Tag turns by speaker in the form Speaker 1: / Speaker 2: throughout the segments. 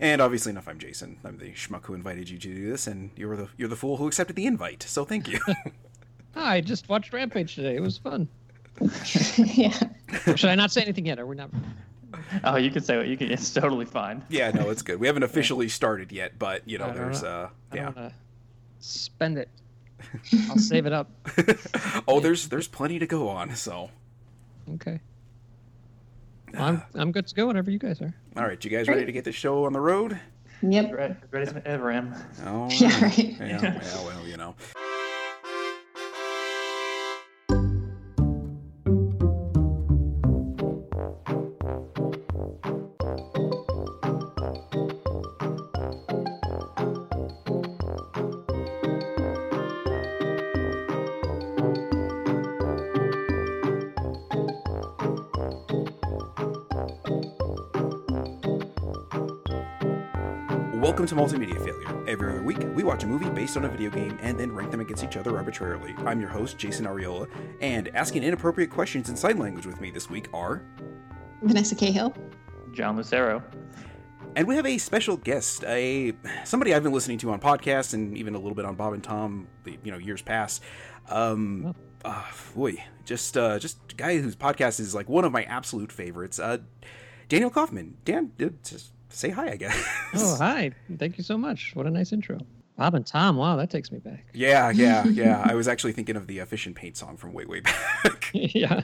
Speaker 1: And obviously enough, I'm Jason. I'm the schmuck who invited you to do this, and you're the you're the fool who accepted the invite. So thank you.
Speaker 2: Hi, Ah, I just watched Rampage today. It was fun.
Speaker 3: yeah.
Speaker 2: Should I not say anything yet? Are we not?
Speaker 4: Oh, you can say what you can. It's totally fine.
Speaker 1: yeah, no, it's good. We haven't officially started yet, but you
Speaker 2: I
Speaker 1: know,
Speaker 2: don't
Speaker 1: there's
Speaker 2: know.
Speaker 1: uh,
Speaker 2: I
Speaker 1: yeah.
Speaker 2: don't want to spend it. I'll save it up.
Speaker 1: oh, there's there's plenty to go on. So
Speaker 2: Okay. Well, I'm I'm good to go whenever you guys are.
Speaker 1: all right, you guys ready to get this show on the road?
Speaker 3: Yep.
Speaker 4: Right, ready as I ever am.
Speaker 1: Oh,
Speaker 3: Yeah, right.
Speaker 1: yeah, well, well, you know. Welcome to Multimedia Failure. Every week, we watch a movie based on a video game and then rank them against each other arbitrarily. I'm your host, Jason Ariola, and asking inappropriate questions in sign language with me this week are.
Speaker 3: Vanessa Cahill.
Speaker 4: John Lucero.
Speaker 1: And we have a special guest, a somebody I've been listening to on podcasts and even a little bit on Bob and Tom, the, you know, years past. Um,
Speaker 2: Oh.
Speaker 1: uh, boy, just uh, just a guy whose podcast is like one of my absolute favorites. Uh, Daniel Kaufman. Dan, uh, just say hi, I guess.
Speaker 2: Oh, hi. Thank you so much. What a nice intro. Bob and Tom. Wow, that takes me back.
Speaker 1: Yeah, yeah, yeah. I was actually thinking of the uh, Fish and Paint song from way, way back.
Speaker 2: yeah.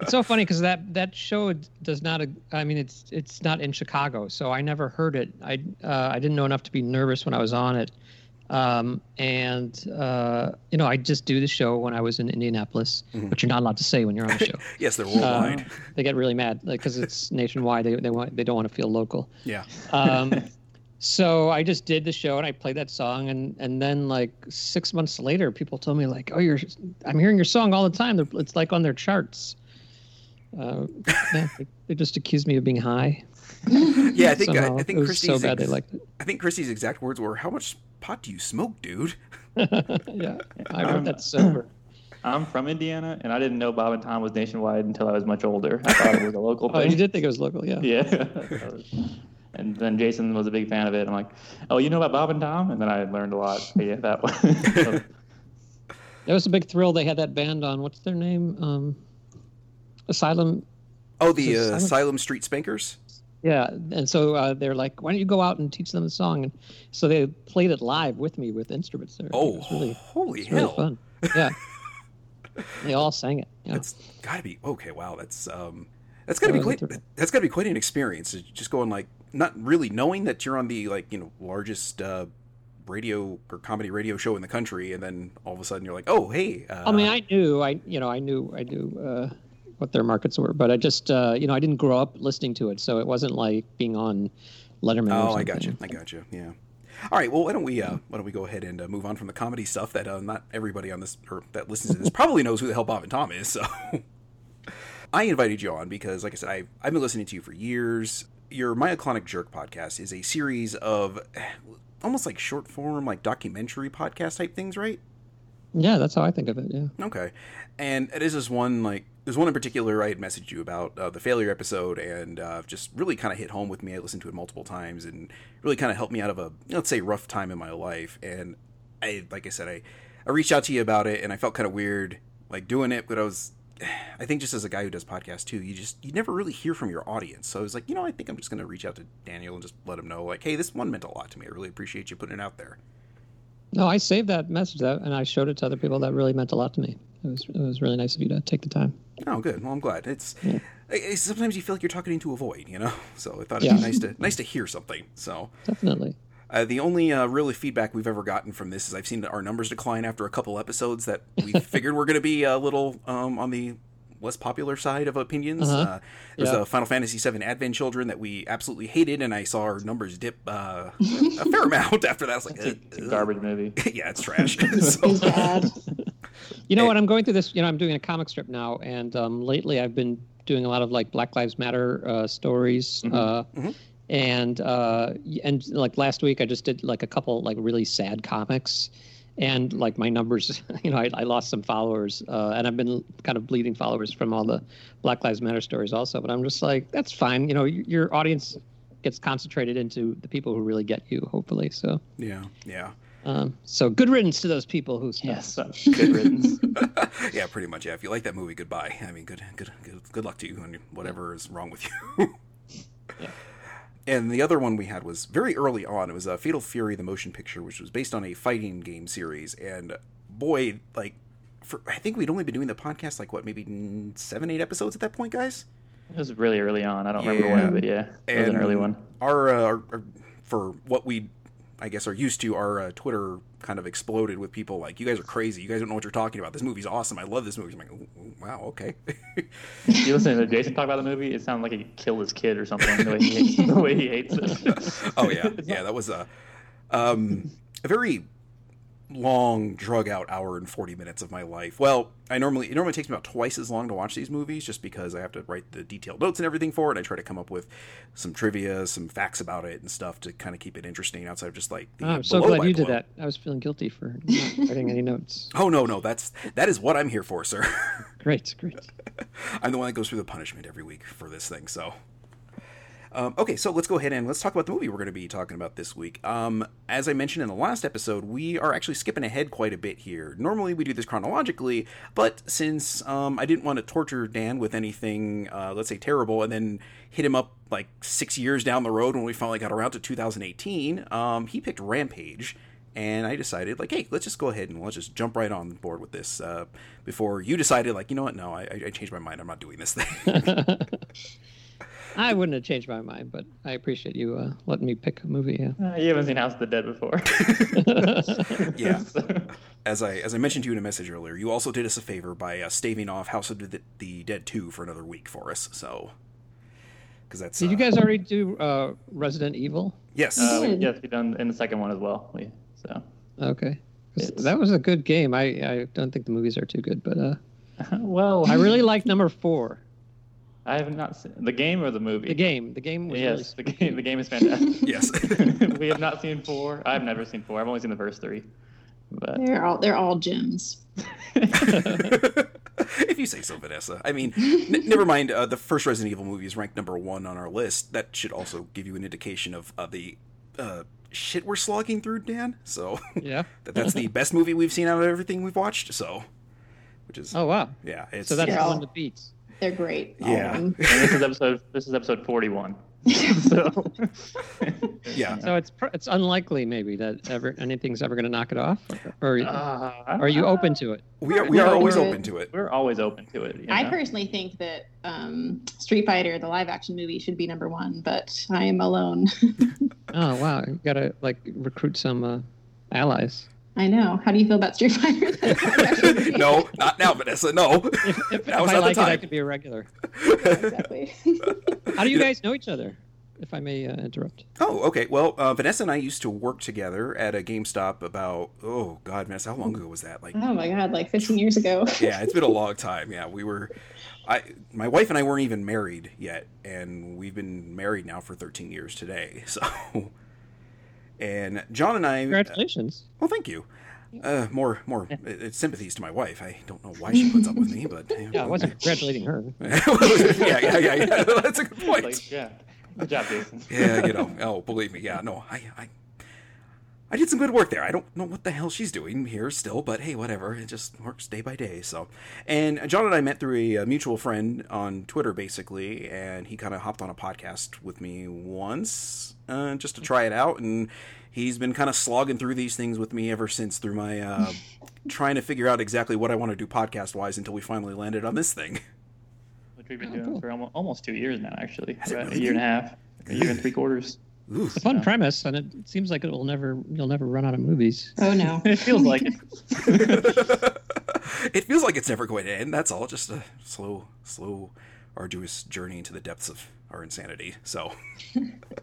Speaker 2: It's so funny because that that show does not. I mean, it's it's not in Chicago, so I never heard it. I uh, I didn't know enough to be nervous when I was on it, um, and uh, you know I just do the show when I was in Indianapolis,
Speaker 1: Mhm.
Speaker 2: which you're not allowed to say when you're on the show.
Speaker 1: yes, they're
Speaker 2: Uh,
Speaker 1: worldwide.
Speaker 2: they get really mad because it's nationwide. They they want they don't want to feel local.
Speaker 1: yeah.
Speaker 2: Um, so I just did the show and I played that song and and then like six months later, people told me like, "Oh, you're I'm hearing your song all the time. They're- It's like on their charts." Uh, yeah, they, they just accused me of being high.
Speaker 1: Yeah, I think uh, I,
Speaker 2: somehow.
Speaker 1: I
Speaker 2: uh-huh. it
Speaker 1: think
Speaker 2: was so
Speaker 1: Christie's
Speaker 2: bad they
Speaker 1: ex-
Speaker 2: liked it.
Speaker 1: I think Christie's exact words were, "How much pot do you smoke, dude?"
Speaker 2: yeah, I wrote
Speaker 4: Um,
Speaker 2: that sober.
Speaker 4: I'm from Indiana, and I didn't know Bob and Tom was nationwide until I was much older. I thought it was a local
Speaker 2: Oh,
Speaker 4: thing.
Speaker 2: you did think it was local, yeah.
Speaker 4: Yeah. and then Jason was a big fan of it. I'm like, oh, you know about Bob and Tom? And then I learned a lot. But yeah, that one.
Speaker 2: That was a big thrill. They had that band on. What's their name? Um, Asylum.
Speaker 1: Oh, the
Speaker 2: Is it
Speaker 1: uh,
Speaker 2: Silent-
Speaker 1: Asylum Street Spankers.
Speaker 2: Yeah, and so uh, they're like, "Why don't you go out and teach them the song?" And so they played it live with me with instruments. There,
Speaker 1: Oh,
Speaker 2: it was really
Speaker 1: holy
Speaker 2: It's really
Speaker 1: hell!
Speaker 2: fun. Yeah. they all sang it. Yeah.
Speaker 1: That's gotta be okay. Wow, that's um, that's gotta be
Speaker 2: Yeah,
Speaker 1: quite.
Speaker 2: that's okay.
Speaker 1: That's gotta be quite an experience. is Just going like not really knowing that you're on the like you know largest uh, radio or comedy radio show in the country, and then all of a sudden you're like, oh hey. Uh,
Speaker 2: I mean, I knew, I you know, I knew, I knew uh, what their markets were, but I just, uh, you know, I didn't grow up listening to it, so it wasn't like being on Letterman. or
Speaker 1: Oh, I
Speaker 2: something.
Speaker 1: got you. I got you. Yeah. All right. Well, why don't we uh, why don't we go ahead and uh, move on from the comedy stuff that uh, not everybody on this or that listens to this probably knows who the hell Bob and Tom is. So I invited you on because, like I said, I've I've been listening to you for years. Your Myoclonic Jerk podcast is a series of eh, almost like short form, like documentary podcast type things, right?
Speaker 2: Yeah, that's how I think of it. Yeah.
Speaker 1: Okay, and it is this one like there's one in particular I had messaged you about uh, the failure episode, and uh, just really kind of hit home with me. I listened to it multiple times, and really kind of helped me out of a let's say rough time in my life. And I, like I said, I I reached out to you about it, and I felt kind of weird like doing it, but I was. I think just as a guy who does podcasts too, you just you never really hear from your audience. So I was like, you know, I think I'm just gonna reach out to Daniel and just let him know, like, hey, this one meant a lot to me. I really appreciate you putting it out there.
Speaker 2: No, I saved that message that, and I showed it to other people. That really meant a lot to me. It was, it was really nice of you to take the time.
Speaker 1: Oh, good. Well, I'm glad. It's I- I- sometimes you feel like you're talking into a void, you know. So I thought it'd be
Speaker 2: Yeah.
Speaker 1: nice to nice to hear something. So
Speaker 2: Definitely.
Speaker 1: uh, the only uh, really feedback we've ever gotten from this is I've seen our numbers decline after a couple episodes that we figured were going to be a little um, on the less popular side of opinions. uh
Speaker 2: Uh-huh.
Speaker 1: there's
Speaker 2: Yeah.
Speaker 1: a Final Fantasy VII Advent Children that we absolutely hated, and I saw our numbers dip uh, a fair amount after that. I was like,
Speaker 4: it's, a, it's a
Speaker 1: "Ugh, ugh."
Speaker 4: garbage movie.
Speaker 1: yeah, it's trash.
Speaker 3: It
Speaker 1: so,
Speaker 3: was bad.
Speaker 2: You know
Speaker 1: Hey.
Speaker 2: what? I'm going through this. You know, I'm doing a comic strip now, and um, lately I've been doing a lot of like Black Lives Matter uh, stories.
Speaker 4: Mhm.
Speaker 2: Uh,
Speaker 1: Mhm.
Speaker 2: And uh, y- and like last week, I just did like a couple like really sad comics, and like my numbers, you know, I, I lost some followers, uh, and I've been kind of bleeding followers from all the Black Lives Matter stories also. But I'm just like, that's fine. You know, y- your audience gets concentrated into the people who really get you, hopefully. So,
Speaker 1: Yeah, yeah,
Speaker 2: um, so good riddance to those people who. stuff.
Speaker 4: Yes, such good riddance.
Speaker 1: yeah. Pretty much. Yeah. If you like that movie, goodbye. I mean, good, good, good, good luck to you and whatever is wrong with you.
Speaker 4: Yeah.
Speaker 1: And the other one we had was very early on. It was uh, Fatal Fury, the motion picture, which was based on a fighting game series. And boy, like, for, I think we'd only been doing the podcast like what, maybe mm, seven, eight episodes at that point, guys.
Speaker 4: It was really early on. I don't remember when, but yeah, it was an
Speaker 1: And
Speaker 4: early one.
Speaker 1: Our, uh, our, our for what we, I guess, are used to, our uh, Twitter kind of exploded with people like, "You guys are crazy. You guys don't know what you're talking about. This movie's awesome. I love this movie." I'm like, "Ooh, ooh, "Wow, okay."
Speaker 4: You listen to Jason talk about the movie, it sounds like he killed his kid or something. The way he hates, the way he hates it.
Speaker 1: oh yeah, yeah. That was a, um, a very long, drug out hour and forty minutes of my life. Well, I normally it normally takes me about twice as long to watch these movies, just because I have to write the detailed notes and everything for it. I try to come up with some trivia, some facts about it, and stuff to kind of keep it interesting outside of just like. The
Speaker 2: Oh, I'm so
Speaker 1: blow
Speaker 2: glad
Speaker 1: by
Speaker 2: you did
Speaker 1: blow.
Speaker 2: that. I was feeling guilty for not writing any notes.
Speaker 1: Oh no, no, that's that is what I'm here for, sir.
Speaker 2: Great, great.
Speaker 1: I'm the one that goes through the punishment every week for this thing. So, um, okay, so let's go ahead and let's talk about the movie we're going to be talking about this week. Um, as I mentioned in the last episode, we are actually skipping ahead quite a bit here. Normally we do this chronologically, but since um, I didn't want to torture Dan with anything, uh, let's say terrible, and then hit him up like six years down the road when we finally got around to 2018, um, he picked Rampage. And I decided, like, hey, let's just go ahead and let's just jump right on board with this. Uh, before you decided, like, you know what? No, I, I I changed my mind. I'm not doing this thing.
Speaker 2: I wouldn't have changed my mind, but I appreciate you uh, letting me pick a movie. Yeah.
Speaker 4: Uh, you haven't seen House of the Dead before.
Speaker 1: yeah. as I as I mentioned to you in a message earlier, you also did us a favor by uh, staving off House of the, the Dead Two for another week for us. So, because that's
Speaker 2: Did you
Speaker 1: uh,
Speaker 2: guys already do uh, Resident Evil?
Speaker 1: yes,
Speaker 4: Uh, we,
Speaker 3: Good.
Speaker 4: yes, we done in the second one as well. We, so
Speaker 2: Okay. 'Cause
Speaker 4: It's-
Speaker 2: That was a good game. I, I don't think the movies are too good, but uh, oh,
Speaker 4: well,
Speaker 2: I
Speaker 4: I,
Speaker 2: really like number four.
Speaker 4: I have not seen the game or the movie.
Speaker 2: The game. The game was really
Speaker 4: Yes, the game. The game is fantastic.
Speaker 1: yes.
Speaker 4: we have not seen four. I've never seen four. I've only seen the first three. But
Speaker 3: They're all they're all gems.
Speaker 1: if you say so, Vanessa. I mean, n- never mind. Uh, the first Resident Evil movie is ranked number one on our list. That should also give you an indication of uh, the uh, shit we're slogging through, Dan. So
Speaker 2: Yeah.
Speaker 1: that that's the best movie we've seen out of everything we've watched. So, which is
Speaker 2: Oh wow.
Speaker 1: yeah, it's
Speaker 2: So that's
Speaker 3: Yeah.
Speaker 2: the one to beat.
Speaker 3: They're great. all of
Speaker 1: Yeah.
Speaker 3: them.
Speaker 4: and this is episode. This is episode forty-one. so
Speaker 1: yeah.
Speaker 2: So it's pr- it's unlikely maybe that ever anything's ever going to knock it off, or, or
Speaker 4: Uh,
Speaker 2: are you open to it?
Speaker 1: We are we are
Speaker 3: Yeah,
Speaker 1: always
Speaker 3: we're-
Speaker 1: open to it.
Speaker 4: We're always open to it. you
Speaker 3: I
Speaker 4: know?
Speaker 3: personally think that um, Street Fighter, the live action movie, should be number one, but I am alone.
Speaker 2: Oh wow, you got to like recruit some uh, allies.
Speaker 3: I know. How do you feel about Street Fighter? the live action movie?
Speaker 1: no, not now, Vanessa. No.
Speaker 2: If, if, if
Speaker 1: Now's
Speaker 2: I
Speaker 1: not the
Speaker 2: like it, I
Speaker 1: time.
Speaker 2: could be a regular.
Speaker 3: Yeah, exactly.
Speaker 2: How do you
Speaker 1: Yeah.
Speaker 2: guys know each other? If I may uh, interrupt.
Speaker 1: oh, okay. Well, uh, Vanessa and I used to work together at a GameStop about oh god, Vanessa, how long ago was that? Like
Speaker 3: oh my god, like 15 years ago.
Speaker 1: yeah, it's been a long time. Yeah, we were I my wife and I weren't even married yet, and we've been married now for 13 years today. So and John and I
Speaker 2: Congratulations.
Speaker 1: Well, thank you. Uh, more more uh, uh, sympathies to my wife. I don't know why she puts up with me, but
Speaker 2: Yeah, I wasn't congratulating her.
Speaker 1: yeah, yeah, yeah, yeah. That's a good point.
Speaker 4: Like, yeah. Good job, Jason.
Speaker 1: yeah, you know. Oh, believe me. Yeah, no, I, I, I did some good work there. I don't know what the hell she's doing here still, but hey, whatever. It just works day by day. So, and John and I met through a, uh mutual friend on Twitter, basically, and he kind of hopped on a podcast with me once uh, just to try it out, and he's been kind of slogging through these things with me ever since through my. Uh, Trying to figure out exactly what I want to do podcast wise until we finally landed on this thing.
Speaker 4: Which we've been
Speaker 2: Oh,
Speaker 4: doing
Speaker 2: cool.
Speaker 4: for almost, almost two years now, actually.
Speaker 1: it
Speaker 4: About
Speaker 1: really
Speaker 4: a year and a half, a year and three quarters.
Speaker 1: Ooh.
Speaker 2: It's a fun
Speaker 4: Yeah.
Speaker 2: premise, and it seems like it will never you'll never run out of movies.
Speaker 3: Oh no.
Speaker 4: It feels like it.
Speaker 1: it feels like it's never going to end. That's all. Just a slow, slow, arduous journey into the depths of our insanity. So,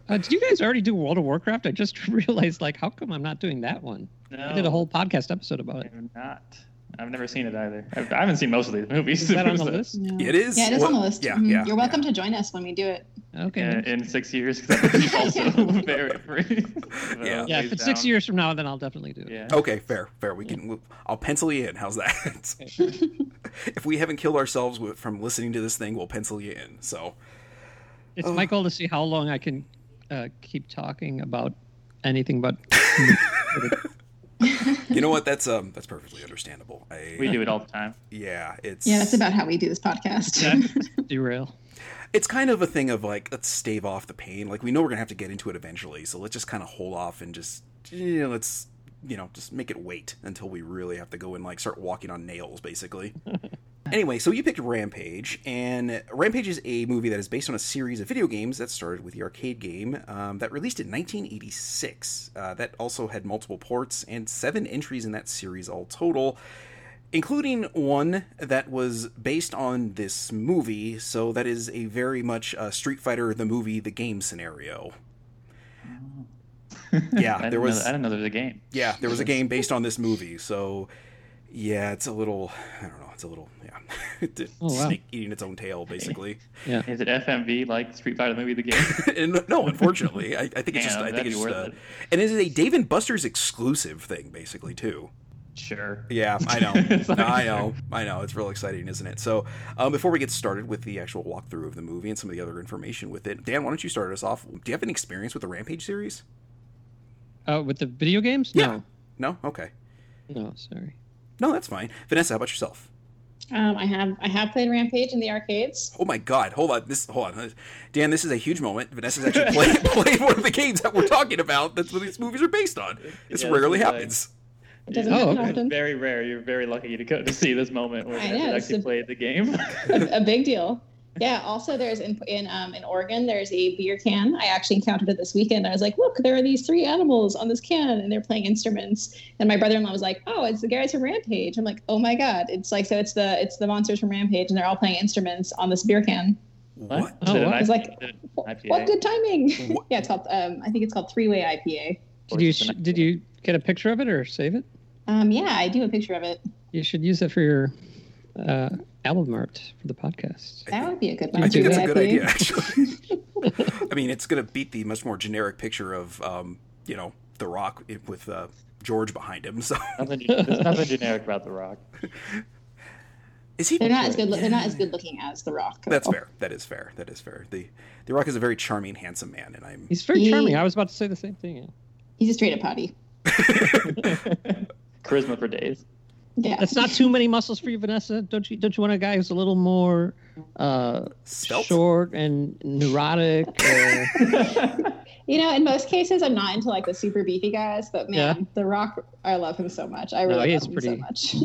Speaker 2: Uh, did you guys already do World of Warcraft? I just realized, like, how come I'm not doing that one?
Speaker 4: No,
Speaker 2: I did a whole podcast episode about it.
Speaker 4: I'm not. I've never seen it either. I've, I haven't seen most of these movies.
Speaker 2: Is that on the
Speaker 4: So,
Speaker 2: list?
Speaker 3: No.
Speaker 1: It is-
Speaker 3: Yeah, it is
Speaker 1: well,
Speaker 3: on the list.
Speaker 1: yeah,
Speaker 3: Mhm.
Speaker 1: yeah,
Speaker 3: You're welcome to join us when we do it.
Speaker 2: Okay.
Speaker 4: In, in six years, because I'm also very free. So,
Speaker 1: Yeah.
Speaker 2: yeah, if
Speaker 4: please
Speaker 2: it's six
Speaker 4: down.
Speaker 2: years from now, then I'll definitely do it.
Speaker 4: Yeah.
Speaker 1: okay, fair, fair. We can. I'll pencil you in. How's that? if we haven't killed ourselves with, from listening to this thing, we'll pencil you in. So,
Speaker 2: It's my goal to see how long I can uh, keep talking about anything but.
Speaker 1: You know what? That's um that's perfectly understandable. I,
Speaker 4: We do it all the time.
Speaker 1: yeah, it's
Speaker 3: Yeah, that's about how we do this podcast.
Speaker 2: Yeah, derail.
Speaker 1: it's kind of a thing of like let's stave off the pain. Like we know we're gonna have to get into it eventually, so let's just kind of hold off and just you know, let's you know just make it wait until we really have to go and like start walking on nails, basically. anyway, so you picked Rampage, and Rampage is a movie that is based on a series of video games that started with the arcade game um, that released in 1986. Uh, that also had multiple ports and seven entries in that series all total including one that was based on this movie. So that is a very much uh, Street Fighter the movie, the game scenario.
Speaker 4: I
Speaker 1: Yeah, there
Speaker 4: didn't know,
Speaker 1: was
Speaker 4: I didn't know there was a game.
Speaker 1: yeah there was a game based on this movie. So yeah, it's a little I don't know, it's a little yeah, It's
Speaker 2: Oh, wow.
Speaker 1: snake eating its own tail basically.
Speaker 4: Is it FMV like Street Fighter the movie the game?
Speaker 1: and no, unfortunately, I, I think it's just
Speaker 4: Damn,
Speaker 1: I think
Speaker 4: that'd
Speaker 1: it's just,
Speaker 4: be worth
Speaker 1: uh,
Speaker 4: it.
Speaker 1: and it is a Dave and Buster's exclusive thing basically too.
Speaker 4: Sure.
Speaker 1: Yeah, I know.
Speaker 4: It's like-
Speaker 1: I uh, know. I know. It's real exciting, isn't it? So, um, before we get started with the actual walkthrough of the movie and some of the other information with it, Dan, why don't you start us off? Do you have any experience with the Rampage series?
Speaker 2: Uh, with the video games?
Speaker 1: Yeah. No? Okay.
Speaker 2: No, no, sorry.
Speaker 1: No, that's fine. Vanessa, how about yourself?
Speaker 3: Um, I have I have played Rampage in the arcades.
Speaker 1: Oh my God! Hold on, this hold on, Uh, Dan. This is a huge moment. Vanessa's actually played played one of the games that we're talking about. That's what these movies are based on. This
Speaker 4: Yeah,
Speaker 1: rarely
Speaker 4: it's like-
Speaker 1: happens.
Speaker 3: It doesn't
Speaker 2: Oh,
Speaker 3: happen
Speaker 2: okay.
Speaker 3: often.
Speaker 4: Very rare. You're very lucky to go to see this moment where
Speaker 3: I
Speaker 4: you
Speaker 3: know, it's
Speaker 4: actually
Speaker 3: a-
Speaker 4: played the game.
Speaker 3: a, a big deal. Yeah. Also, there's in in um, in Oregon, there's a beer can. I actually encountered it this weekend. I was like, look, there are these three animals on this can, and they're playing instruments. And my brother-in-law was like, oh, it's the guys from Rampage. I'm like, oh my god, it's like so it's the it's the monsters from Rampage, and they're all playing instruments on this beer can.
Speaker 1: What?
Speaker 2: Oh,
Speaker 4: Did an
Speaker 2: wow.
Speaker 3: It's
Speaker 4: IPA?
Speaker 3: like-
Speaker 4: Did an IPA?
Speaker 3: What good timing!
Speaker 1: What-
Speaker 3: yeah, it's called um, I think it's called Three Way IPA.
Speaker 2: Did you sh- did you get a picture of it or save it?
Speaker 3: Um, yeah, I do have a picture of it.
Speaker 2: You should use it for your uh, album art for the podcast.
Speaker 1: I
Speaker 3: That
Speaker 1: think-
Speaker 3: would be a good one.
Speaker 1: I think
Speaker 3: Three
Speaker 1: that's
Speaker 3: Way
Speaker 1: a good
Speaker 3: IPA.
Speaker 1: idea, actually. I mean, it's going to beat the much more generic picture of, um, you know, The Rock i- with uh, George behind him. So
Speaker 4: Nothing, there's nothing generic about The Rock.
Speaker 1: is he?
Speaker 3: They're not as good. They're not as good looking as The Rock.
Speaker 1: That's
Speaker 3: though.
Speaker 1: fair. That is fair. That is fair. The The Rock is a very charming, handsome man, and I'm.
Speaker 2: He's very
Speaker 3: Yeah.
Speaker 2: charming. I was about to say the same thing. Yeah.
Speaker 3: He's a straight up potty.
Speaker 4: Charisma for days.
Speaker 3: Yeah,
Speaker 2: That's not too many muscles for you, Vanessa. Don't you? Don't you want a guy who's a little more uh,
Speaker 1: Spelt?
Speaker 2: short and neurotic? Or...
Speaker 3: You know, in most cases, I'm not into like the super beefy guys, but man,
Speaker 2: Yeah.
Speaker 3: The Rock, I love him so much. I
Speaker 2: No,
Speaker 3: really
Speaker 2: he
Speaker 3: love
Speaker 2: is
Speaker 3: him so
Speaker 2: pretty-
Speaker 3: much.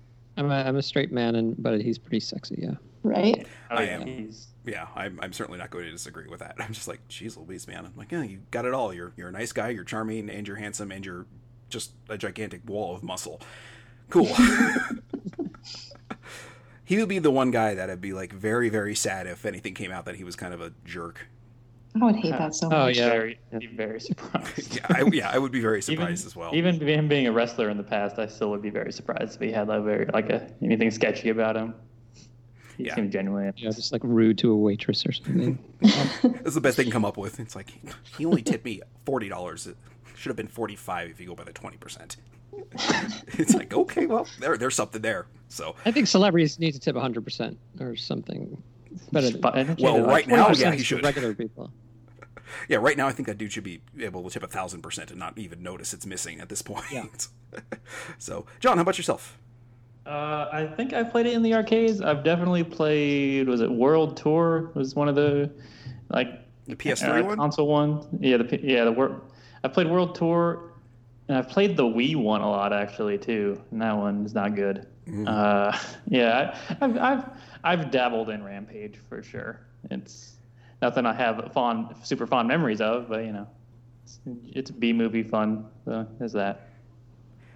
Speaker 2: I'm a, I'm a straight man, and but he's pretty sexy. Yeah.
Speaker 3: right?
Speaker 1: I
Speaker 4: yeah,
Speaker 1: am.
Speaker 4: he's-
Speaker 1: Yeah, I'm. I'm certainly not going to disagree with that. I'm just like, geez, Louise, man. I'm like, yeah, you got it all. You're you're a nice guy. You're charming, and you're handsome, and you're just a gigantic wall of muscle. Cool. he would be the one guy that I'd be like very very sad if anything came out that he was kind of a jerk.
Speaker 3: I would hate that so
Speaker 2: Oh
Speaker 3: much.
Speaker 2: yeah.
Speaker 4: Very, very surprised.
Speaker 1: yeah, I, yeah, I would be very
Speaker 4: Even-
Speaker 1: surprised as well.
Speaker 4: Even him being a wrestler in the past, I still would be very surprised if he had like, very, like a, anything sketchy about him. He
Speaker 1: Yeah.
Speaker 4: seemed genuine.
Speaker 2: Yeah, just like rude to a waitress or something.
Speaker 1: That's the best they can come up with. It's like he only tipped me forty dollars. It should have been forty five if you go by the twenty percent. it's like okay, well, there, there's something there. So
Speaker 2: I think celebrities need to tip 100% or something. Better than
Speaker 4: But I think he
Speaker 1: Well,
Speaker 4: had,
Speaker 1: right now, yeah,
Speaker 2: 20%
Speaker 1: he
Speaker 2: is
Speaker 1: should.
Speaker 2: Regular people.
Speaker 1: yeah, right now I think that dude should be able to tip a thousand percent and not even notice it's missing at this point.
Speaker 2: Yeah.
Speaker 1: so, John, how about yourself?
Speaker 4: Uh, I think I played it in the arcades. I've definitely played. Was it World Tour? Was one of the like
Speaker 1: The PS3
Speaker 4: uh,
Speaker 1: one?
Speaker 4: console one? Yeah, the P- yeah the wor- I played World Tour, and I've played the Wii one a lot actually too. And that one is not good.
Speaker 1: Mm-hmm.
Speaker 4: Uh, yeah, I, I've, I've I've dabbled in Rampage for sure. It's nothing I have fond, super fond memories of, but you know, it's, it's B movie fun. So there's that.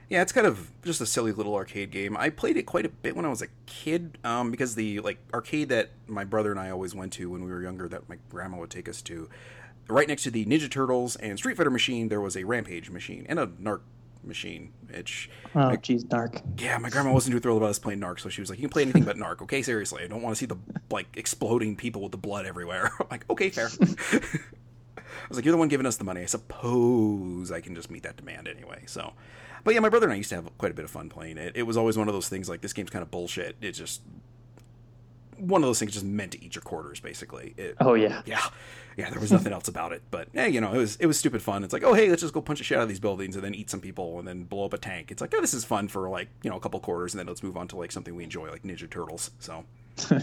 Speaker 1: Yeah, it's kind of just a silly little arcade game. I played it quite a bit when I was a kid um, because the like arcade that my brother and I always went to when we were younger that my grandma would take us to, right next to the Ninja Turtles and Street Fighter machine, there was a Rampage machine and a Narc machine. Which
Speaker 4: Oh, geez, dark.
Speaker 1: yeah, my grandma wasn't too thrilled about us playing Narc, so she was like, "You can play anything but Narc, okay? Seriously, I don't want to see the like exploding people with the blood everywhere." I'm like, "Okay, fair." I was like, "You're the one giving us the money. I suppose I can just meet that demand anyway." So, but yeah, my brother and I used to have quite a bit of fun playing it. It was always one of those things like this game's kind of bullshit. It just one of those things just meant to eat your quarters, basically. It,
Speaker 4: Oh yeah.
Speaker 1: yeah, yeah. There was nothing else about it, but eh, you know, it was it was stupid fun. It's like, oh hey, let's just go punch the shit out of these buildings and then eat some people and then blow up a tank. It's like, oh, this is fun for like you know a couple quarters, and then let's move on to like something we enjoy, like Ninja Turtles. So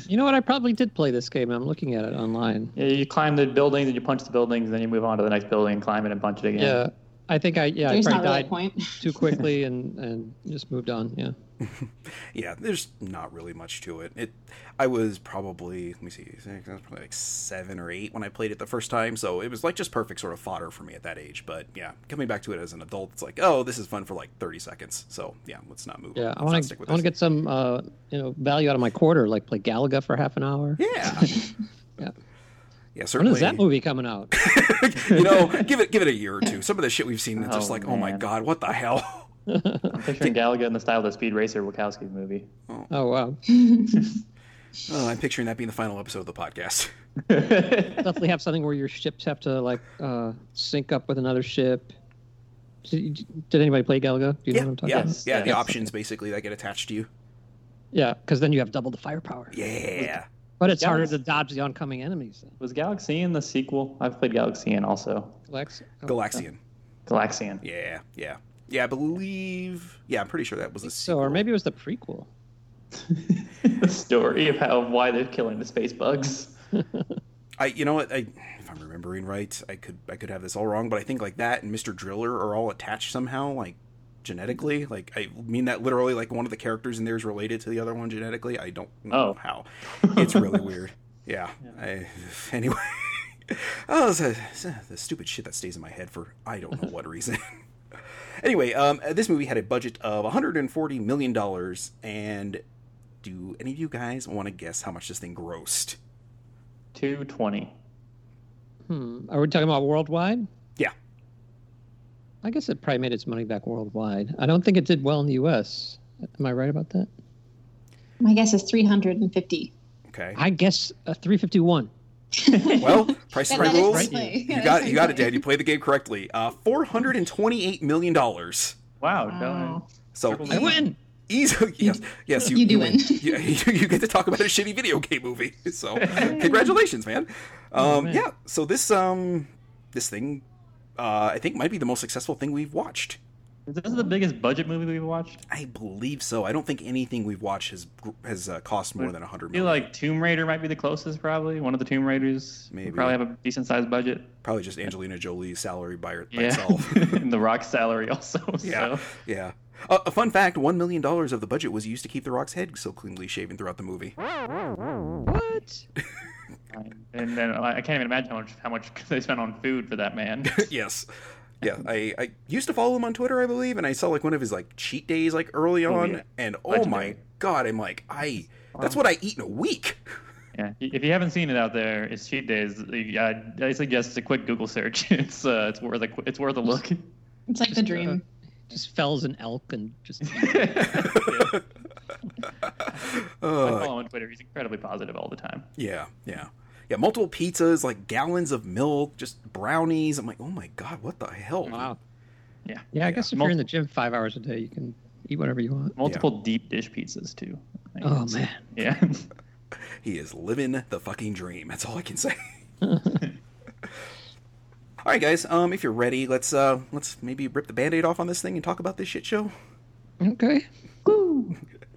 Speaker 2: You know what? I probably did play this game. I'm looking at it online.
Speaker 4: Yeah, You climb the buildings and you punch the buildings, then you move on to the next building, climb it and punch it again.
Speaker 2: Yeah. I think I yeah
Speaker 3: There's
Speaker 2: I
Speaker 3: not
Speaker 2: probably
Speaker 3: really a
Speaker 2: died
Speaker 3: point.
Speaker 2: too quickly and and just moved on. Yeah.
Speaker 1: yeah, there's not really much to it. It, I was probably let me see, six, I was probably like seven or eight when I played it the first time, so it was like just perfect sort of fodder for me at that age. But yeah, coming back to it as an adult, it's like, oh, this is fun for like 30 seconds. So yeah, let's not move. on.
Speaker 2: Yeah, I
Speaker 1: Let's not
Speaker 2: want to.
Speaker 1: stick with
Speaker 2: I want to
Speaker 1: this.
Speaker 2: get some, uh, you know, value out of my quarter. Like play Galaga for half an hour.
Speaker 1: Yeah,
Speaker 2: Yeah.
Speaker 1: yeah,
Speaker 2: When
Speaker 1: certainly.
Speaker 2: is that movie coming out?
Speaker 1: you know, give it give it a year or two. Some of the shit we've seen, it's just
Speaker 4: Oh,
Speaker 1: like, oh my
Speaker 4: man.
Speaker 1: god, what the hell?
Speaker 4: I'm picturing Galaga in the style of the Speed Racer Wachowski movie.
Speaker 2: Oh wow,
Speaker 1: Oh, I'm picturing that being the final episode of the podcast.
Speaker 2: definitely have something where your ships have to like uh, sync up with another ship. Did, did anybody play Galaga? Do you know
Speaker 1: Yeah,
Speaker 2: what I'm talking
Speaker 1: yeah,
Speaker 2: about?
Speaker 4: about?
Speaker 1: yeah. The
Speaker 4: Yes.
Speaker 1: options basically that get attached to you.
Speaker 2: Yeah, because then you have double the firepower.
Speaker 1: Yeah.
Speaker 2: But it's
Speaker 4: Yeah.
Speaker 2: harder to dodge the oncoming enemies. Then.
Speaker 4: Was Galaxian the sequel? I've played Galaxian also.
Speaker 2: Lex. oh,
Speaker 1: Galaxian.
Speaker 4: Galaxian.
Speaker 1: Yeah, yeah, yeah. I believe. Yeah, I'm pretty sure that was a
Speaker 2: So,
Speaker 1: sequel.
Speaker 2: or maybe it was the prequel.
Speaker 4: the story of how why they're killing the space bugs.
Speaker 1: I, you know what? I, if I'm remembering right, I could I could have this all wrong, but I think like that and Mr. Driller are all attached somehow, like genetically. Like I mean that literally. Like one of the characters in there is related to the other one genetically. I don't know
Speaker 4: Oh.
Speaker 1: how. It's really weird. Yeah. I, anyway. Oh, it's a, it's a- the stupid shit that stays in my head for I don't know what reason. anyway, um, this movie had a budget of 140 million dollars, and do any of you guys want to guess how much this thing grossed?
Speaker 4: Two twenty.
Speaker 2: Hmm. Are we talking about worldwide?
Speaker 1: Yeah.
Speaker 2: I guess it probably made its money back worldwide. I don't think it did well in the U.S. Am I right about that?
Speaker 3: My guess is 350.
Speaker 1: Okay.
Speaker 2: I guess uh, 351.
Speaker 1: Well, price is
Speaker 3: That-
Speaker 1: right
Speaker 3: that is
Speaker 1: rules.
Speaker 3: right.
Speaker 1: You got you got it, Dan. You played the game correctly. Uh, four hundred and twenty-eight million dollars.
Speaker 4: Wow,
Speaker 3: Wow.
Speaker 1: So e-
Speaker 2: I win.
Speaker 1: Easy, yes, yes, you,
Speaker 3: You do win.
Speaker 1: You, you, you get to talk about a shitty video game movie. So congratulations, man.
Speaker 4: Oh,
Speaker 1: Um,
Speaker 2: man.
Speaker 1: Yeah. So this um this thing, uh, I think might be the most successful thing we've watched.
Speaker 4: Is this the biggest budget movie we've watched?
Speaker 1: I believe so. I don't think anything we've watched has gr- has uh, cost more than a hundred
Speaker 4: I feel
Speaker 1: million.
Speaker 4: like Tomb Raider might be the closest, probably. One of the Tomb Raiders.
Speaker 1: Maybe.
Speaker 4: Probably have a decent sized budget.
Speaker 1: Probably just Angelina Jolie's salary by, by
Speaker 4: Yeah.
Speaker 1: itself.
Speaker 4: and The Rock's salary also.
Speaker 1: Yeah.
Speaker 4: So.
Speaker 1: Yeah. Uh, a fun fact: one million dollars of the budget was used to keep The Rock's head so cleanly shaven throughout the movie.
Speaker 2: What?
Speaker 4: And then I I can't even imagine how much how much they spent on food for that man.
Speaker 1: yes. Yeah, I, I used to follow him on Twitter, I believe, and I saw like one of his like cheat days like early
Speaker 4: Oh,
Speaker 1: on,
Speaker 4: yeah.
Speaker 1: and oh my
Speaker 4: Legendary.
Speaker 1: god, I'm like I that's what I eat in a week.
Speaker 4: Yeah. If you haven't seen it out there, it's cheat days. I, I suggest a quick Google search. It's uh, it's worth a qu- it's worth a look.
Speaker 3: It's like the dream.
Speaker 2: Just fells an elk and just.
Speaker 4: I
Speaker 1: Uh,
Speaker 4: follow him on Twitter. He's incredibly positive all the time.
Speaker 1: yeah, yeah, yeah. Multiple pizzas, like gallons of milk, just brownies. I'm like, oh my god, what the hell?
Speaker 2: Wow.
Speaker 4: Yeah.
Speaker 2: Yeah, I guess if you're in the gym five hours a day, you can eat whatever you want.
Speaker 4: Multiple deep dish pizzas too. Like,
Speaker 2: Oh
Speaker 4: it's-
Speaker 2: man.
Speaker 4: Yeah.
Speaker 1: He is living the fucking dream. That's all I can say. all right, guys. Um, if you're ready, let's uh, let's maybe rip the band-aid off on this thing and talk about this shit show.
Speaker 2: Okay.
Speaker 1: All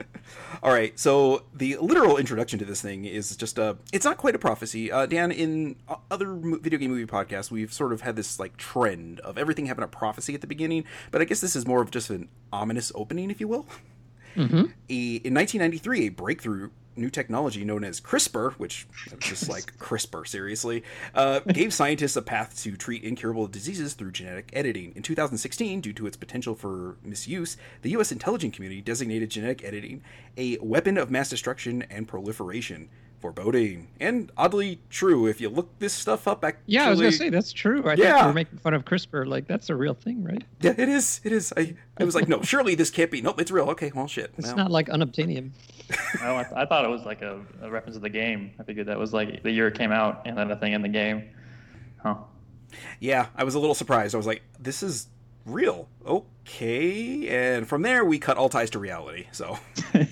Speaker 1: right. So the literal introduction to this thing is just a. It's not quite a prophecy. Uh, Dan, in o- other mo- video game movie podcasts, we've sort of had this like trend of everything having a prophecy at the beginning, but I guess this is more of just an ominous opening, if you will.
Speaker 2: Mm-hmm.
Speaker 1: A, in 1993, a breakthrough new technology known as CRISPR, which that was just like CRISPR, seriously, uh, gave scientists a path to treat incurable diseases through genetic editing. In 2016, due to its potential for misuse, the U.S. intelligence community designated genetic editing a weapon of mass destruction and proliferation. Foreboding and oddly true. If you look this stuff up, actually,
Speaker 2: Yeah, I was gonna say that's true. I thought
Speaker 1: Yeah.
Speaker 2: you were making fun of CRISPR. Like that's a real thing, right?
Speaker 1: yeah, it is. It is. I, I was like, no, surely this can't be. Nope, it's real. Okay, well, shit.
Speaker 2: It's
Speaker 1: Well,
Speaker 2: not like unobtainium.
Speaker 4: Well, I, I thought it was like a, a reference to the game. I figured that was like the year it came out and then a thing in the game. Huh.
Speaker 1: Yeah, I was a little surprised. I was like, this is real. Okay. And from there, we cut all ties to reality. So,
Speaker 4: yeah.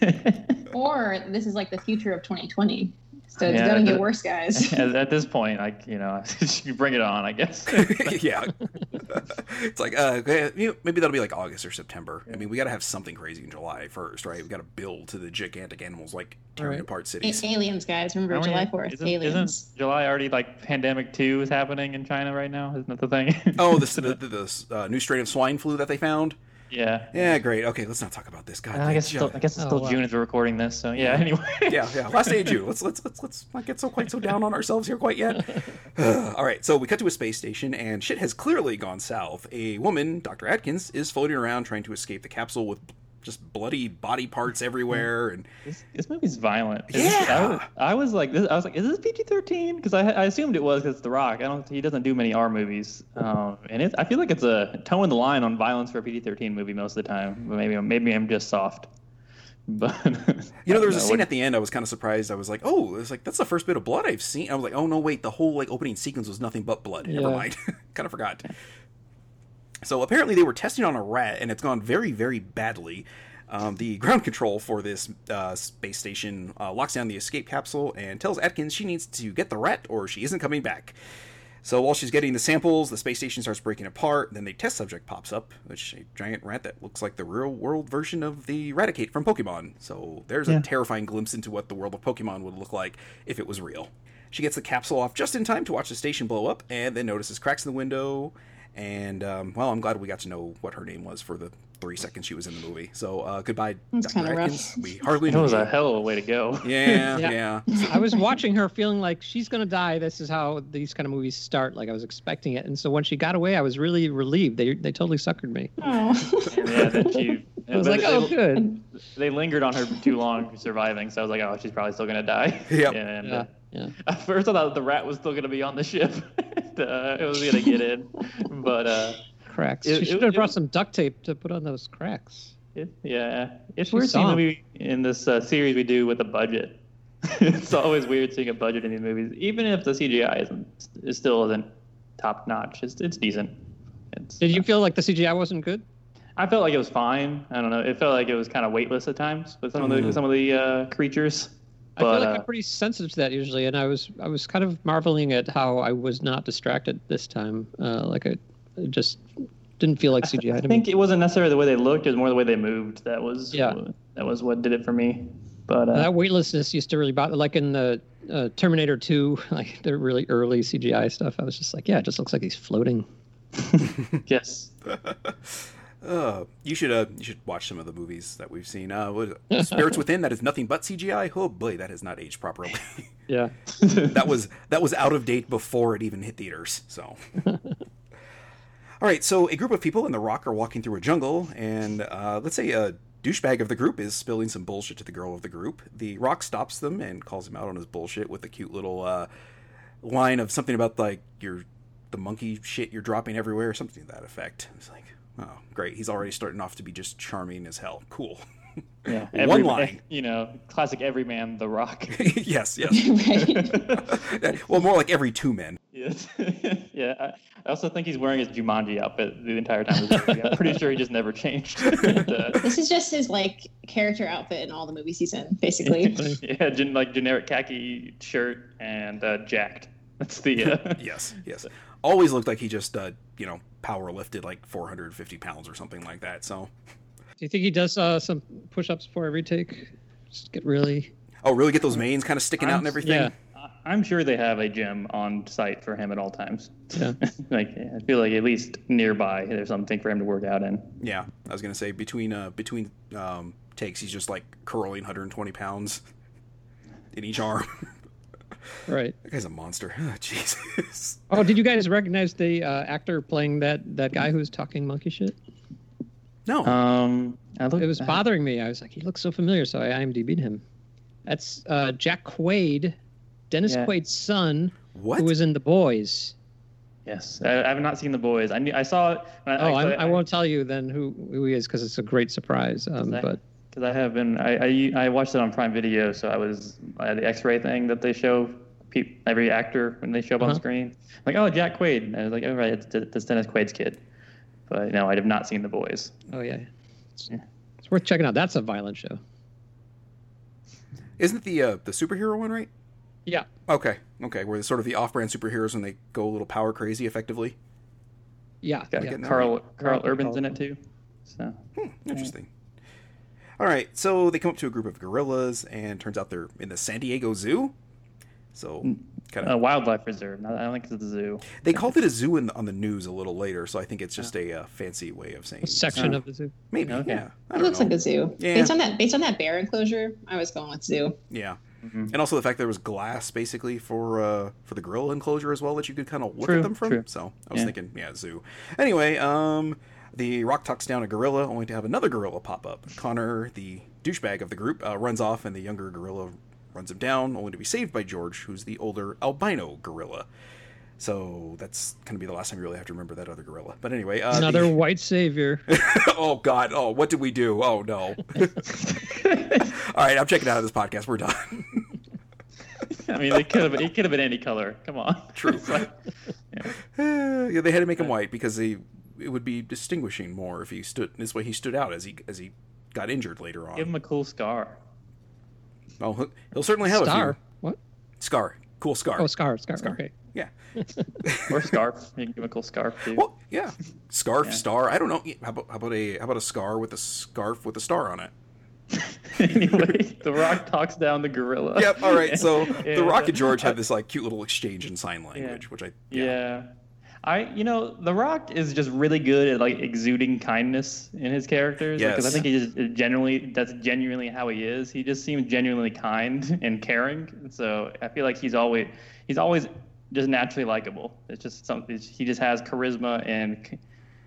Speaker 2: Uh-huh.
Speaker 3: or this is like the future of 2020. So it's
Speaker 4: Yeah,
Speaker 3: going to
Speaker 4: that-
Speaker 3: get worse, guys.
Speaker 4: at, at this point, I you know, you bring it on, I guess.
Speaker 1: yeah, it's like uh, okay, you know, maybe that'll be like August or September. I mean, we got to have something crazy in July first, right? We got to build to the gigantic animals like tearing
Speaker 2: Right.
Speaker 1: apart cities.
Speaker 3: A- aliens, guys. Remember
Speaker 2: Oh,
Speaker 4: Aren't we-
Speaker 3: July 4th.
Speaker 4: isn't,
Speaker 3: aliens.
Speaker 4: Isn't July already like pandemic two is happening in China right now? Isn't that the thing?
Speaker 1: Oh, this the, the, the uh, new strain of swine flu that they found.
Speaker 4: yeah.
Speaker 1: Yeah, great. Okay, let's not talk about this. God,
Speaker 4: And I
Speaker 1: thank
Speaker 4: guess it's
Speaker 1: you.
Speaker 4: still, I guess it's
Speaker 2: Oh,
Speaker 4: still
Speaker 2: wow.
Speaker 4: June as we're recording this. So yeah. Anyway.
Speaker 1: yeah, yeah. Last day of June. Let's let's let's let's not get so quite so down on ourselves here quite yet. All right, so we cut to a space station, and shit has clearly gone south. A woman, Dr. Atkins, is floating around trying to escape the capsule with just bloody body parts everywhere, and
Speaker 4: This, this movie's violent. Is This,
Speaker 1: Yeah.
Speaker 4: I, was, I was like, this, I was like, is this PG thirteen? Because I, I assumed it was because it's The Rock. I don't. He doesn't do many R movies. Um, and it, I feel like it's a toe in the line on violence for a PG thirteen movie most of the time. But maybe maybe I'm just soft. But
Speaker 1: you know there was a scene at the end. I was kind of surprised. I was like, oh, it's like that's the first bit of blood I've seen. I was like, oh no, wait, the whole like opening sequence was nothing but blood. Never
Speaker 2: Yeah.
Speaker 1: mind. kind of forgot. So apparently they were testing on a rat, and it's gone very, very badly. Um, the ground control for this uh, space station uh, locks down the escape capsule and tells Atkins she needs to get the rat or she isn't coming back. So while she's getting the samples, the space station starts breaking apart. Then the test subject pops up, which is a giant rat that looks like the real world version of the Raticate from Pokemon. So there's a
Speaker 4: Yeah.
Speaker 1: terrifying glimpse into what the world of Pokemon would look like if it was real. She gets the capsule off just in time to watch the station blow up, and then notices cracks in the window. And um, well, I'm glad we got to know what her name was for the three seconds she was in the movie. So uh, goodbye,
Speaker 3: That's
Speaker 1: Dr.
Speaker 3: kinda rough.
Speaker 1: Atkins. We hardly
Speaker 4: It
Speaker 1: know.
Speaker 4: was a hell of a way to go.
Speaker 1: Yeah,
Speaker 2: Yeah.
Speaker 1: yeah.
Speaker 2: I was watching her feeling like she's going to die. This is how these kind of movies start. Like I was expecting it. And so when she got away, I was really relieved. They, they totally suckered me.
Speaker 3: Oh.
Speaker 4: yeah, that she.
Speaker 2: I was like,
Speaker 4: they,
Speaker 2: oh, good.
Speaker 4: they lingered on her too long for surviving, so I was like, oh, she's probably still gonna die.
Speaker 1: Yep.
Speaker 4: And
Speaker 2: Yeah.
Speaker 4: uh,
Speaker 2: Yeah.
Speaker 4: at first, I thought the rat was still gonna be on the ship. and, uh, it was gonna get in, but uh,
Speaker 2: Cracks.
Speaker 4: It-
Speaker 2: she
Speaker 4: it-
Speaker 2: should have
Speaker 4: it
Speaker 2: brought
Speaker 4: was-
Speaker 2: some duct tape to put on those cracks.
Speaker 4: it, yeah, it's
Speaker 2: She
Speaker 4: weird seeing
Speaker 2: saw
Speaker 4: a
Speaker 2: him.
Speaker 4: movie in this uh, series we do with a budget. it's always weird seeing a budget in these movies, even if the CGI isn't, it still isn't top notch. It's it's decent. It's,
Speaker 2: Did you feel like the CGI wasn't good?
Speaker 4: I felt like it was fine. I don't know. It felt like it was kind of weightless at times with some of
Speaker 1: Mhm.
Speaker 4: the some of the uh, creatures.
Speaker 2: I
Speaker 4: But,
Speaker 2: feel like
Speaker 4: uh,
Speaker 2: I'm pretty sensitive to that usually, and I was I was kind of marveling at how I was not distracted this time. Uh, like I it just didn't feel like CGI
Speaker 4: I
Speaker 2: to me.
Speaker 4: think it wasn't necessarily the way they looked; it was more the way they moved. That was
Speaker 2: Yeah.
Speaker 4: That was what did it for me. But uh,
Speaker 2: That weightlessness used to really bother. Like in the uh, Terminator 2, like the really early CGI stuff, I was just like, yeah, it just looks like he's floating.
Speaker 4: yes,
Speaker 1: Uh, you should uh, you should watch some of the movies that we've seen. Uh, what is it? Spirits Within that is nothing but CGI. Oh boy, that has not aged properly.
Speaker 2: Yeah,
Speaker 1: that was that was out of date before it even hit theaters. So. All right, so a group of people in the rock are walking through a jungle, and uh, let's say a douchebag of the group is spilling some bullshit to the girl of the group. The rock stops them and calls him out on his bullshit with a cute little uh, line of something about like your the monkey shit you're dropping everywhere, something to that effect. It's like, oh, great, he's already starting off to be just charming as hell. Cool.
Speaker 4: yeah.
Speaker 1: One line.
Speaker 4: You know, classic everyman, The Rock.
Speaker 1: yes, yes.
Speaker 3: right.
Speaker 1: well, more like every two men.
Speaker 4: yes. yeah. I, I also think he's wearing his Jumanji outfit the entire time. of the movie. I'm pretty sure he just never changed. And, uh,
Speaker 3: This is just his like character outfit in all the movies he's in, basically.
Speaker 4: yeah, gen- like generic khaki shirt and uh, jacked. That's the. Uh,
Speaker 1: Yes, yes. Always looked like he just, uh, you know, power lifted like 450 pounds or something like that. So,
Speaker 2: Do you think he does uh, some push-ups for every take? Just get really.
Speaker 1: oh, really get those manes kind of sticking out and everything?
Speaker 2: Yeah,
Speaker 4: I- I'm sure they have a gym on site for him at all times.
Speaker 2: Yeah.
Speaker 4: like I feel like at least nearby there's something for him to work out in.
Speaker 1: Yeah, I was gonna say between uh between um takes, he's just like curling 120 pounds in each arm.
Speaker 2: right.
Speaker 1: that guy's a monster. Oh, Jesus.
Speaker 2: Oh, did you guys recognize the uh, actor playing that that guy who was talking monkey shit?
Speaker 1: No.
Speaker 4: Um, I look,
Speaker 2: It was bothering me. I was like, he looks so familiar, so I IMDb'd him. That's uh, Jack Quaid, Dennis
Speaker 4: Yeah.
Speaker 2: Quaid's son,
Speaker 1: what?
Speaker 2: who was in The Boys.
Speaker 4: Yes, I, I have not seen the boys. I knew I saw it. and
Speaker 2: Oh, I, I won't tell you then who, who he is because it's a great surprise. Um,
Speaker 4: Is that-
Speaker 2: but
Speaker 4: because I have been. I, I I watched it on Prime Video, so I was uh, the X-ray thing that they show pe- every actor when they show up on
Speaker 2: Uh-huh.
Speaker 4: screen. like, oh, Jack Quaid. And I was like, oh right, it's, it's Dennis Quaid's kid. But no, I have not seen the boys.
Speaker 2: oh yeah, it's,
Speaker 4: Yeah.
Speaker 2: it's worth checking out. That's a violent show.
Speaker 1: Isn't the uh, the superhero one right?
Speaker 2: Yeah.
Speaker 1: Okay. Okay. Where sort of the off-brand superheroes when they go a little power crazy, effectively.
Speaker 2: Yeah.
Speaker 4: Got
Speaker 2: yeah.
Speaker 4: Carl Carl Urban's in it too. So
Speaker 1: Hmm, interesting. All right. So they come up to a group of gorillas, and turns out they're in the San Diego Zoo. So
Speaker 3: Hmm.
Speaker 1: kind of
Speaker 4: a uh, wildlife reserve. not- I don't think it's the zoo.
Speaker 1: they called it a zoo in the, on the news a little later, so I think it's
Speaker 3: Oh.
Speaker 1: just a uh, fancy way of saying
Speaker 2: A section
Speaker 4: Yeah.
Speaker 2: of the zoo.
Speaker 1: maybe.
Speaker 4: Okay.
Speaker 1: Yeah. I
Speaker 3: It
Speaker 1: don't
Speaker 3: looks
Speaker 1: know.
Speaker 3: like a zoo.
Speaker 1: Yeah.
Speaker 3: Based on that, based on that bear enclosure, I was going with zoo.
Speaker 1: yeah.
Speaker 4: Mhm.
Speaker 1: And also the fact there was glass basically for uh, for the gorilla enclosure as well that you could kind of look at
Speaker 4: True,
Speaker 1: them from.
Speaker 4: true.
Speaker 1: So I was
Speaker 4: Yeah.
Speaker 1: thinking, yeah, zoo. Anyway, um, the rock tucks down a gorilla only to have another gorilla pop up. Connor, the douchebag of the group, uh, runs off, and the younger gorilla runs him down, only to be saved by George, who's the older albino gorilla. So that's gonna be the last time you really have to remember that other gorilla. But anyway, uh, the-
Speaker 2: Another white savior.
Speaker 1: oh God! Oh, what did we do? Oh no! All right, I'm checking out of this podcast. We're done.
Speaker 4: I mean, it could have it could have been any color. Come on.
Speaker 1: True.
Speaker 4: It's like-
Speaker 1: Eh, yeah, they had to make him white because they it would be distinguishing more if he stood this way. He stood out as he as he got injured later
Speaker 4: give him
Speaker 1: on.
Speaker 4: a cool scar.
Speaker 1: Oh, he'll- he'll certainly have a
Speaker 2: Star.
Speaker 1: few.
Speaker 2: What?
Speaker 1: scar, cool scar.
Speaker 2: Oh, scar, scar. Okay.
Speaker 1: yeah,
Speaker 4: Or scarf. You can give him a cool scarf too.
Speaker 1: well, yeah, scarf
Speaker 4: Yeah.
Speaker 1: star. I don't know. Yeah, How about, how about a how about a scar with a scarf with a star on it?
Speaker 4: anyway, the rock talks down the gorilla.
Speaker 1: Yep. All right. So
Speaker 4: Yeah.
Speaker 1: the Rock and George have this like cute little exchange in sign language, which I
Speaker 4: Yeah. I you know The Rock is just really good at like exuding kindness in his characters because
Speaker 1: Yes.
Speaker 4: I think he just genuinely that's genuinely how he is. He just seems genuinely kind and caring, and so I feel like he's always he's always just naturally likable. It's just something he just has charisma and c-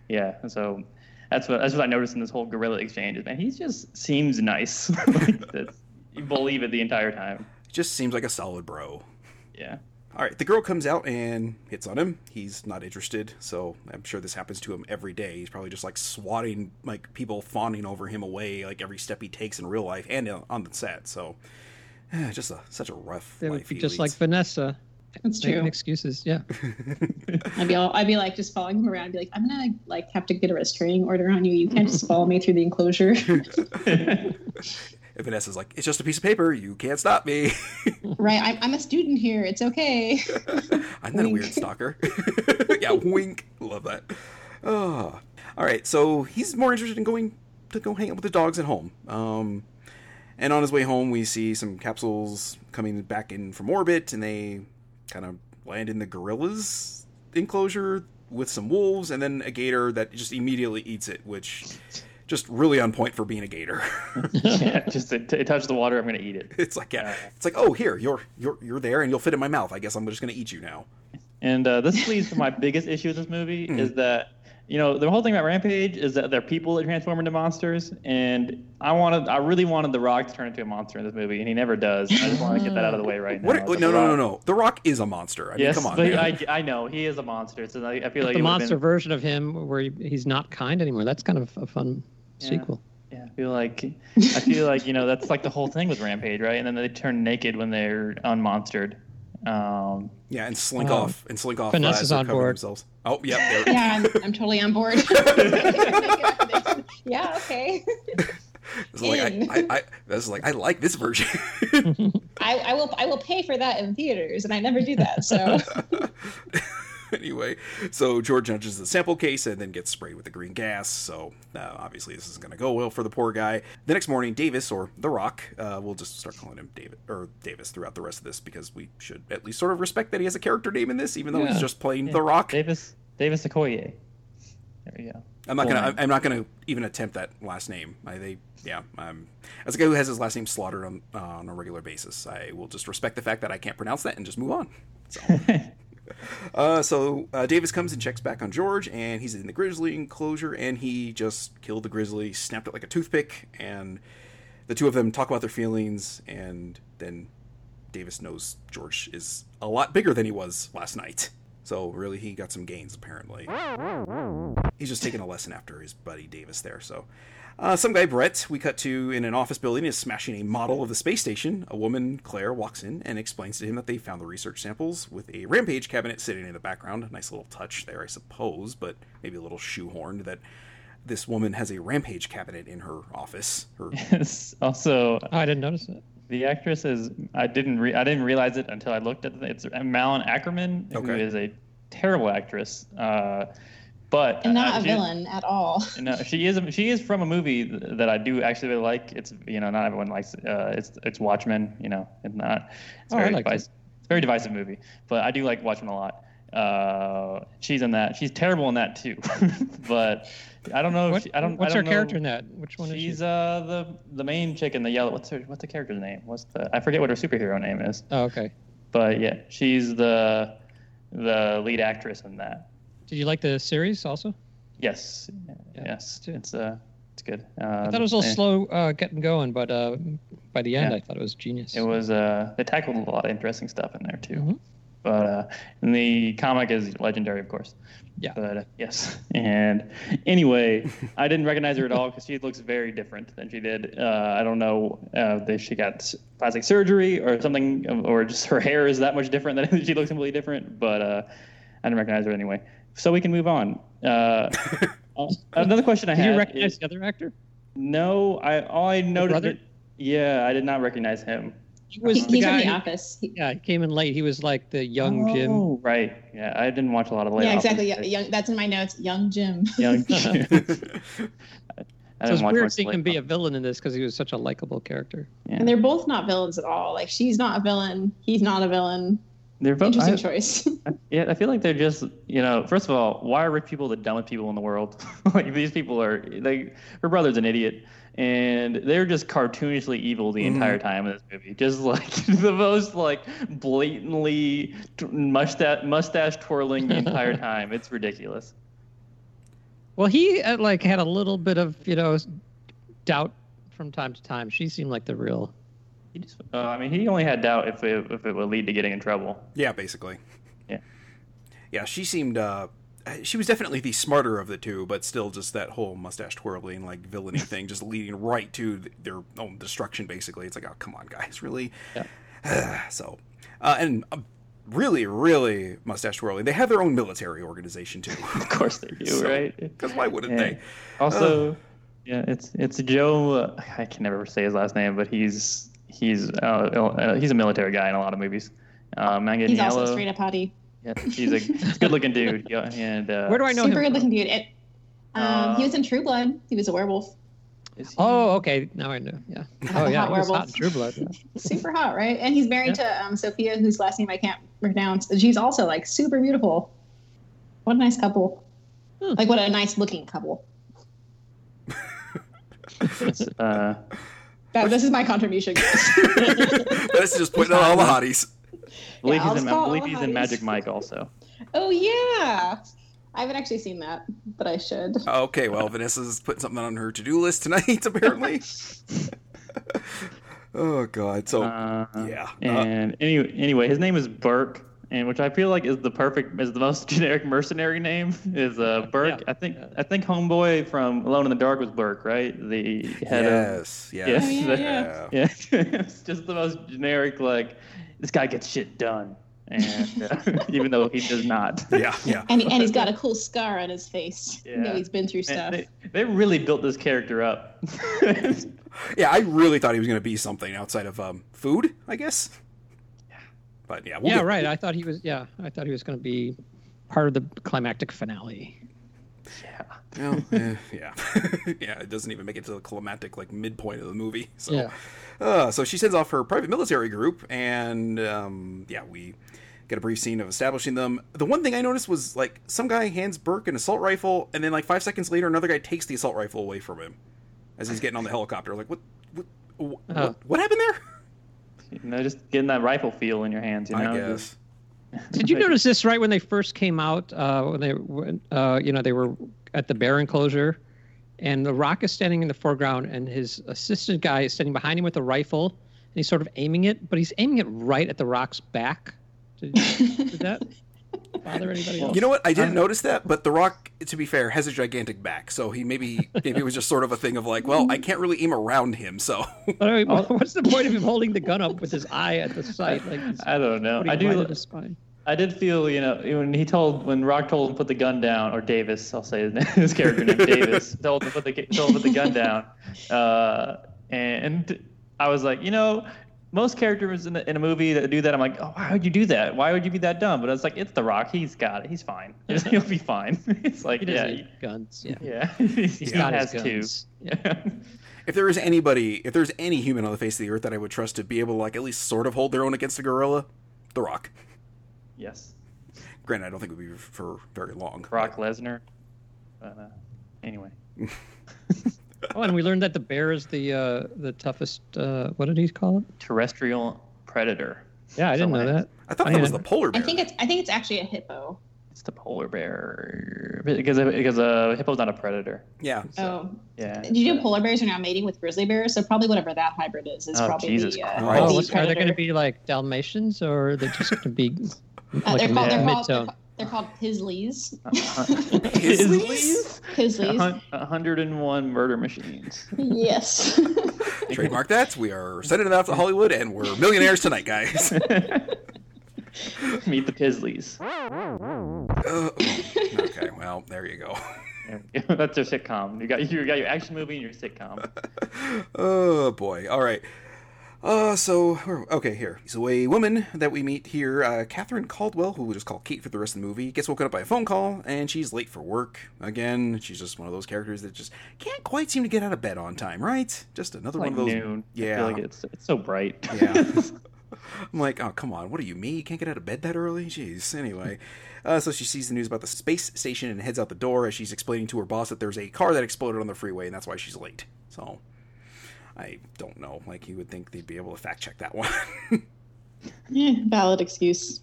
Speaker 4: yeah, and so. That's what that's what I noticed in this whole gorilla exchange. is, Man, he just seems nice. like, that's, you believe it the entire time.
Speaker 1: just seems like a solid bro.
Speaker 4: Yeah.
Speaker 1: All right, the girl comes out and hits on him. He's not interested, so I'm sure this happens to him every day. He's probably just like swatting like people fawning over him away like every step he takes in real life and uh, on the set. So just a, such a rough
Speaker 2: They would
Speaker 1: life.
Speaker 2: be
Speaker 1: he
Speaker 2: just like
Speaker 1: leads.
Speaker 2: Vanessa.
Speaker 3: That's
Speaker 2: Making
Speaker 3: true.
Speaker 2: excuses. Yeah.
Speaker 3: I'd be all, I'd be like just following him around. I'd be like, I'm gonna like have to get a restraining order on you. You can't just follow me through the enclosure.
Speaker 1: And Vanessa's like, it's just a piece of paper. You can't stop me.
Speaker 3: right? I'm, I'm a student here. It's okay.
Speaker 1: I'm not a weird
Speaker 3: Wink.
Speaker 1: stalker. yeah, wink. Love that. Oh. All right, so he's more interested in going to go hang out with the dogs at home. Um, and on his way home, we see some capsules coming back in from orbit, and they kind of land in the gorilla's enclosure with some wolves, and then a gator that just immediately eats it, which just really on point for being a gator.
Speaker 4: yeah, just it, it touched the water. I'm gonna eat it.
Speaker 1: it's like yeah, it's like oh here you're you're you're there, and you'll fit in my mouth. I guess I'm just gonna eat you now.
Speaker 4: And uh, this leads to my biggest issue with this movie
Speaker 1: Hmm.
Speaker 4: is that you know the whole thing about Rampage is that they're people that transform into monsters, and I wanted, I really wanted The Rock to turn into a monster in this movie, and he never does. I just want to get that out of the way right now.
Speaker 1: What?
Speaker 4: It's like,
Speaker 1: no,
Speaker 4: The
Speaker 1: no, no,
Speaker 4: Rock-
Speaker 1: no. The Rock is a monster. I mean,
Speaker 4: Yes,
Speaker 1: come on.
Speaker 4: but
Speaker 1: man.
Speaker 4: I, I know he is a monster. So I, I feel like
Speaker 2: the
Speaker 4: it would've
Speaker 2: monster
Speaker 4: Been,
Speaker 2: version of him where he- he's not kind anymore. That's kind of a fun
Speaker 4: Yeah.
Speaker 2: sequel.
Speaker 4: yeah, I feel like I feel like you know that's like the whole thing with Rampage, right? And then they turn naked when they're unmonstered. Um,
Speaker 1: yeah, and slink
Speaker 2: Um,
Speaker 1: off and slink off.
Speaker 2: Vanessa's
Speaker 1: as they're
Speaker 2: on
Speaker 1: covering
Speaker 2: board.
Speaker 1: Themselves. Oh, yeah. There.
Speaker 3: Yeah, I'm, I'm totally on board. yeah, okay.
Speaker 1: This is like, I,
Speaker 3: In.
Speaker 1: I, I, this is like I like this version.
Speaker 3: I, I will I will pay for that in theaters, and I never do that. So
Speaker 1: anyway, so George nudges the sample case and then gets sprayed with the green gas. So uh, obviously this isn't going to go well for the poor guy. The next morning, Davis or The Rock, uh, we'll just start calling him David or Davis throughout the rest of this because we should at least sort of respect that he has a character name in this, even though he's
Speaker 2: Yeah.
Speaker 1: just playing The Rock.
Speaker 4: Davis Davis Okoye. There we go.
Speaker 1: I'm not gonna.
Speaker 4: Boring.
Speaker 1: I'm not gonna even attempt that last name. I, they, yeah. Um, as a guy who has his last name slaughtered on uh, on a regular basis, I will just respect the fact that I can't pronounce that and just move on. So, uh, so uh, Davis comes and checks back on George, and he's in the grizzly enclosure, and he just killed the grizzly, snapped it like a toothpick, and the two of them talk about their feelings, and then Davis knows George is a lot bigger than he was last night. So really, he got some gains apparently he's just taking a lesson after his buddy Davis there. So, uh, some guy Brett we cut to in an office building is smashing a model of the space station. A woman Claire walks in and explains to him that they found the research samples with a rampage cabinet sitting in the background. Nice little touch there, I suppose, but maybe a little shoehorned that this woman has a rampage cabinet in her office. Her
Speaker 4: also,
Speaker 2: Oh, I didn't notice it.
Speaker 4: The actress is I didn't re- I didn't realize it until I looked at the, it's Malin Ackerman who
Speaker 1: Okay.
Speaker 4: is a terrible actress, uh, but
Speaker 3: and not
Speaker 4: uh,
Speaker 3: a
Speaker 4: she-
Speaker 3: villain at all.
Speaker 4: No, she is she is from a movie th- that I do actually really like. It's you know not everyone likes it. Uh, it's it's Watchmen. You know it's not it's
Speaker 2: Oh, I
Speaker 4: very
Speaker 2: liked it.
Speaker 4: divisive. It's a very divisive movie, but I do like Watchmen a lot. Uh, she's in that. She's terrible in that too, but I don't know. If
Speaker 2: What,
Speaker 4: Oh, she, I don't.
Speaker 2: what's
Speaker 4: I don't
Speaker 2: her character in
Speaker 4: Know.
Speaker 2: that? Which one
Speaker 4: She's
Speaker 2: is she?
Speaker 4: uh the the main chick in the yellow. What's her what's the character's name? What's the I forget what her superhero name is,
Speaker 2: oh, okay.
Speaker 4: but yeah, she's the the lead actress in that.
Speaker 2: Did you like the series also?
Speaker 4: Yes,
Speaker 2: Yeah,
Speaker 4: yes,
Speaker 2: too.
Speaker 4: it's uh it's good. Um,
Speaker 2: I thought it was a little
Speaker 4: yeah.
Speaker 2: slow uh, getting going, but uh, by the end,
Speaker 4: Yeah.
Speaker 2: I thought it was genius.
Speaker 4: It was uh, they tackled a lot of interesting stuff in there too.
Speaker 2: Mhm.
Speaker 4: But uh, and the comic is legendary, of course.
Speaker 2: Yeah.
Speaker 4: But uh, yes, and anyway, I didn't recognize her at all because she looks very different than she did. Uh, I don't know uh, if she got s- plastic surgery or something, or just her hair is that much different that she looks completely different. But uh, I didn't recognize her anyway. So we can move on. Uh, another question I
Speaker 2: Did
Speaker 4: had
Speaker 2: you recognize
Speaker 4: is-
Speaker 2: the other actor?
Speaker 4: no, I all I noticed.
Speaker 2: brother?
Speaker 4: that- yeah, I did not recognize him.
Speaker 2: He
Speaker 3: He-
Speaker 2: was the
Speaker 3: he's
Speaker 2: guy.
Speaker 3: in
Speaker 2: who-
Speaker 3: the office. He-
Speaker 2: yeah, he came in late. He was like the young Jim.
Speaker 4: Oh, right. Yeah, I didn't watch a lot of Late
Speaker 3: yeah,
Speaker 4: Office.
Speaker 3: exactly. Yeah, young, that's in my notes. Young Jim.
Speaker 4: Young Jim. I
Speaker 2: So
Speaker 4: didn't
Speaker 2: it's
Speaker 4: watch
Speaker 2: weird
Speaker 4: much
Speaker 2: seeing
Speaker 4: Late
Speaker 2: him be a
Speaker 4: Office.
Speaker 2: villain in this because he was such a likable character.
Speaker 3: And they're both not villains at all. Like she's not a villain. He's not a villain.
Speaker 4: They're both.
Speaker 3: Interesting
Speaker 4: I,
Speaker 3: choice.
Speaker 4: I- yeah, I feel like they're just you know. First of all, why are rich people the dumbest people in the world? like these people are. They her brother's an idiot, and they're just cartoonishly evil the
Speaker 3: Mm-hmm.
Speaker 1: Mhm.
Speaker 4: entire time in this movie. Just like the most like blatantly t- mustache mustache twirling the entire time. It's ridiculous.
Speaker 2: Well, he uh, like had a little bit of you know s- doubt from time to time. She seemed like the real.
Speaker 4: He just. Uh, I mean, he only had doubt if it, if it would lead to getting in trouble.
Speaker 1: Yeah, basically.
Speaker 4: Yeah.
Speaker 1: Yeah, she seemed uh she was definitely the smarter of the two, but still just that whole mustache twirling like villainy thing just leading right to th- their own destruction basically. It's like, "Oh, come on, guys, really?" so, uh and um, really really mustache twirling. They have their own military organization too.
Speaker 4: Of course they do,
Speaker 1: So-
Speaker 4: right?
Speaker 1: Cuz why wouldn't
Speaker 4: Yeah.
Speaker 1: they?
Speaker 4: Also, yeah, it's it's Joe. Uh, I can never say his last name, but he's he's uh, uh, he's a military guy in a lot of movies. Uh, Mangan
Speaker 3: he's
Speaker 4: Yellow.
Speaker 3: also straight up hottie.
Speaker 4: Yeah, he's a, he's a good-looking dude. Yeah, and uh,
Speaker 2: Where do Oh, I know
Speaker 3: Super
Speaker 2: him?
Speaker 3: good
Speaker 2: from?
Speaker 3: looking dude. It, um,
Speaker 4: Uh,
Speaker 3: he was in True Blood. He was a werewolf.
Speaker 4: is he-
Speaker 2: Oh, okay. Now I know. Yeah. Oh, yeah.
Speaker 3: hot
Speaker 2: He was hot
Speaker 3: werewolf.
Speaker 2: in True Blood. yeah.
Speaker 3: Super hot, right? And he's married to um, Sophia, whose last name I can't pronounce. And she's also like super beautiful. What a nice couple.
Speaker 2: Hmm.
Speaker 3: Like what a nice looking couple.
Speaker 4: it's, uh,
Speaker 3: That, this is my contribution. guys.
Speaker 1: Let's just point out all the hotties.
Speaker 4: I believe
Speaker 3: Yeah, I'll
Speaker 4: he's in, I
Speaker 3: call
Speaker 4: believe
Speaker 3: all
Speaker 4: he's
Speaker 3: the
Speaker 4: in
Speaker 3: hotties.
Speaker 4: Magic Mike also.
Speaker 3: oh yeah, I haven't actually seen that, but I should.
Speaker 1: Okay, well, Vanessa's putting something on her to-do list tonight apparently. oh god. So,
Speaker 4: Uh,
Speaker 1: yeah. Uh,
Speaker 4: And anyway, anyway, his name is Burke, and which I feel like is the perfect, is the most generic mercenary name. Is uh, Burke?
Speaker 2: Yeah.
Speaker 4: I think I think Homeboy from Alone in the Dark was Burke, right? The head of
Speaker 1: yes, yes.
Speaker 4: Oh, yeah,
Speaker 3: yeah.
Speaker 4: yeah. it's just the most generic. Like this guy gets shit done, and uh, even though he does not.
Speaker 1: Yeah, yeah.
Speaker 3: And, and he's got a cool scar on his face. You know
Speaker 4: Yeah.
Speaker 3: he's been through stuff.
Speaker 4: They, they really built this character up.
Speaker 1: Yeah, I really thought he was going to be something outside of um, food, I guess. But yeah, we'll
Speaker 2: yeah,
Speaker 1: get-
Speaker 2: right. I thought he was. Yeah, I thought he was going to be part of the climactic finale.
Speaker 1: Well, eh, yeah, yeah. It doesn't even make it to the climactic like midpoint of the movie. So,
Speaker 2: Yeah.
Speaker 1: uh, so she sends off her private military group, and um, yeah, we get a brief scene of establishing them. The one thing I noticed was like some guy hands Burke an assault rifle, and then like five seconds later, another guy takes the assault rifle away from him as he's getting on the helicopter. Like, what, what, what,
Speaker 2: Oh.
Speaker 1: what happened there?
Speaker 4: you know, just getting that rifle feel in your hands. You know,
Speaker 1: I guess.
Speaker 2: Did you
Speaker 4: Like-
Speaker 2: notice this right when they first came out? Uh, when they, when, uh, you know, they were at the bear enclosure, and the Rock is standing in the foreground, and his assistant guy is standing behind him with a rifle, and he's sort of aiming it, but he's aiming it right at the Rock's back. Did, did that bother anybody else?
Speaker 1: You know what? I didn't
Speaker 4: I-
Speaker 1: notice that, but The Rock, to be fair, has a gigantic back, so he maybe maybe it was just sort of a thing of like, well, I can't really aim around him, so
Speaker 2: But I mean, what's the point of him holding the gun up with his eye at the sight? Like, he's
Speaker 4: I don't know.
Speaker 2: putting
Speaker 4: I
Speaker 2: it right
Speaker 4: do.
Speaker 2: at his spine.
Speaker 4: I did feel, you know, when he told, when Rock told him to put the gun down, or Davis, I'll say his, name, his character name, Davis, told him to put the told him to put the gun down, uh, and I was like, you know, most characters in a, in a movie that do that, I'm like, oh, why would you do that? Why would you be that dumb? But it's like, it's The Rock. He's got it. He's fine. He'll be fine. It's like,
Speaker 2: He
Speaker 4: yeah,
Speaker 2: doesn't need guns. Yeah.
Speaker 4: yeah. He's
Speaker 2: He's got
Speaker 4: has
Speaker 2: his
Speaker 4: two.
Speaker 2: guns.
Speaker 4: Yeah.
Speaker 1: If there is anybody, if there's any human on the face of the earth that I would trust to be able to like at least sort of hold their own against a gorilla, The Rock.
Speaker 4: yes.
Speaker 1: Granted, I don't think it would be for very long.
Speaker 4: Brock Lesnar. But, uh, anyway.
Speaker 2: Oh, and we learned that the bear is the uh, the toughest. Uh, what did he call it?
Speaker 4: Terrestrial predator.
Speaker 2: Yeah, I didn't know
Speaker 4: Someone-
Speaker 2: that.
Speaker 1: I thought
Speaker 2: I
Speaker 1: that was the
Speaker 2: mean,
Speaker 1: polar
Speaker 3: I
Speaker 1: bear.
Speaker 3: think it's I think it's actually a hippo.
Speaker 4: It's the polar bear because because a hippo's not a predator.
Speaker 1: yeah.
Speaker 3: Oh,
Speaker 4: Yeah.
Speaker 3: did you know polar bears are now mating with grizzly bears? So probably whatever that hybrid is is
Speaker 4: Oh,
Speaker 3: probably
Speaker 4: Jesus
Speaker 3: the, uh,
Speaker 1: Christ.
Speaker 2: Oh,
Speaker 3: the
Speaker 2: what's- are they going to
Speaker 3: predator.
Speaker 2: be like Dalmatians, or are they just going to be like
Speaker 3: Uh,
Speaker 2: a
Speaker 3: they're, called, they're,
Speaker 2: mid-
Speaker 3: called, they're,
Speaker 2: mid-tone?
Speaker 3: called, they're called Pisleys.
Speaker 1: Isleys?
Speaker 3: Pisleys.
Speaker 4: hundred and one murder machines.
Speaker 3: Yes.
Speaker 1: Trademark that. We are sending it off to Hollywood, and we're millionaires tonight, guys.
Speaker 4: Meet the Pisleys.
Speaker 1: Uh, okay, well, there you go.
Speaker 4: That's their sitcom. You got you got your action movie and your sitcom.
Speaker 1: Oh boy. All right. Uh, so where- okay, here. So a woman that we meet here, uh, Catherine Caldwell, who we'll just call Kate for the rest of the movie, gets woken up by a phone call, and she's late for work again. She's just one of those characters that just can't quite seem to get out of bed on time, right? Just another
Speaker 4: Like
Speaker 1: one of those.
Speaker 4: noon. I
Speaker 1: Yeah.
Speaker 4: feel like it's it's so bright.
Speaker 1: Yeah. I'm like, oh come on, what are you me? You can't get out of bed that early? Jeez. Anyway, uh, so she sees the news about the space station and heads out the door as she's explaining to her boss that there's a car that exploded on the freeway and that's why she's late. So, I don't know. Like you would think they'd be able to fact check that one.
Speaker 3: yeah, valid excuse.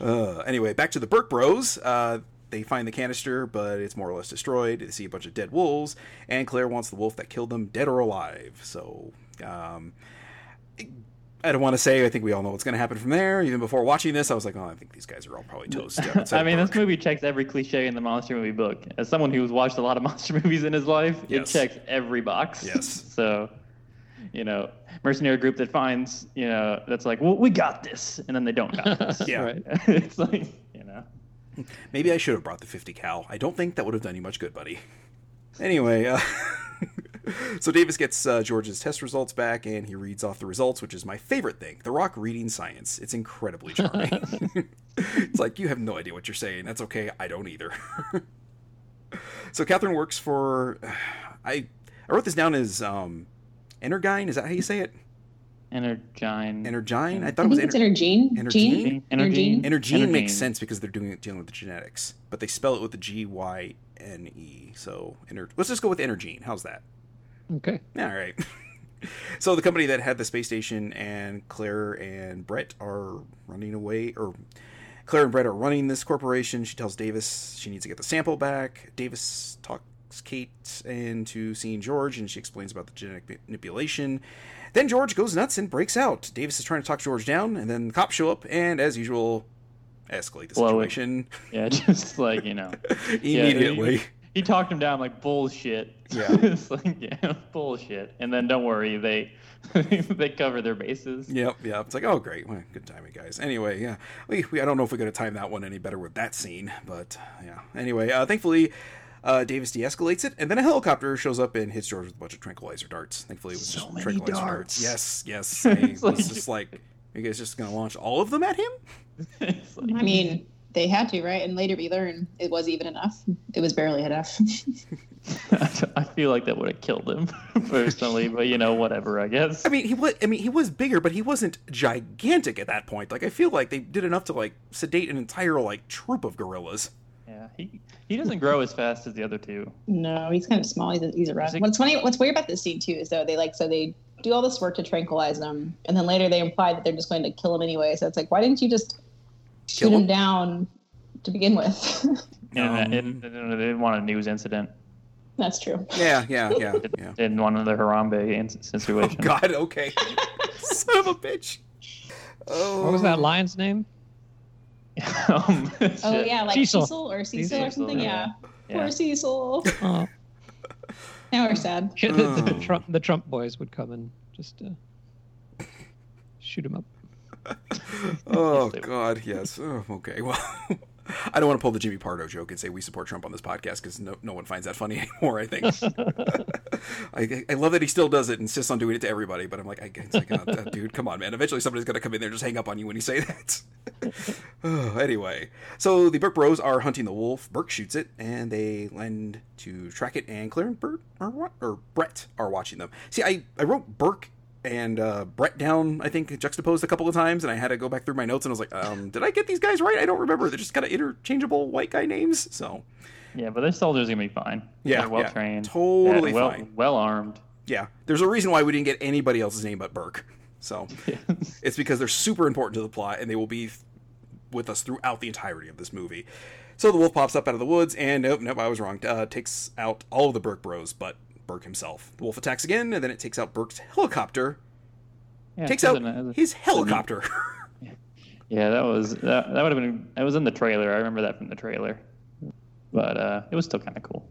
Speaker 1: uh, anyway, back to the Burke Bros. Uh, they find the canister, but it's more or less destroyed. They see a bunch of dead wolves, and Claire wants the wolf that killed them, dead or alive. So, um, I don't want to say. I think we all know what's going to happen from there. Even before watching this, I was like, "Oh, I think these guys are all probably toast." outside
Speaker 4: I
Speaker 1: of
Speaker 4: mean, this
Speaker 1: Burke.
Speaker 4: movie checks every cliche in the monster movie book. As someone who's watched a lot of monster movies in his life,
Speaker 1: Yes.
Speaker 4: it checks every box.
Speaker 1: Yes.
Speaker 4: So, you know, mercenary group that finds, you know, that's like, well, we got this, and then they don't got this.
Speaker 1: Yeah.
Speaker 2: Right.
Speaker 4: it's like, you know,
Speaker 1: Maybe I should have brought the 50 cal. I don't think that would have done you much good, buddy. Anyway, uh, so Davis gets uh, George's test results back and he reads off the results, which is my favorite thing The Rock reading science. It's incredibly charming. it's like, you have no idea what you're saying. That's okay. I don't either. so Catherine works for. I, I wrote this down as um, Energyne. Is that how you say it?
Speaker 4: Energine.
Speaker 1: Energine? I thought
Speaker 3: I
Speaker 1: it was
Speaker 3: think it's
Speaker 1: Ener-
Speaker 3: Energine.
Speaker 1: Energine?
Speaker 3: Gene? Energine.
Speaker 1: Energene makes
Speaker 4: Energine.
Speaker 1: sense because they're doing it dealing with the genetics, but they spell it with the G Y N E. So ener- let's just go with Energene. How's that?
Speaker 2: Okay.
Speaker 1: All right. so the company that had the space station and Claire and Brett are running away, or Claire and Brett are running this corporation. She tells Davis she needs to get the sample back. Davis talks Kate into seeing George, and she explains about the genetic ma- manipulation. Then George goes nuts and breaks out. Davis is trying to talk George down, and then the cops show up, and as usual, escalate the
Speaker 4: Blow it.
Speaker 1: situation
Speaker 4: Yeah, just like, you know.
Speaker 1: immediately.
Speaker 4: He talked him down like bullshit.
Speaker 1: Yeah.
Speaker 4: it's like, yeah, bullshit. And then don't worry, they they cover their bases.
Speaker 1: Yep, yep. It's like, oh, great. Well, good timing, guys. Anyway, yeah. We, we, I don't know if we could have timed that one any better with that scene, but yeah. Anyway, uh, thankfully, uh, Davis de escalates it, and then a helicopter shows up and hits George with a bunch of tranquilizer darts. Thankfully, it was
Speaker 4: So
Speaker 1: just
Speaker 4: many
Speaker 1: tranquilizer darts.
Speaker 4: darts.
Speaker 1: Yes, yes. I
Speaker 4: It's like-
Speaker 1: was just like, are you guys just going to launch all of them at him?
Speaker 4: It's like-
Speaker 3: I mean, they had to, right? And later we learn it was even enough. It was barely enough.
Speaker 4: I feel like that would have killed him personally, but you know, whatever, I guess.
Speaker 1: I mean, he was. I mean, he was bigger, but he wasn't gigantic at that point. Like, I feel like they did enough to like sedate an entire like troop of gorillas.
Speaker 4: Yeah, he he doesn't grow as fast as the other two.
Speaker 3: no, he's kind of small. He's a, he's a rat.
Speaker 4: Is it-
Speaker 3: What's funny? What's weird about this scene too is though they like so they do all this work to tranquilize them, and then later they imply that they're just going to kill him anyway. So it's like, why didn't you just
Speaker 1: Kill
Speaker 3: shoot him
Speaker 1: him?
Speaker 3: down to begin with?
Speaker 4: And,
Speaker 1: Um.
Speaker 4: and, and they didn't want a news incident.
Speaker 3: That's true.
Speaker 1: Yeah, yeah, yeah, yeah.
Speaker 4: Didn't want another Harambe in-
Speaker 1: Oh
Speaker 4: situation.
Speaker 1: God. Okay. Son of a bitch. Oh.
Speaker 2: What was that lion's name?
Speaker 4: um,
Speaker 3: Oh
Speaker 4: shit.
Speaker 3: yeah, like
Speaker 2: Cecil.
Speaker 3: Cecil, or Cecil, or
Speaker 4: Cecil,
Speaker 3: something.
Speaker 4: yeah.
Speaker 3: Yeah.
Speaker 4: Yeah.
Speaker 3: poor Cecil.
Speaker 2: Oh,
Speaker 3: Now we're sad.
Speaker 2: yeah, the, the
Speaker 1: Oh.
Speaker 2: Trump the Trump boys would come and just uh, shoot him up.
Speaker 1: oh
Speaker 4: Yes, they were.
Speaker 1: god yes oh, okay well I don't want to pull the Jimmy Pardo joke and say we support Trump on this podcast because no, no one finds that funny anymore. I think. I, I love that he still does it, insists on doing it to everybody. But I'm like, I, it's like, oh, that- dude, come on, man. Eventually, somebody's gonna come in there and just hang up on you when you say that. Oh, anyway, so the Burke Bros are hunting the wolf. Burke shoots it, and they lend to track it. And Claire and Bert are wa- or Brett are watching them. See, I I wrote Burke and uh, Brett down. I think juxtaposed a couple of times, and I had to go back through my notes, and I was like, um, did I get these guys right? I don't remember. They're just kind of interchangeable white guy names. So
Speaker 4: Yeah, but their soldiers are gonna be fine.
Speaker 1: Yeah,
Speaker 4: They're well
Speaker 1: yeah,
Speaker 4: trained,
Speaker 1: totally
Speaker 4: and well,
Speaker 1: fine.
Speaker 4: well armed.
Speaker 1: yeah, there's a reason why we didn't get anybody else's name but Burke. So it's because they're super important to the plot, and they will be th- with us throughout the entirety of this movie. So the wolf pops up out of the woods, and nope, nope, I was wrong. Uh, takes out all of the Burke Bros, but Burke himself. The wolf attacks again, and then it takes out Burke's helicopter.
Speaker 4: Yeah,
Speaker 1: takes
Speaker 4: it
Speaker 1: out
Speaker 4: doesn't- it doesn't-
Speaker 1: his helicopter.
Speaker 4: Yeah, that was that, that would have been that was in the trailer. I remember that from the trailer. But uh, it was still kind of cool.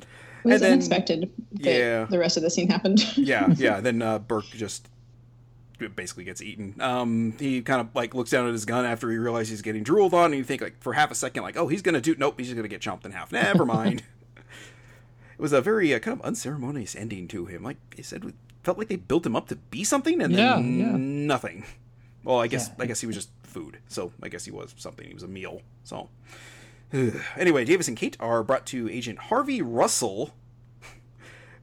Speaker 3: It was
Speaker 1: And then-
Speaker 3: unexpected that
Speaker 1: Yeah.
Speaker 3: the rest of the scene happened.
Speaker 1: yeah, yeah. Then uh, Burke just basically gets eaten. Um, he kind of like looks down at his gun after he realizes he's getting drooled on, and you think like for half a second, like, oh, he's gonna do. Nope, he's just gonna get chomped in half. Never mind. it was a very uh, kind of unceremonious ending to him. Like he said, it felt like they built him up to be something, and then
Speaker 2: Yeah, yeah.
Speaker 1: nothing. Well, I guess
Speaker 4: Yeah.
Speaker 1: I guess he was just food. So I guess he was something. He was a meal. So. Anyway, Davis and Kate are brought to Agent Harvey Russell,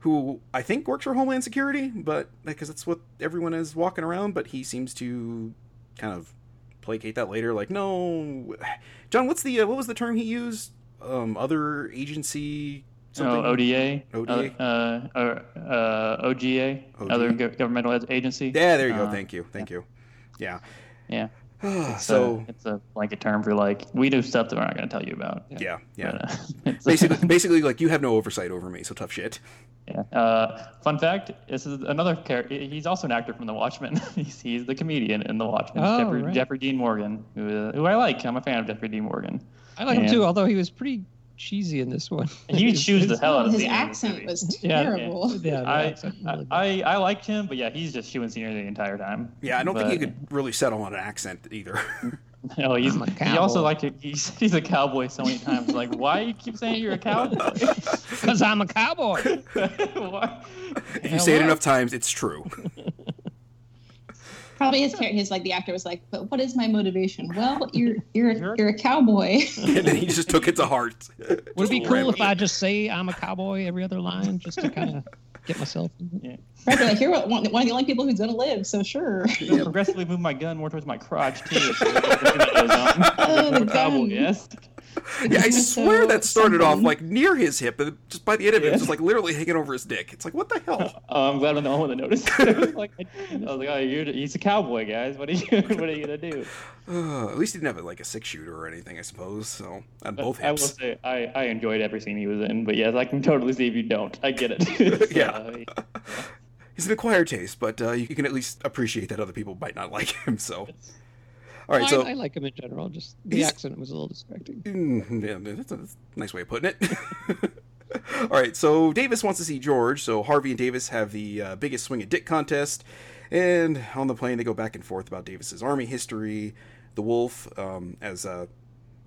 Speaker 1: who I think works for Homeland Security, but because that's what everyone is walking around. But he seems to kind of placate that later, like, no, John, what's the uh, what was the term he used? Um, other agency, something.
Speaker 4: Oh, ODA,
Speaker 1: ODA?
Speaker 4: uh, uh, uh, OGA,
Speaker 1: OGA.
Speaker 4: other go- governmental ed- agency.
Speaker 1: yeah, there you go.
Speaker 4: Uh,
Speaker 1: Thank you, thank you. Yeah.
Speaker 4: Yeah.
Speaker 1: so
Speaker 4: it's uh, a blanket term for like we do stuff that we're not going to tell you about.
Speaker 1: yeah, yeah.
Speaker 4: But, uh, it's-
Speaker 1: Basically, basically, like you have no oversight over me, so tough shit.
Speaker 4: yeah. Uh, fun fact: This is another character. He's also an actor from The Watchmen. he's, he's the comedian in The Watchmen,
Speaker 2: Oh,
Speaker 4: Jeffrey,
Speaker 2: right.
Speaker 4: Jeffrey Dean Morgan, who, uh, who I like. I'm a fan of Jeffrey Dean Morgan.
Speaker 2: I like him
Speaker 4: Yeah.
Speaker 2: too, although he was pretty cheesy in this one.
Speaker 4: He chews the hell out of
Speaker 3: His
Speaker 4: the end of this
Speaker 3: accent
Speaker 4: movie.
Speaker 3: was
Speaker 4: Yeah, yeah.
Speaker 3: terrible.
Speaker 2: Yeah, the
Speaker 4: I,
Speaker 2: accent
Speaker 4: I,
Speaker 2: really-
Speaker 4: I I liked him, but yeah, he's just chewing scenery the entire time.
Speaker 1: Yeah, I don't
Speaker 4: But-
Speaker 1: think you could really settle on an accent either.
Speaker 4: No, he's
Speaker 2: I'm a
Speaker 4: he also
Speaker 2: cowboy.
Speaker 4: like to- he said he's a cowboy so many times. Like, why you keep saying you're a cowboy?
Speaker 2: Because I'm a cowboy.
Speaker 4: Why?
Speaker 1: if you say it
Speaker 2: Hello.
Speaker 1: enough times, it's true.
Speaker 3: Probably his character, his like the actor was like, but what is my motivation? Well, you're you're you're a cowboy.
Speaker 1: and then he just took it to heart.
Speaker 2: Would it be
Speaker 1: Just
Speaker 2: cool
Speaker 1: rammed
Speaker 2: if I just say I'm a cowboy every other line just to kind of get myself?
Speaker 3: right? They're like, you're one, one of the only people who's gonna live. So sure.
Speaker 4: I progressively move my gun more towards my crotch too. as it goes on.
Speaker 3: Oh, the
Speaker 4: You're a cowboy,
Speaker 3: gun.
Speaker 4: yes.
Speaker 1: Yeah, I swear that started off
Speaker 3: Something.
Speaker 1: like near his hip, and just by the end of it, it was
Speaker 4: Yeah.
Speaker 1: just like literally hanging over his dick. It's like, what the hell?
Speaker 4: Oh, I'm glad I'm the only one that noticed. I was like, I was like, oh, you're, he's a cowboy, guys. What are you? What are you gonna do?
Speaker 1: Uh, at least he didn't have like a six shooter or anything, I suppose. So on both
Speaker 4: I will
Speaker 1: hips.
Speaker 4: say I, I enjoyed every scene he was in, but yes, I can totally see if you don't. I get it.
Speaker 1: Yeah.
Speaker 4: So,
Speaker 1: He's an acquired taste, but uh, you can at least appreciate that other people might not like him. So, all right,
Speaker 2: I,
Speaker 1: so
Speaker 2: I like him in general. Just the
Speaker 1: He's-
Speaker 2: accent was a little distracting.
Speaker 1: Mm, yeah, that's a, that's a nice way of putting it. All right, so Davis wants to see George, so Harvey and Davis have the uh, biggest swing at dick contest, and on the plane they go back and forth about Davis's army history. The wolf, um, as uh,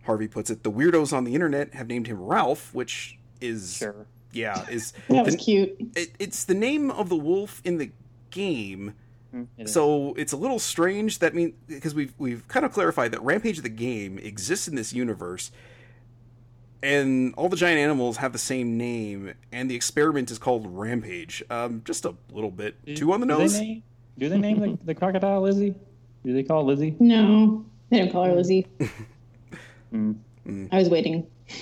Speaker 1: Harvey puts it, the weirdos on the internet have named him Ralph, which is
Speaker 4: sure.
Speaker 1: yeah is
Speaker 3: That was
Speaker 1: the-
Speaker 3: cute.
Speaker 1: it, it's the name of the wolf in the game.
Speaker 4: Mm, it is.
Speaker 1: So it's a little strange. That means because we've we've kind of clarified that Rampage the game exists in this universe, and all the giant animals have the same name, and the experiment is called Rampage. Um, just a little bit too on the
Speaker 4: Mm, do
Speaker 1: nose.
Speaker 4: They name, do they name the, the crocodile Lizzie? Do they call it Lizzie?
Speaker 3: No, they don't call her Lizzie.
Speaker 4: Mm.
Speaker 3: I was waiting.